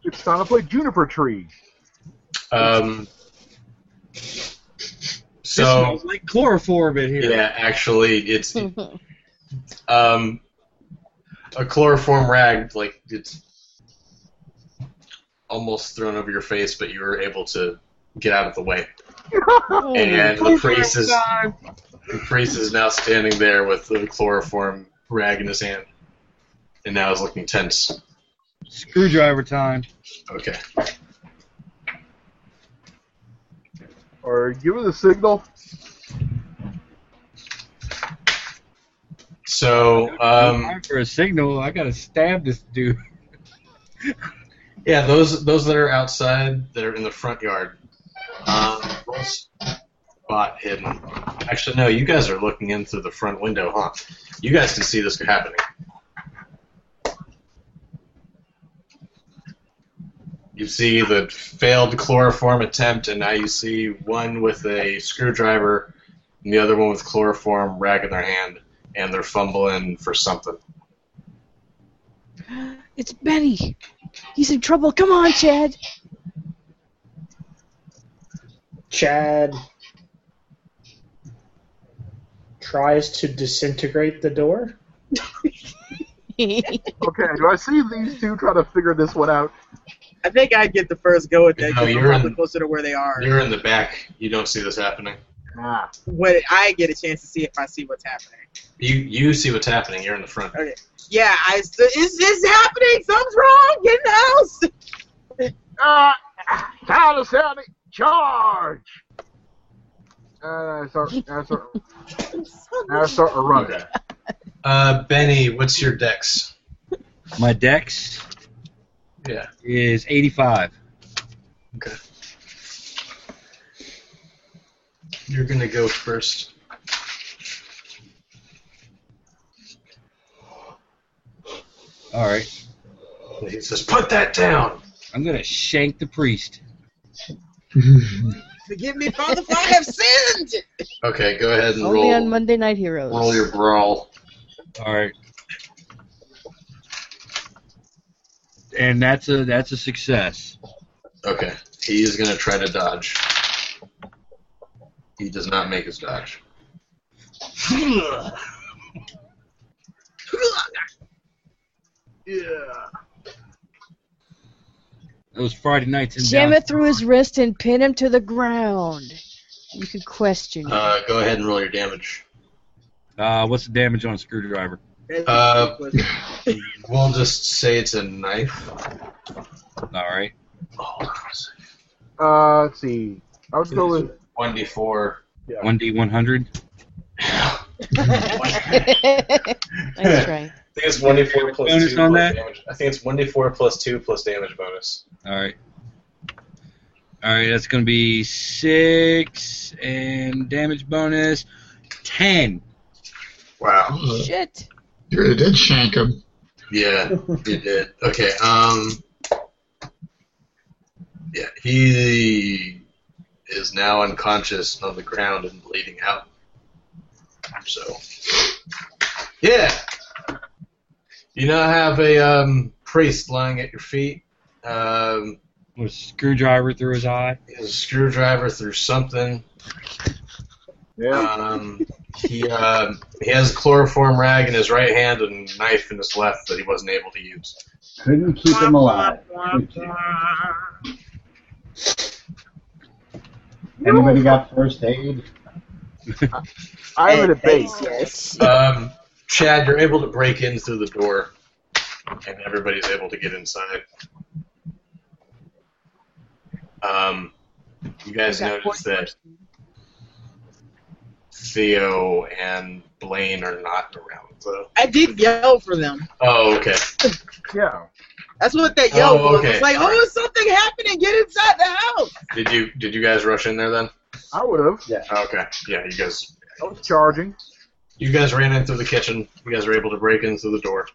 H: It's time to play juniper tree.
B: Um,
G: This
B: so
G: smells like chloroform in here.
B: yeah, actually, it's um, a chloroform rag, like it's almost thrown over your face, but you were able to get out of the way.
G: Oh
B: and the priest is the priest is now standing there with the chloroform rag in his hand, and now is looking tense.
G: Screwdriver time.
B: Okay.
H: Or give it a signal.
B: So, um, Um,
G: Time for a signal, I gotta stab this dude.
B: Yeah, those those that are outside, that are in the front yard. Um, Ross bought him. Actually, no, you guys are looking in through the front window, huh? You guys can see this happening. You see the failed chloroform attempt, and now you see one with a screwdriver and the other one with chloroform rag in their hand, and they're fumbling for something.
C: It's Benny. He's in trouble. Come on, Chad.
D: Chad tries to disintegrate the door.
H: Okay, do I see these two trying to figure this one out?
F: I think I'd get the first go at that
B: No,
F: because
B: you're
F: I'm probably
B: in-
F: closer to where they are.
B: You're in the back. You don't see this happening.
H: Ah,
F: When I get a chance to see if I see what's happening.
B: You you see what's happening. You're in the front.
F: Yeah, I s- it's, it's happening. Something's wrong. Get in the house.
H: uh, Tyler Sandy, charge! Uh, And I start, I start, I start running.
B: Okay. Uh, Benny, what's your dex?
K: My dex
B: Yeah.
K: is 85.
B: Okay. You're gonna go first.
K: All right.
B: He says, "Put that down."
K: I'm going to shank the priest.
F: Forgive me, Father, for I have sinned.
B: Okay, go ahead and
C: Only on
B: roll.
C: Monday Night Heroes.
B: Roll your brawl.
K: All right. And that's a that's a success.
B: Okay. He's gonna try to dodge. He does not make his dodge.
H: Yeah.
K: Those Friday nights in
C: Jam
K: downtown.
C: it through his wrist and pin him to the ground. You could question. it.
B: Uh, go ahead and roll your damage.
K: Uh, what's the damage on a screwdriver?
B: Uh, We'll just say it's a knife.
K: All right.
B: Oh,
H: Uh, let's see. I would go with.
B: one d four.
K: 1d100.
B: I
C: nice try.
B: think it's one d four plus
K: Bonus
B: two
K: on
B: plus
K: that?
B: damage. I think it's one d four plus two plus damage bonus.
K: All right. All right, that's going to be 6 and damage bonus 10.
B: Wow.
E: Uh,
C: Shit.
E: you really did shank him.
B: Yeah, you did. Okay. Um. Yeah, he is now unconscious and on the ground and bleeding out. So. Yeah. You now have a um, priest lying at your feet. Um,
K: With a screwdriver through his eye.
B: he has a screwdriver through something.
H: Yeah.
B: Um, he um he has a chloroform rag in his right hand and a knife in his left that he wasn't able to use.
A: Couldn't keep him alive. Thank you. Anybody got first aid?
H: I'm in a base.
F: Yes.
B: Um, Chad, you're able to break in through the door, and everybody's able to get inside. Um, you guys
C: Got
B: notice that Theo and Blaine are not around, though.
F: I did yell for them.
B: Oh, okay.
H: Yeah.
F: That's what that yell
B: Oh,
F: was.
B: okay.
F: It's like, oh, is something happening. Get inside the house.
B: Did you did you guys rush in there then?
H: I would have.
B: Okay. Yeah, you guys
H: I was charging.
B: You guys ran in through the kitchen. You guys were able to break in through the door.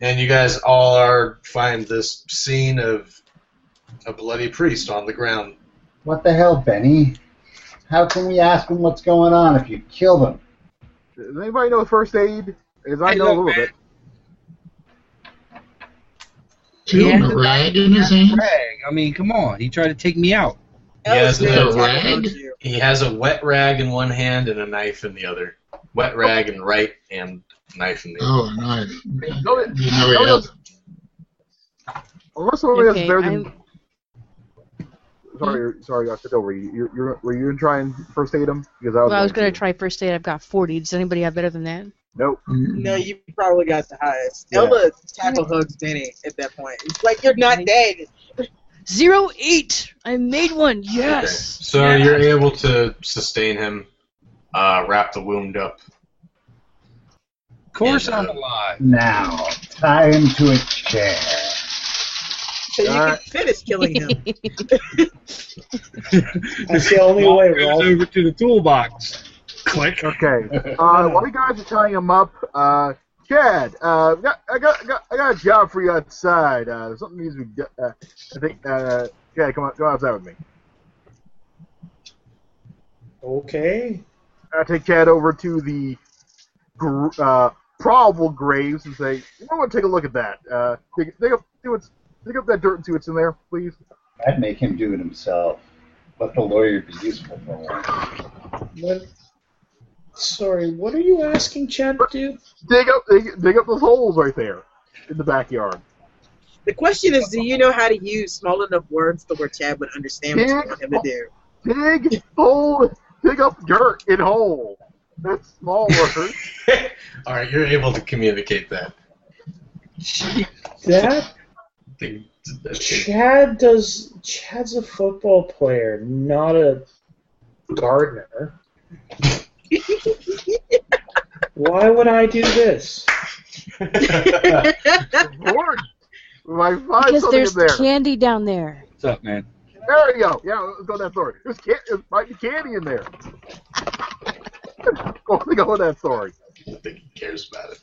B: And you guys all are find this scene of a bloody priest on the ground.
A: What the hell, Benny? How can we ask him what's going on if you kill them?
H: Does anybody know first aid? Because I
K: Hey,
H: know a
K: look,
H: little
K: man.
H: bit.
E: Two
K: Yeah.
E: and a rag in his hand.
K: Rag. I mean, come on. He tried to take me out.
F: Ellis
B: Yes,
E: the
F: did talk
E: rag.
F: about you.
B: He has a wet rag in one hand and a knife in the other. Wet rag in right and knife in the other.
E: Oh, a knife. Okay.
H: No, it-
E: Didn't know he
H: no, it
E: had
H: was- Unless somebody else is
C: Okay,
H: better than.
C: I'm- Hmm?
H: Sorry, sorry, I said over. You, you're, you're, were you gonna try and first aid him? Because I was.
C: well, I was
H: going
C: gonna try first aid. I've got 40. Does anybody have better than that?
H: Nope.
F: No, you probably got the highest.
H: Yeah.
F: Ella tackle hugs Benny at that point. It's like you're not
C: Right.
F: dead.
C: Zero eight. I made one. Yes.
B: So you're able to sustain him, uh, wrap the wound up.
K: Of course
B: Yeah.
K: I'm alive.
A: Now, tie him to a chair.
F: So you
H: All
F: can
H: right.
F: finish killing him.
D: That's the only
G: Walk
D: way,
G: goes
D: Rolf.
G: over to the toolbox. Click.
H: Okay. Uh, while you guys are tying him up, uh, Chad, uh, I got, I got, I got, I got a job for you outside. Uh, something needs to be done. Uh, I think, uh, Chad, come on, come outside with me.
D: Okay.
H: I take Chad over to the gr- uh, probable graves and say, "You might want to take a look at that. Uh, dig, dig up, see what's, dig up that dirt and see what's in there, please."
A: I'd make him do it himself. Let the lawyer be useful for once.
D: What? Sorry, what are you asking Chad to do?
H: Dig up, dig, dig up those holes right there in the backyard.
F: The question is, do you know how to use small enough words to where Chad would understand what you want him to do?
H: Dig hole, dig up dirt in hole. That's small words.
B: All right, you're able to communicate that.
D: That
B: They- that's it.
D: Chad does. Chad's a football player, not a gardener. Why would I do this?
H: Lord, my find
C: Because
H: something
C: there's
H: in there.
C: candy down there.
G: What's up, man?
H: There we go. Yeah, let's go with that story. There's can- there might be candy in there. Let's go with that story.
B: I don't think he cares about it.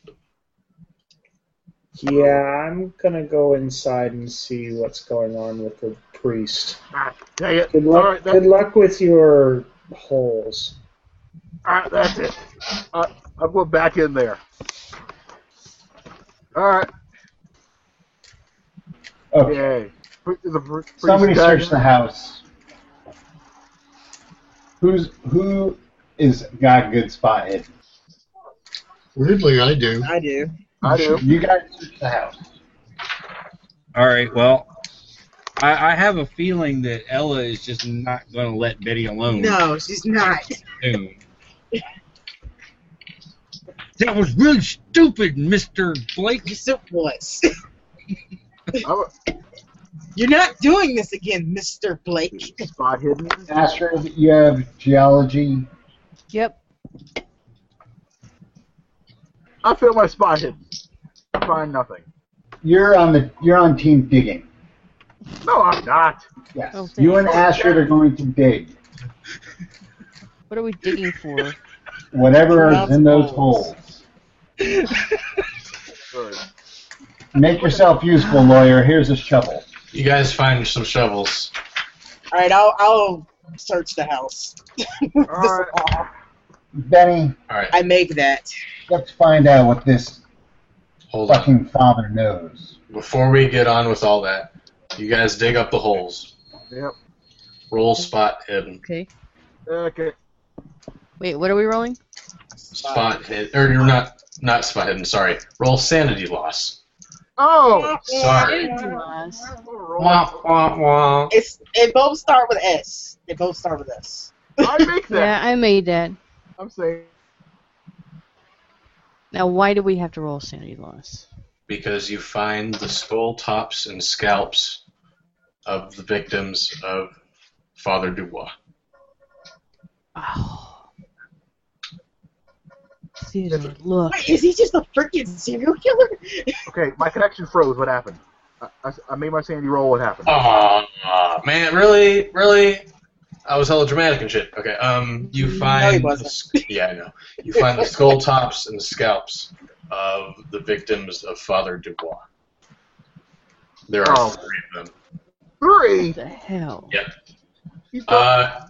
D: Yeah, I'm gonna go inside and see what's going on with the priest.
H: Ah, dang it.
D: Good
H: All
D: luck.
H: right, that-
D: good luck with your holes.
H: All right, that's it. Uh, I'm going back in there. All right.
A: Okay.
H: Yay. Pre- the pre- priest
A: Oh, Somebody
H: guy-
A: search the house. Who's who is got a good spot hidden?
E: Weirdly, I do.
F: I do.
H: I do.
A: You guys search the house.
K: All right. Well, I, I have a feeling that Ella is just not going to let Betty alone.
F: No, she's not.
K: soon. That was really stupid, Mister Blake.
F: Yes, it was.
H: I'm
F: You're not doing this again, Mr. Blake.
H: a spot hidden.
A: Astrid, you have geology.
C: Yep.
H: I feel my spot hidden. Find nothing.
A: You're on the you're on team digging.
H: No, I'm not.
A: Yes.
C: Oh, thank
A: you and Astrid are going to dig
C: What are we digging for?
A: whatever is
F: Lots
A: in those
F: of
A: holes.
F: holes.
H: Good.
A: Make yourself useful, lawyer. Here's a shovel.
B: You guys find some shovels.
F: All right, I'll I'll search the house.
H: All
F: This is
H: right.
F: all.
A: Benny,
B: All right,
F: I make that.
A: let's find out what this
B: hold on.
A: fucking father knows.
B: Before we get on with all that, you guys dig up the holes.
H: Yep.
B: Roll spot hidden.
C: Okay.
H: Okay.
C: Wait, what are we rolling?
B: Spot hidden. Or you're not not spot hidden. Sorry. Roll sanity loss.
H: Oh.
B: Sorry. Wah,
H: Roll.
B: wah, wah.
F: oh, It's they both start with S. They both start with S.
H: I make that.
C: Yeah, I made that.
H: I'm saying.
C: Now, why do we have to roll sanity loss?
B: Because you find the skull tops and scalps of the victims of Father Dubois.
C: Oh. Theodore, look.
F: Wait, is he just a freaking serial killer?
H: Okay, my connection froze. What happened? I, I, I made my sandy roll. What happened?
B: Aw, man, really, really. I was hella dramatic and shit. Okay, um, you
F: No, he
B: find
F: wasn't.
B: the sk- yeah, I know. You find the skull tops and the scalps of the victims of Father Dubois. There are
H: Oh.
B: three of them.
H: Three.
C: What the hell?
B: Yeah.
H: He's not-
B: Uh,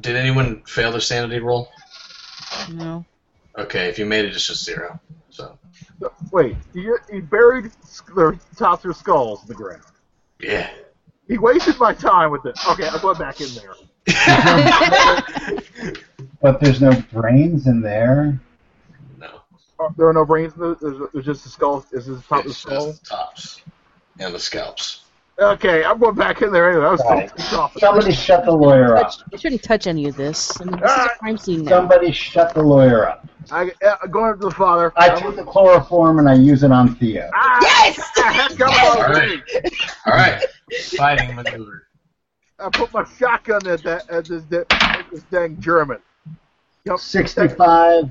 B: did anyone fail their sanity roll?
C: No.
B: Okay, if you made it, it's just zero. So
H: wait. He, he buried sk- their tops of their skulls in the ground.
B: yeah.
H: He wasted my time with it. Okay, I'm going back in there.
A: But there's no brains in there.
B: no,
H: Uh, There are no brains. In the, there's, there's just the skull. Is this the top of the
B: it's
H: skull?
B: just the tops and the scalps.
H: Okay, I'm going back in there anyway. I was
A: Right.
H: pissed off.
A: Somebody shut the lawyer up.
C: You shouldn't touch any of this. I mean, this
D: Ah,
C: is a crime scene now.
A: Somebody shut the lawyer up.
H: I, uh, I'm going up to the father.
A: I took the chloroform and I use it on Theo.
H: Ah,
F: Yes!
H: I had gun
B: All
H: on
B: right,
H: me.
B: all right. Fighting maneuver.
H: I put my shotgun at that at this, da- at this dang German. Yep.
A: 65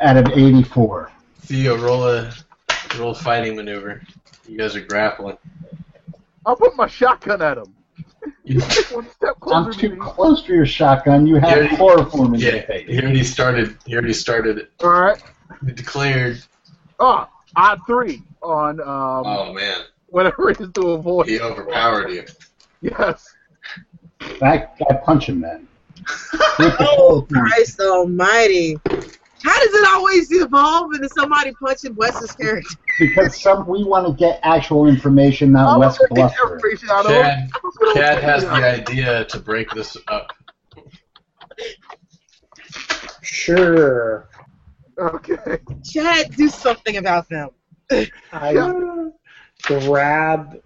A: out of 84.
B: Theo, roll a roll a fighting maneuver. You guys are grappling.
H: I'll put my shotgun at him. One step
A: I'm
H: closer to
A: too
H: me.
A: close to your shotgun. You have
B: Yeah.
A: chloroform in
B: Yeah,
A: your
B: he
A: face.
B: already started. He already started.
H: All right.
B: He declared.
H: Oh, odd three on um,
B: Oh man,
H: whatever it is to avoid.
B: he overpowered you.
H: Yes.
A: I, I punch him then. With the
F: Oh,
A: chloroform.
F: Christ Almighty! How does it always evolve into somebody punching Wes's character?
A: because some we want to get actual information, not West
H: gonna get
A: Bluster.
H: information out of him.
B: Chad,
H: I was gonna
B: Chad
H: look
B: has
H: at
B: the idea to break this up.
D: Sure.
H: you. Okay.
F: Chad, do something about them.
D: I grab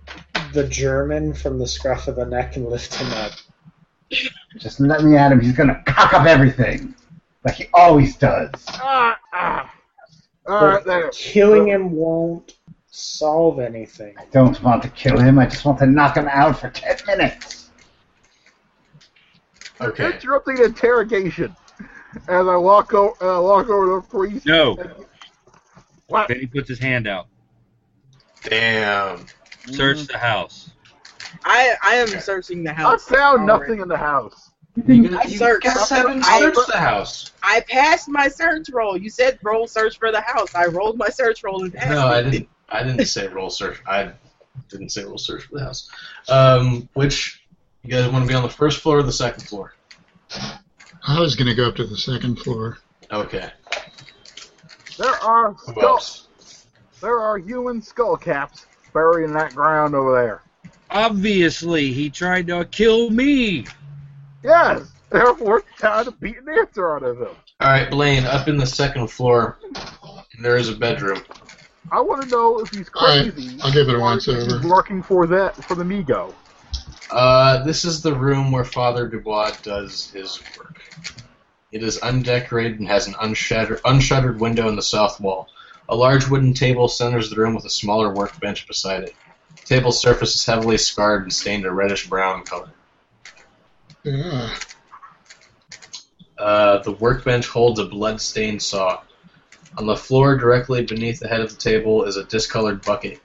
D: the German from the scruff of the neck and lift him up.
A: Just let me at him. He's gonna cock up everything, like he always does.
H: Ah, ah. All right, there.
D: Killing him won't solve anything.
A: I don't want to kill him. I just want to knock him out for ten minutes.
B: Okay.
H: Interrupting interrogation. As I walk over, uh, walk over to the priest.
K: No.
H: What?
K: Then he puts his hand out.
B: Damn.
K: Search the house.
F: I I am searching the
H: I
F: house.
H: found
F: already.
H: nothing in the house.
B: You,
F: I searched.
B: guys haven't
F: I-
B: searched the house.
F: I passed my search roll. You said roll search for the house. I rolled my search roll and passed.
B: No, I
F: it.
B: didn't. I didn't say roll search. I didn't say roll search for the house. Um, which you guys want to be on the first floor or the second floor?
E: I was going to go up to the second floor.
B: Okay.
H: There are
B: Who
H: skull,
B: else?
H: there are human skull caps buried in that ground over there.
K: Obviously, he tried to kill me.
H: Yes. Therefore, trying to beat an answer out of him.
B: All right, Blaine. Up in the second floor, there is a bedroom.
H: I want to know if he's
E: All right,
H: crazy.
E: I'll give it a
H: or
E: once
H: if he's
E: over.
H: Working for that for the Migo.
B: Uh, this is the room where Father Dubois does his work. It is undecorated and has an unshuttered, unshuttered window in the south wall. A large wooden table centers the room with a smaller workbench beside it. The table's surface is heavily scarred and stained a reddish brown color.
E: Yeah.
B: Uh, the workbench holds a blood-stained saw. On the floor, directly beneath the head of the table, is a discolored bucket.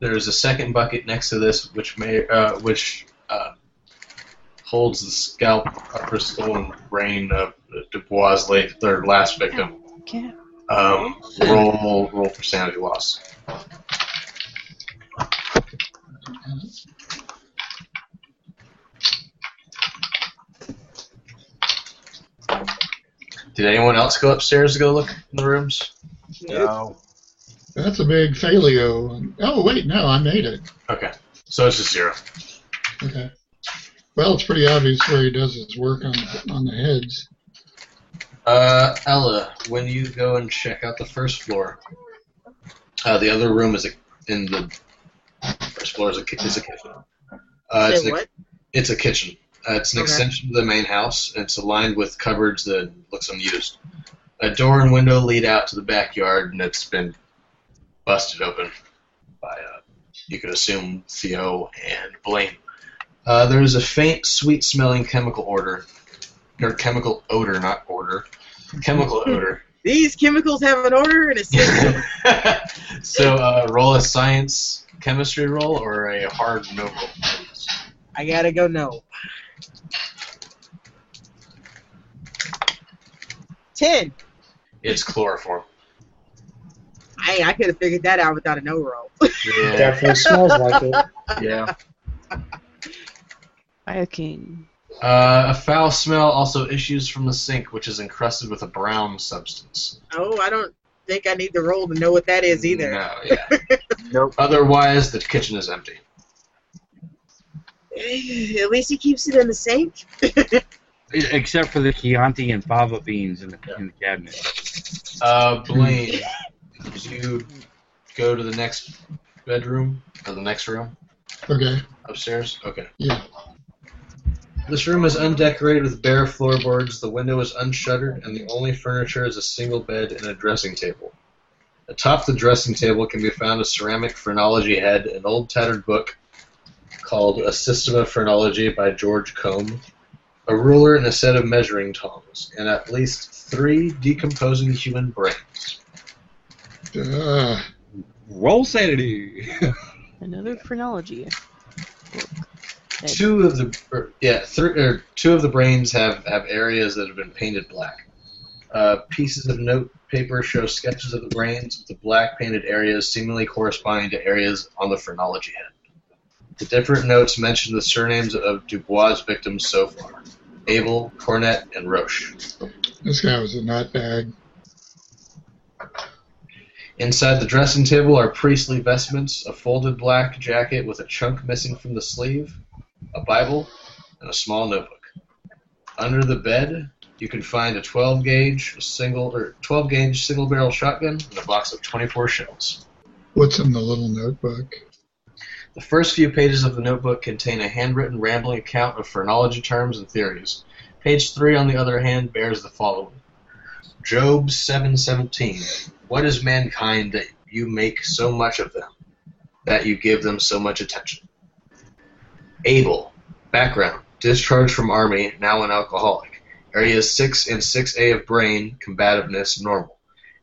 B: There is a second bucket next to this, which may uh, which uh, holds the scalp, upper skull, and brain of Dubois' late third last victim.
C: Okay.
B: Um, roll roll for sanity loss. Did anyone else go upstairs to go look in the rooms?
H: No.
E: That's a big failure. Oh, wait, no, I made it.
B: Okay, so it's just zero.
E: Okay. Well, it's pretty obvious where he does his work on on the heads.
B: Uh, Ella, when you go and check out the first floor, uh, the other room is a, in the first floor is a, ki- is a kitchen. Uh, it's,
F: Say
B: an,
F: what?
B: it's a kitchen. Uh, it's an
F: Okay.
B: extension of the main house. and it's aligned with cupboards that looks unused. A door and window lead out to the backyard, and it's been busted open by, uh, you could assume, Theo and Blaine. Uh, there is a faint, sweet-smelling chemical odor, or chemical odor, not order, chemical odor.
F: These chemicals have an order and it's
B: so uh, roll a science chemistry roll or a hard no roll.
F: I gotta go no. Ten.
B: It's chloroform.
F: Hey, I could have figured that out without a no roll.
B: Yeah.
D: Definitely smells like it.
B: yeah.
C: Iocane.
B: Uh, a foul smell also issues from the sink, which is encrusted with a brown substance.
F: oh, I don't think I need to roll to know what that is either.
B: No, yeah.
H: Nope.
B: Otherwise, the kitchen is empty.
F: Eh, At least he keeps it in the sink.
K: E, Except for the Chianti and fava beans in the, in the cabinet.
B: Uh, Blaine, did you go to the next bedroom or the next room
E: Okay.
B: upstairs? Okay.
E: Yeah.
B: This room is undecorated with bare floorboards, the window is unshuttered, and the only furniture is a single bed and a dressing table. Atop the dressing table can be found a ceramic phrenology head, an old tattered book called A System of Phrenology by George Combe, a ruler and a set of measuring tongs, and at least three decomposing human brains.
E: Uh,
K: Roll sanity.
C: Another phrenology.
B: Two of the or, yeah, three, or two of the brains have have areas that have been painted black. Uh, pieces of notepaper show sketches of the brains with the black painted areas seemingly corresponding to areas on the phrenology head. The different notes mention the surnames of Dubois' victims so far: Abel, Cornet, and Roche.
E: This guy was a nutbag.
B: Inside the dressing table are priestly vestments, a folded black jacket with a chunk missing from the sleeve, a Bible, and a small notebook. Under the bed, you can find a 12 gauge single or 12 gauge single barrel shotgun and a box of 24 shells.
E: What's in the little notebook?
B: The first few pages of the notebook contain a handwritten rambling account of phrenology terms and theories. Page 3 on the other hand bears the following. Job 7:17 What is mankind that you make so much of them that you give them so much attention Abel background discharged from army now an alcoholic areas 6 and 6A of brain combativeness normal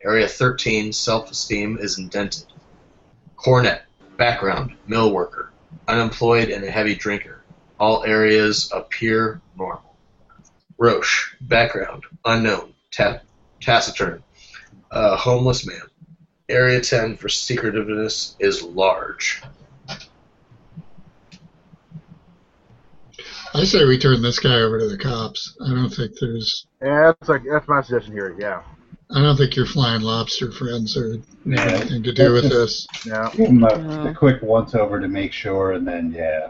B: area 13 self-esteem is indented Cornet background mill worker unemployed and a heavy drinker all areas appear normal Roche background unknown Ta- taciturn, uh, homeless man. Area 10 for secretiveness is large.
E: I say we turn this guy over to the cops. I don't think there's.
H: Yeah, that's like that's my suggestion here. Yeah.
E: I don't think your flying lobster friends are have anything to do with this.
H: No.
A: Give him a, a quick once over to make sure, and then yeah.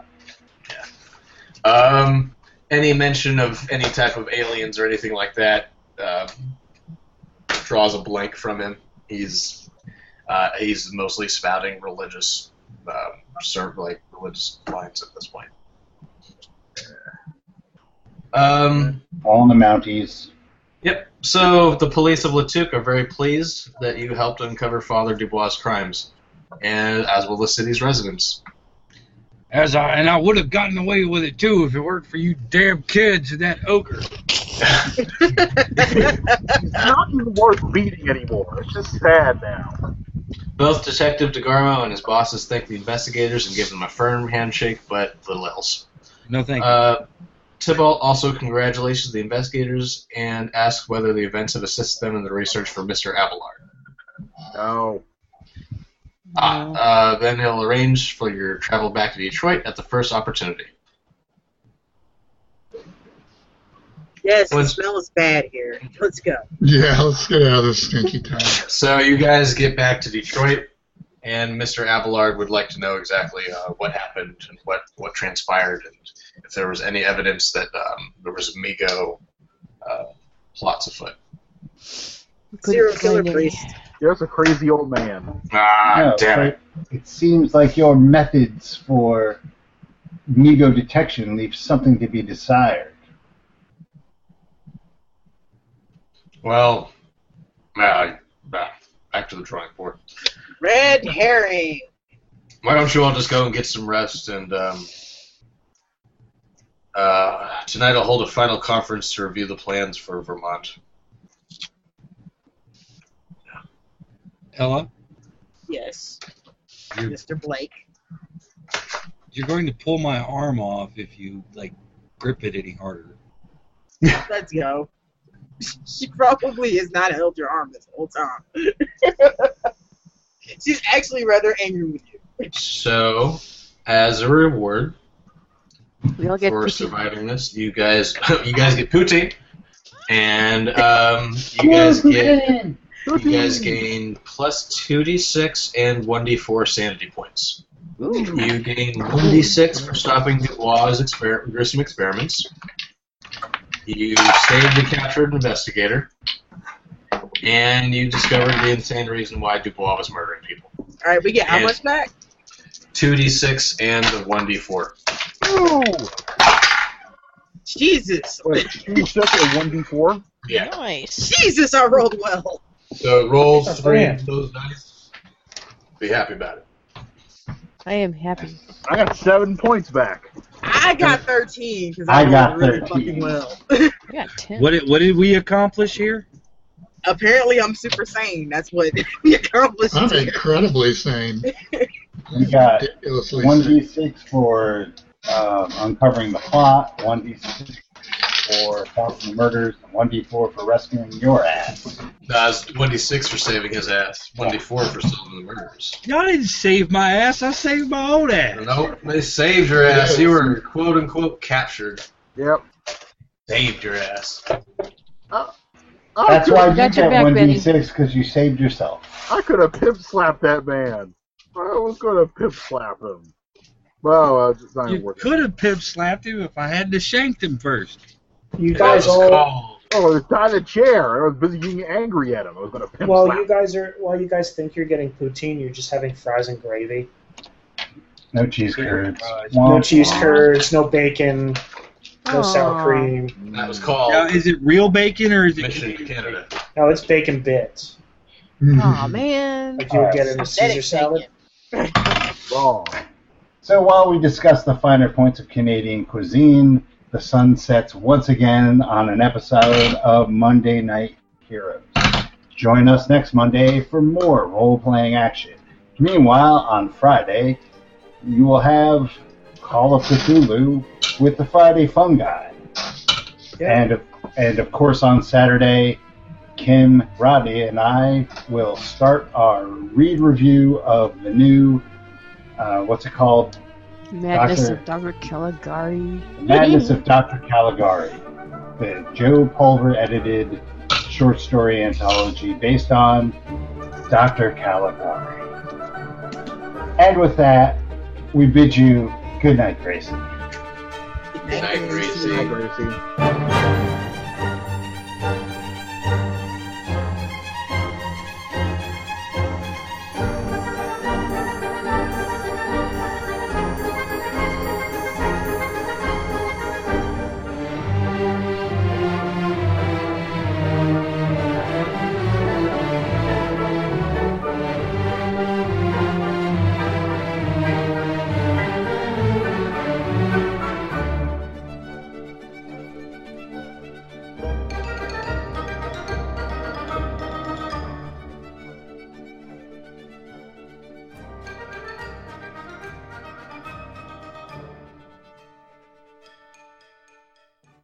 B: Um, any mention of any type of aliens or anything like that uh, draws a blank from him. He's uh, he's mostly spouting religious, uh, ser- like religious lines at this point. Um,
A: All in the Mounties.
B: Yep. So the police of Latouk are very pleased that you helped uncover Father Dubois' crimes, and as will the city's residents.
K: As I and I would have gotten away with it too if it weren't for you damn kids and that ogre.
H: It's not even worth beating anymore. It's just sad now.
B: Both Detective DeGarmo and his bosses thank the investigators and give them a firm handshake, but little else.
K: No thank you.
B: Uh, Tybalt also congratulations the investigators and asks whether the events have assisted them in the research for Mr. Abelard.
H: No.
B: Ah, uh, then he'll arrange for your travel back to Detroit at the first opportunity.
F: Yes, the
B: What's-
F: smell is bad here. Let's go.
E: Yeah, let's get out of this stinky town.
B: So you guys get back to Detroit, and Mr. Abelard would like to know exactly uh, what happened and what, what transpired, and if there was any evidence that um, there was Migo uh, plots afoot.
F: Serial killer
C: find any.
F: priest.
H: There's a crazy old man.
B: Ah,
A: No,
B: damn
A: but
B: it.
A: It seems like your methods for Migo detection leave something to be desired.
B: Well, uh, back back to the drawing board.
F: Red herring.
B: Why don't you all just go and get some rest and um, uh, tonight I'll hold a final conference to review the plans for Vermont.
K: Ella,
F: Yes,
K: you're,
F: Mr. Blake.
K: you're going to pull my arm off if you like grip it any harder.
F: Let's go. She probably has not held your arm this whole time. She's actually rather angry with you.
B: So, as a reward
C: We all get
B: for surviving this, you guys you guys get poutine, and um, you guys get you guys gain plus two d six and one d four sanity points. You gain one d six for stopping Dubois' exper- gruesome experiments. You saved the captured investigator, and you discovered the insane reason why Dubois was murdering people.
F: All right, we get how
B: And-
F: much back?
B: Two d six and one d four.
F: Jesus.
H: Wait, two six and one d four.
B: Yeah.
C: Nice.
F: Jesus, I rolled well.
B: So roll
D: That's a
B: three
D: plan.
B: of those dice. Be happy about it.
C: I am happy.
H: I got seven points back.
F: I got 13 because
A: I
F: I, rolled
A: got
F: really
A: 13.
F: fucking well.
C: I got ten.
K: What did, what did we accomplish here?
F: Apparently, I'm super sane. That's what we accomplished.
E: I'm
F: here.
E: incredibly sane.
A: We got
E: ridiculously
A: one
E: sick.
A: d six for um, uncovering the plot, one d six for causing murders, and one d four for rescuing your ass.
B: Nah, it's 1d6 for saving his ass, 1d4 for solving the murders.
K: Y'all didn't save my ass. I saved my own ass.
B: Nope, they saved your ass. You were quote unquote captured.
H: Yep.
B: Saved your ass.
H: I
A: That's
H: could-
A: why you
C: Got
A: get
C: your Oh, back,
A: one
C: Benny.
A: d six because you saved yourself.
H: I could have pimp slapped that man. I was going to pimp slap him. Well, uh, it's not
K: You
H: working.
K: could have pimp slapped him if I hadn't have shanked him first.
D: You
B: That was
D: guys all
B: called.
H: Oh, it's not a chair. I was busy getting angry at him. I was going to pimp
D: well,
H: slap.
D: you guys are well. You guys think you're getting poutine. You're just having fries and gravy.
A: No cheese curds.
D: Uh,
A: uh,
D: No
A: Womp
D: cheese
A: womp.
D: curds. No bacon. No sour
C: Aw.
D: cream.
B: That was called
K: Now, is it real bacon or is it?
B: Mission to Canada.
D: No, it's bacon bits.
G: 嗯
C: Aw, man.
D: Like you would get in a Caesar
F: Aesthetic
D: salad.
F: bacon.
H: Wrong.
A: So while we discuss the finer points of Canadian cuisine, the sun sets once again on an episode of Monday Night Heroes. Join us next Monday for more role playing action. Meanwhile, on Friday, you will have Call of Cthulhu with the Friday Fungi.
D: Yeah.
A: And, of- and of course, on Saturday, Kim, Rodney, and I will start our read review of the new, uh, what's it called?
C: Madness
A: Doctor-
C: of Dr. Caligari.
A: The Madness of Dr. Caligari, the Joe Pulver edited short story anthology based on Dr. Caligari. And with that, we bid you good night, Gracie.
B: Night, Gracie.
H: Hi, Gracie.
A: Good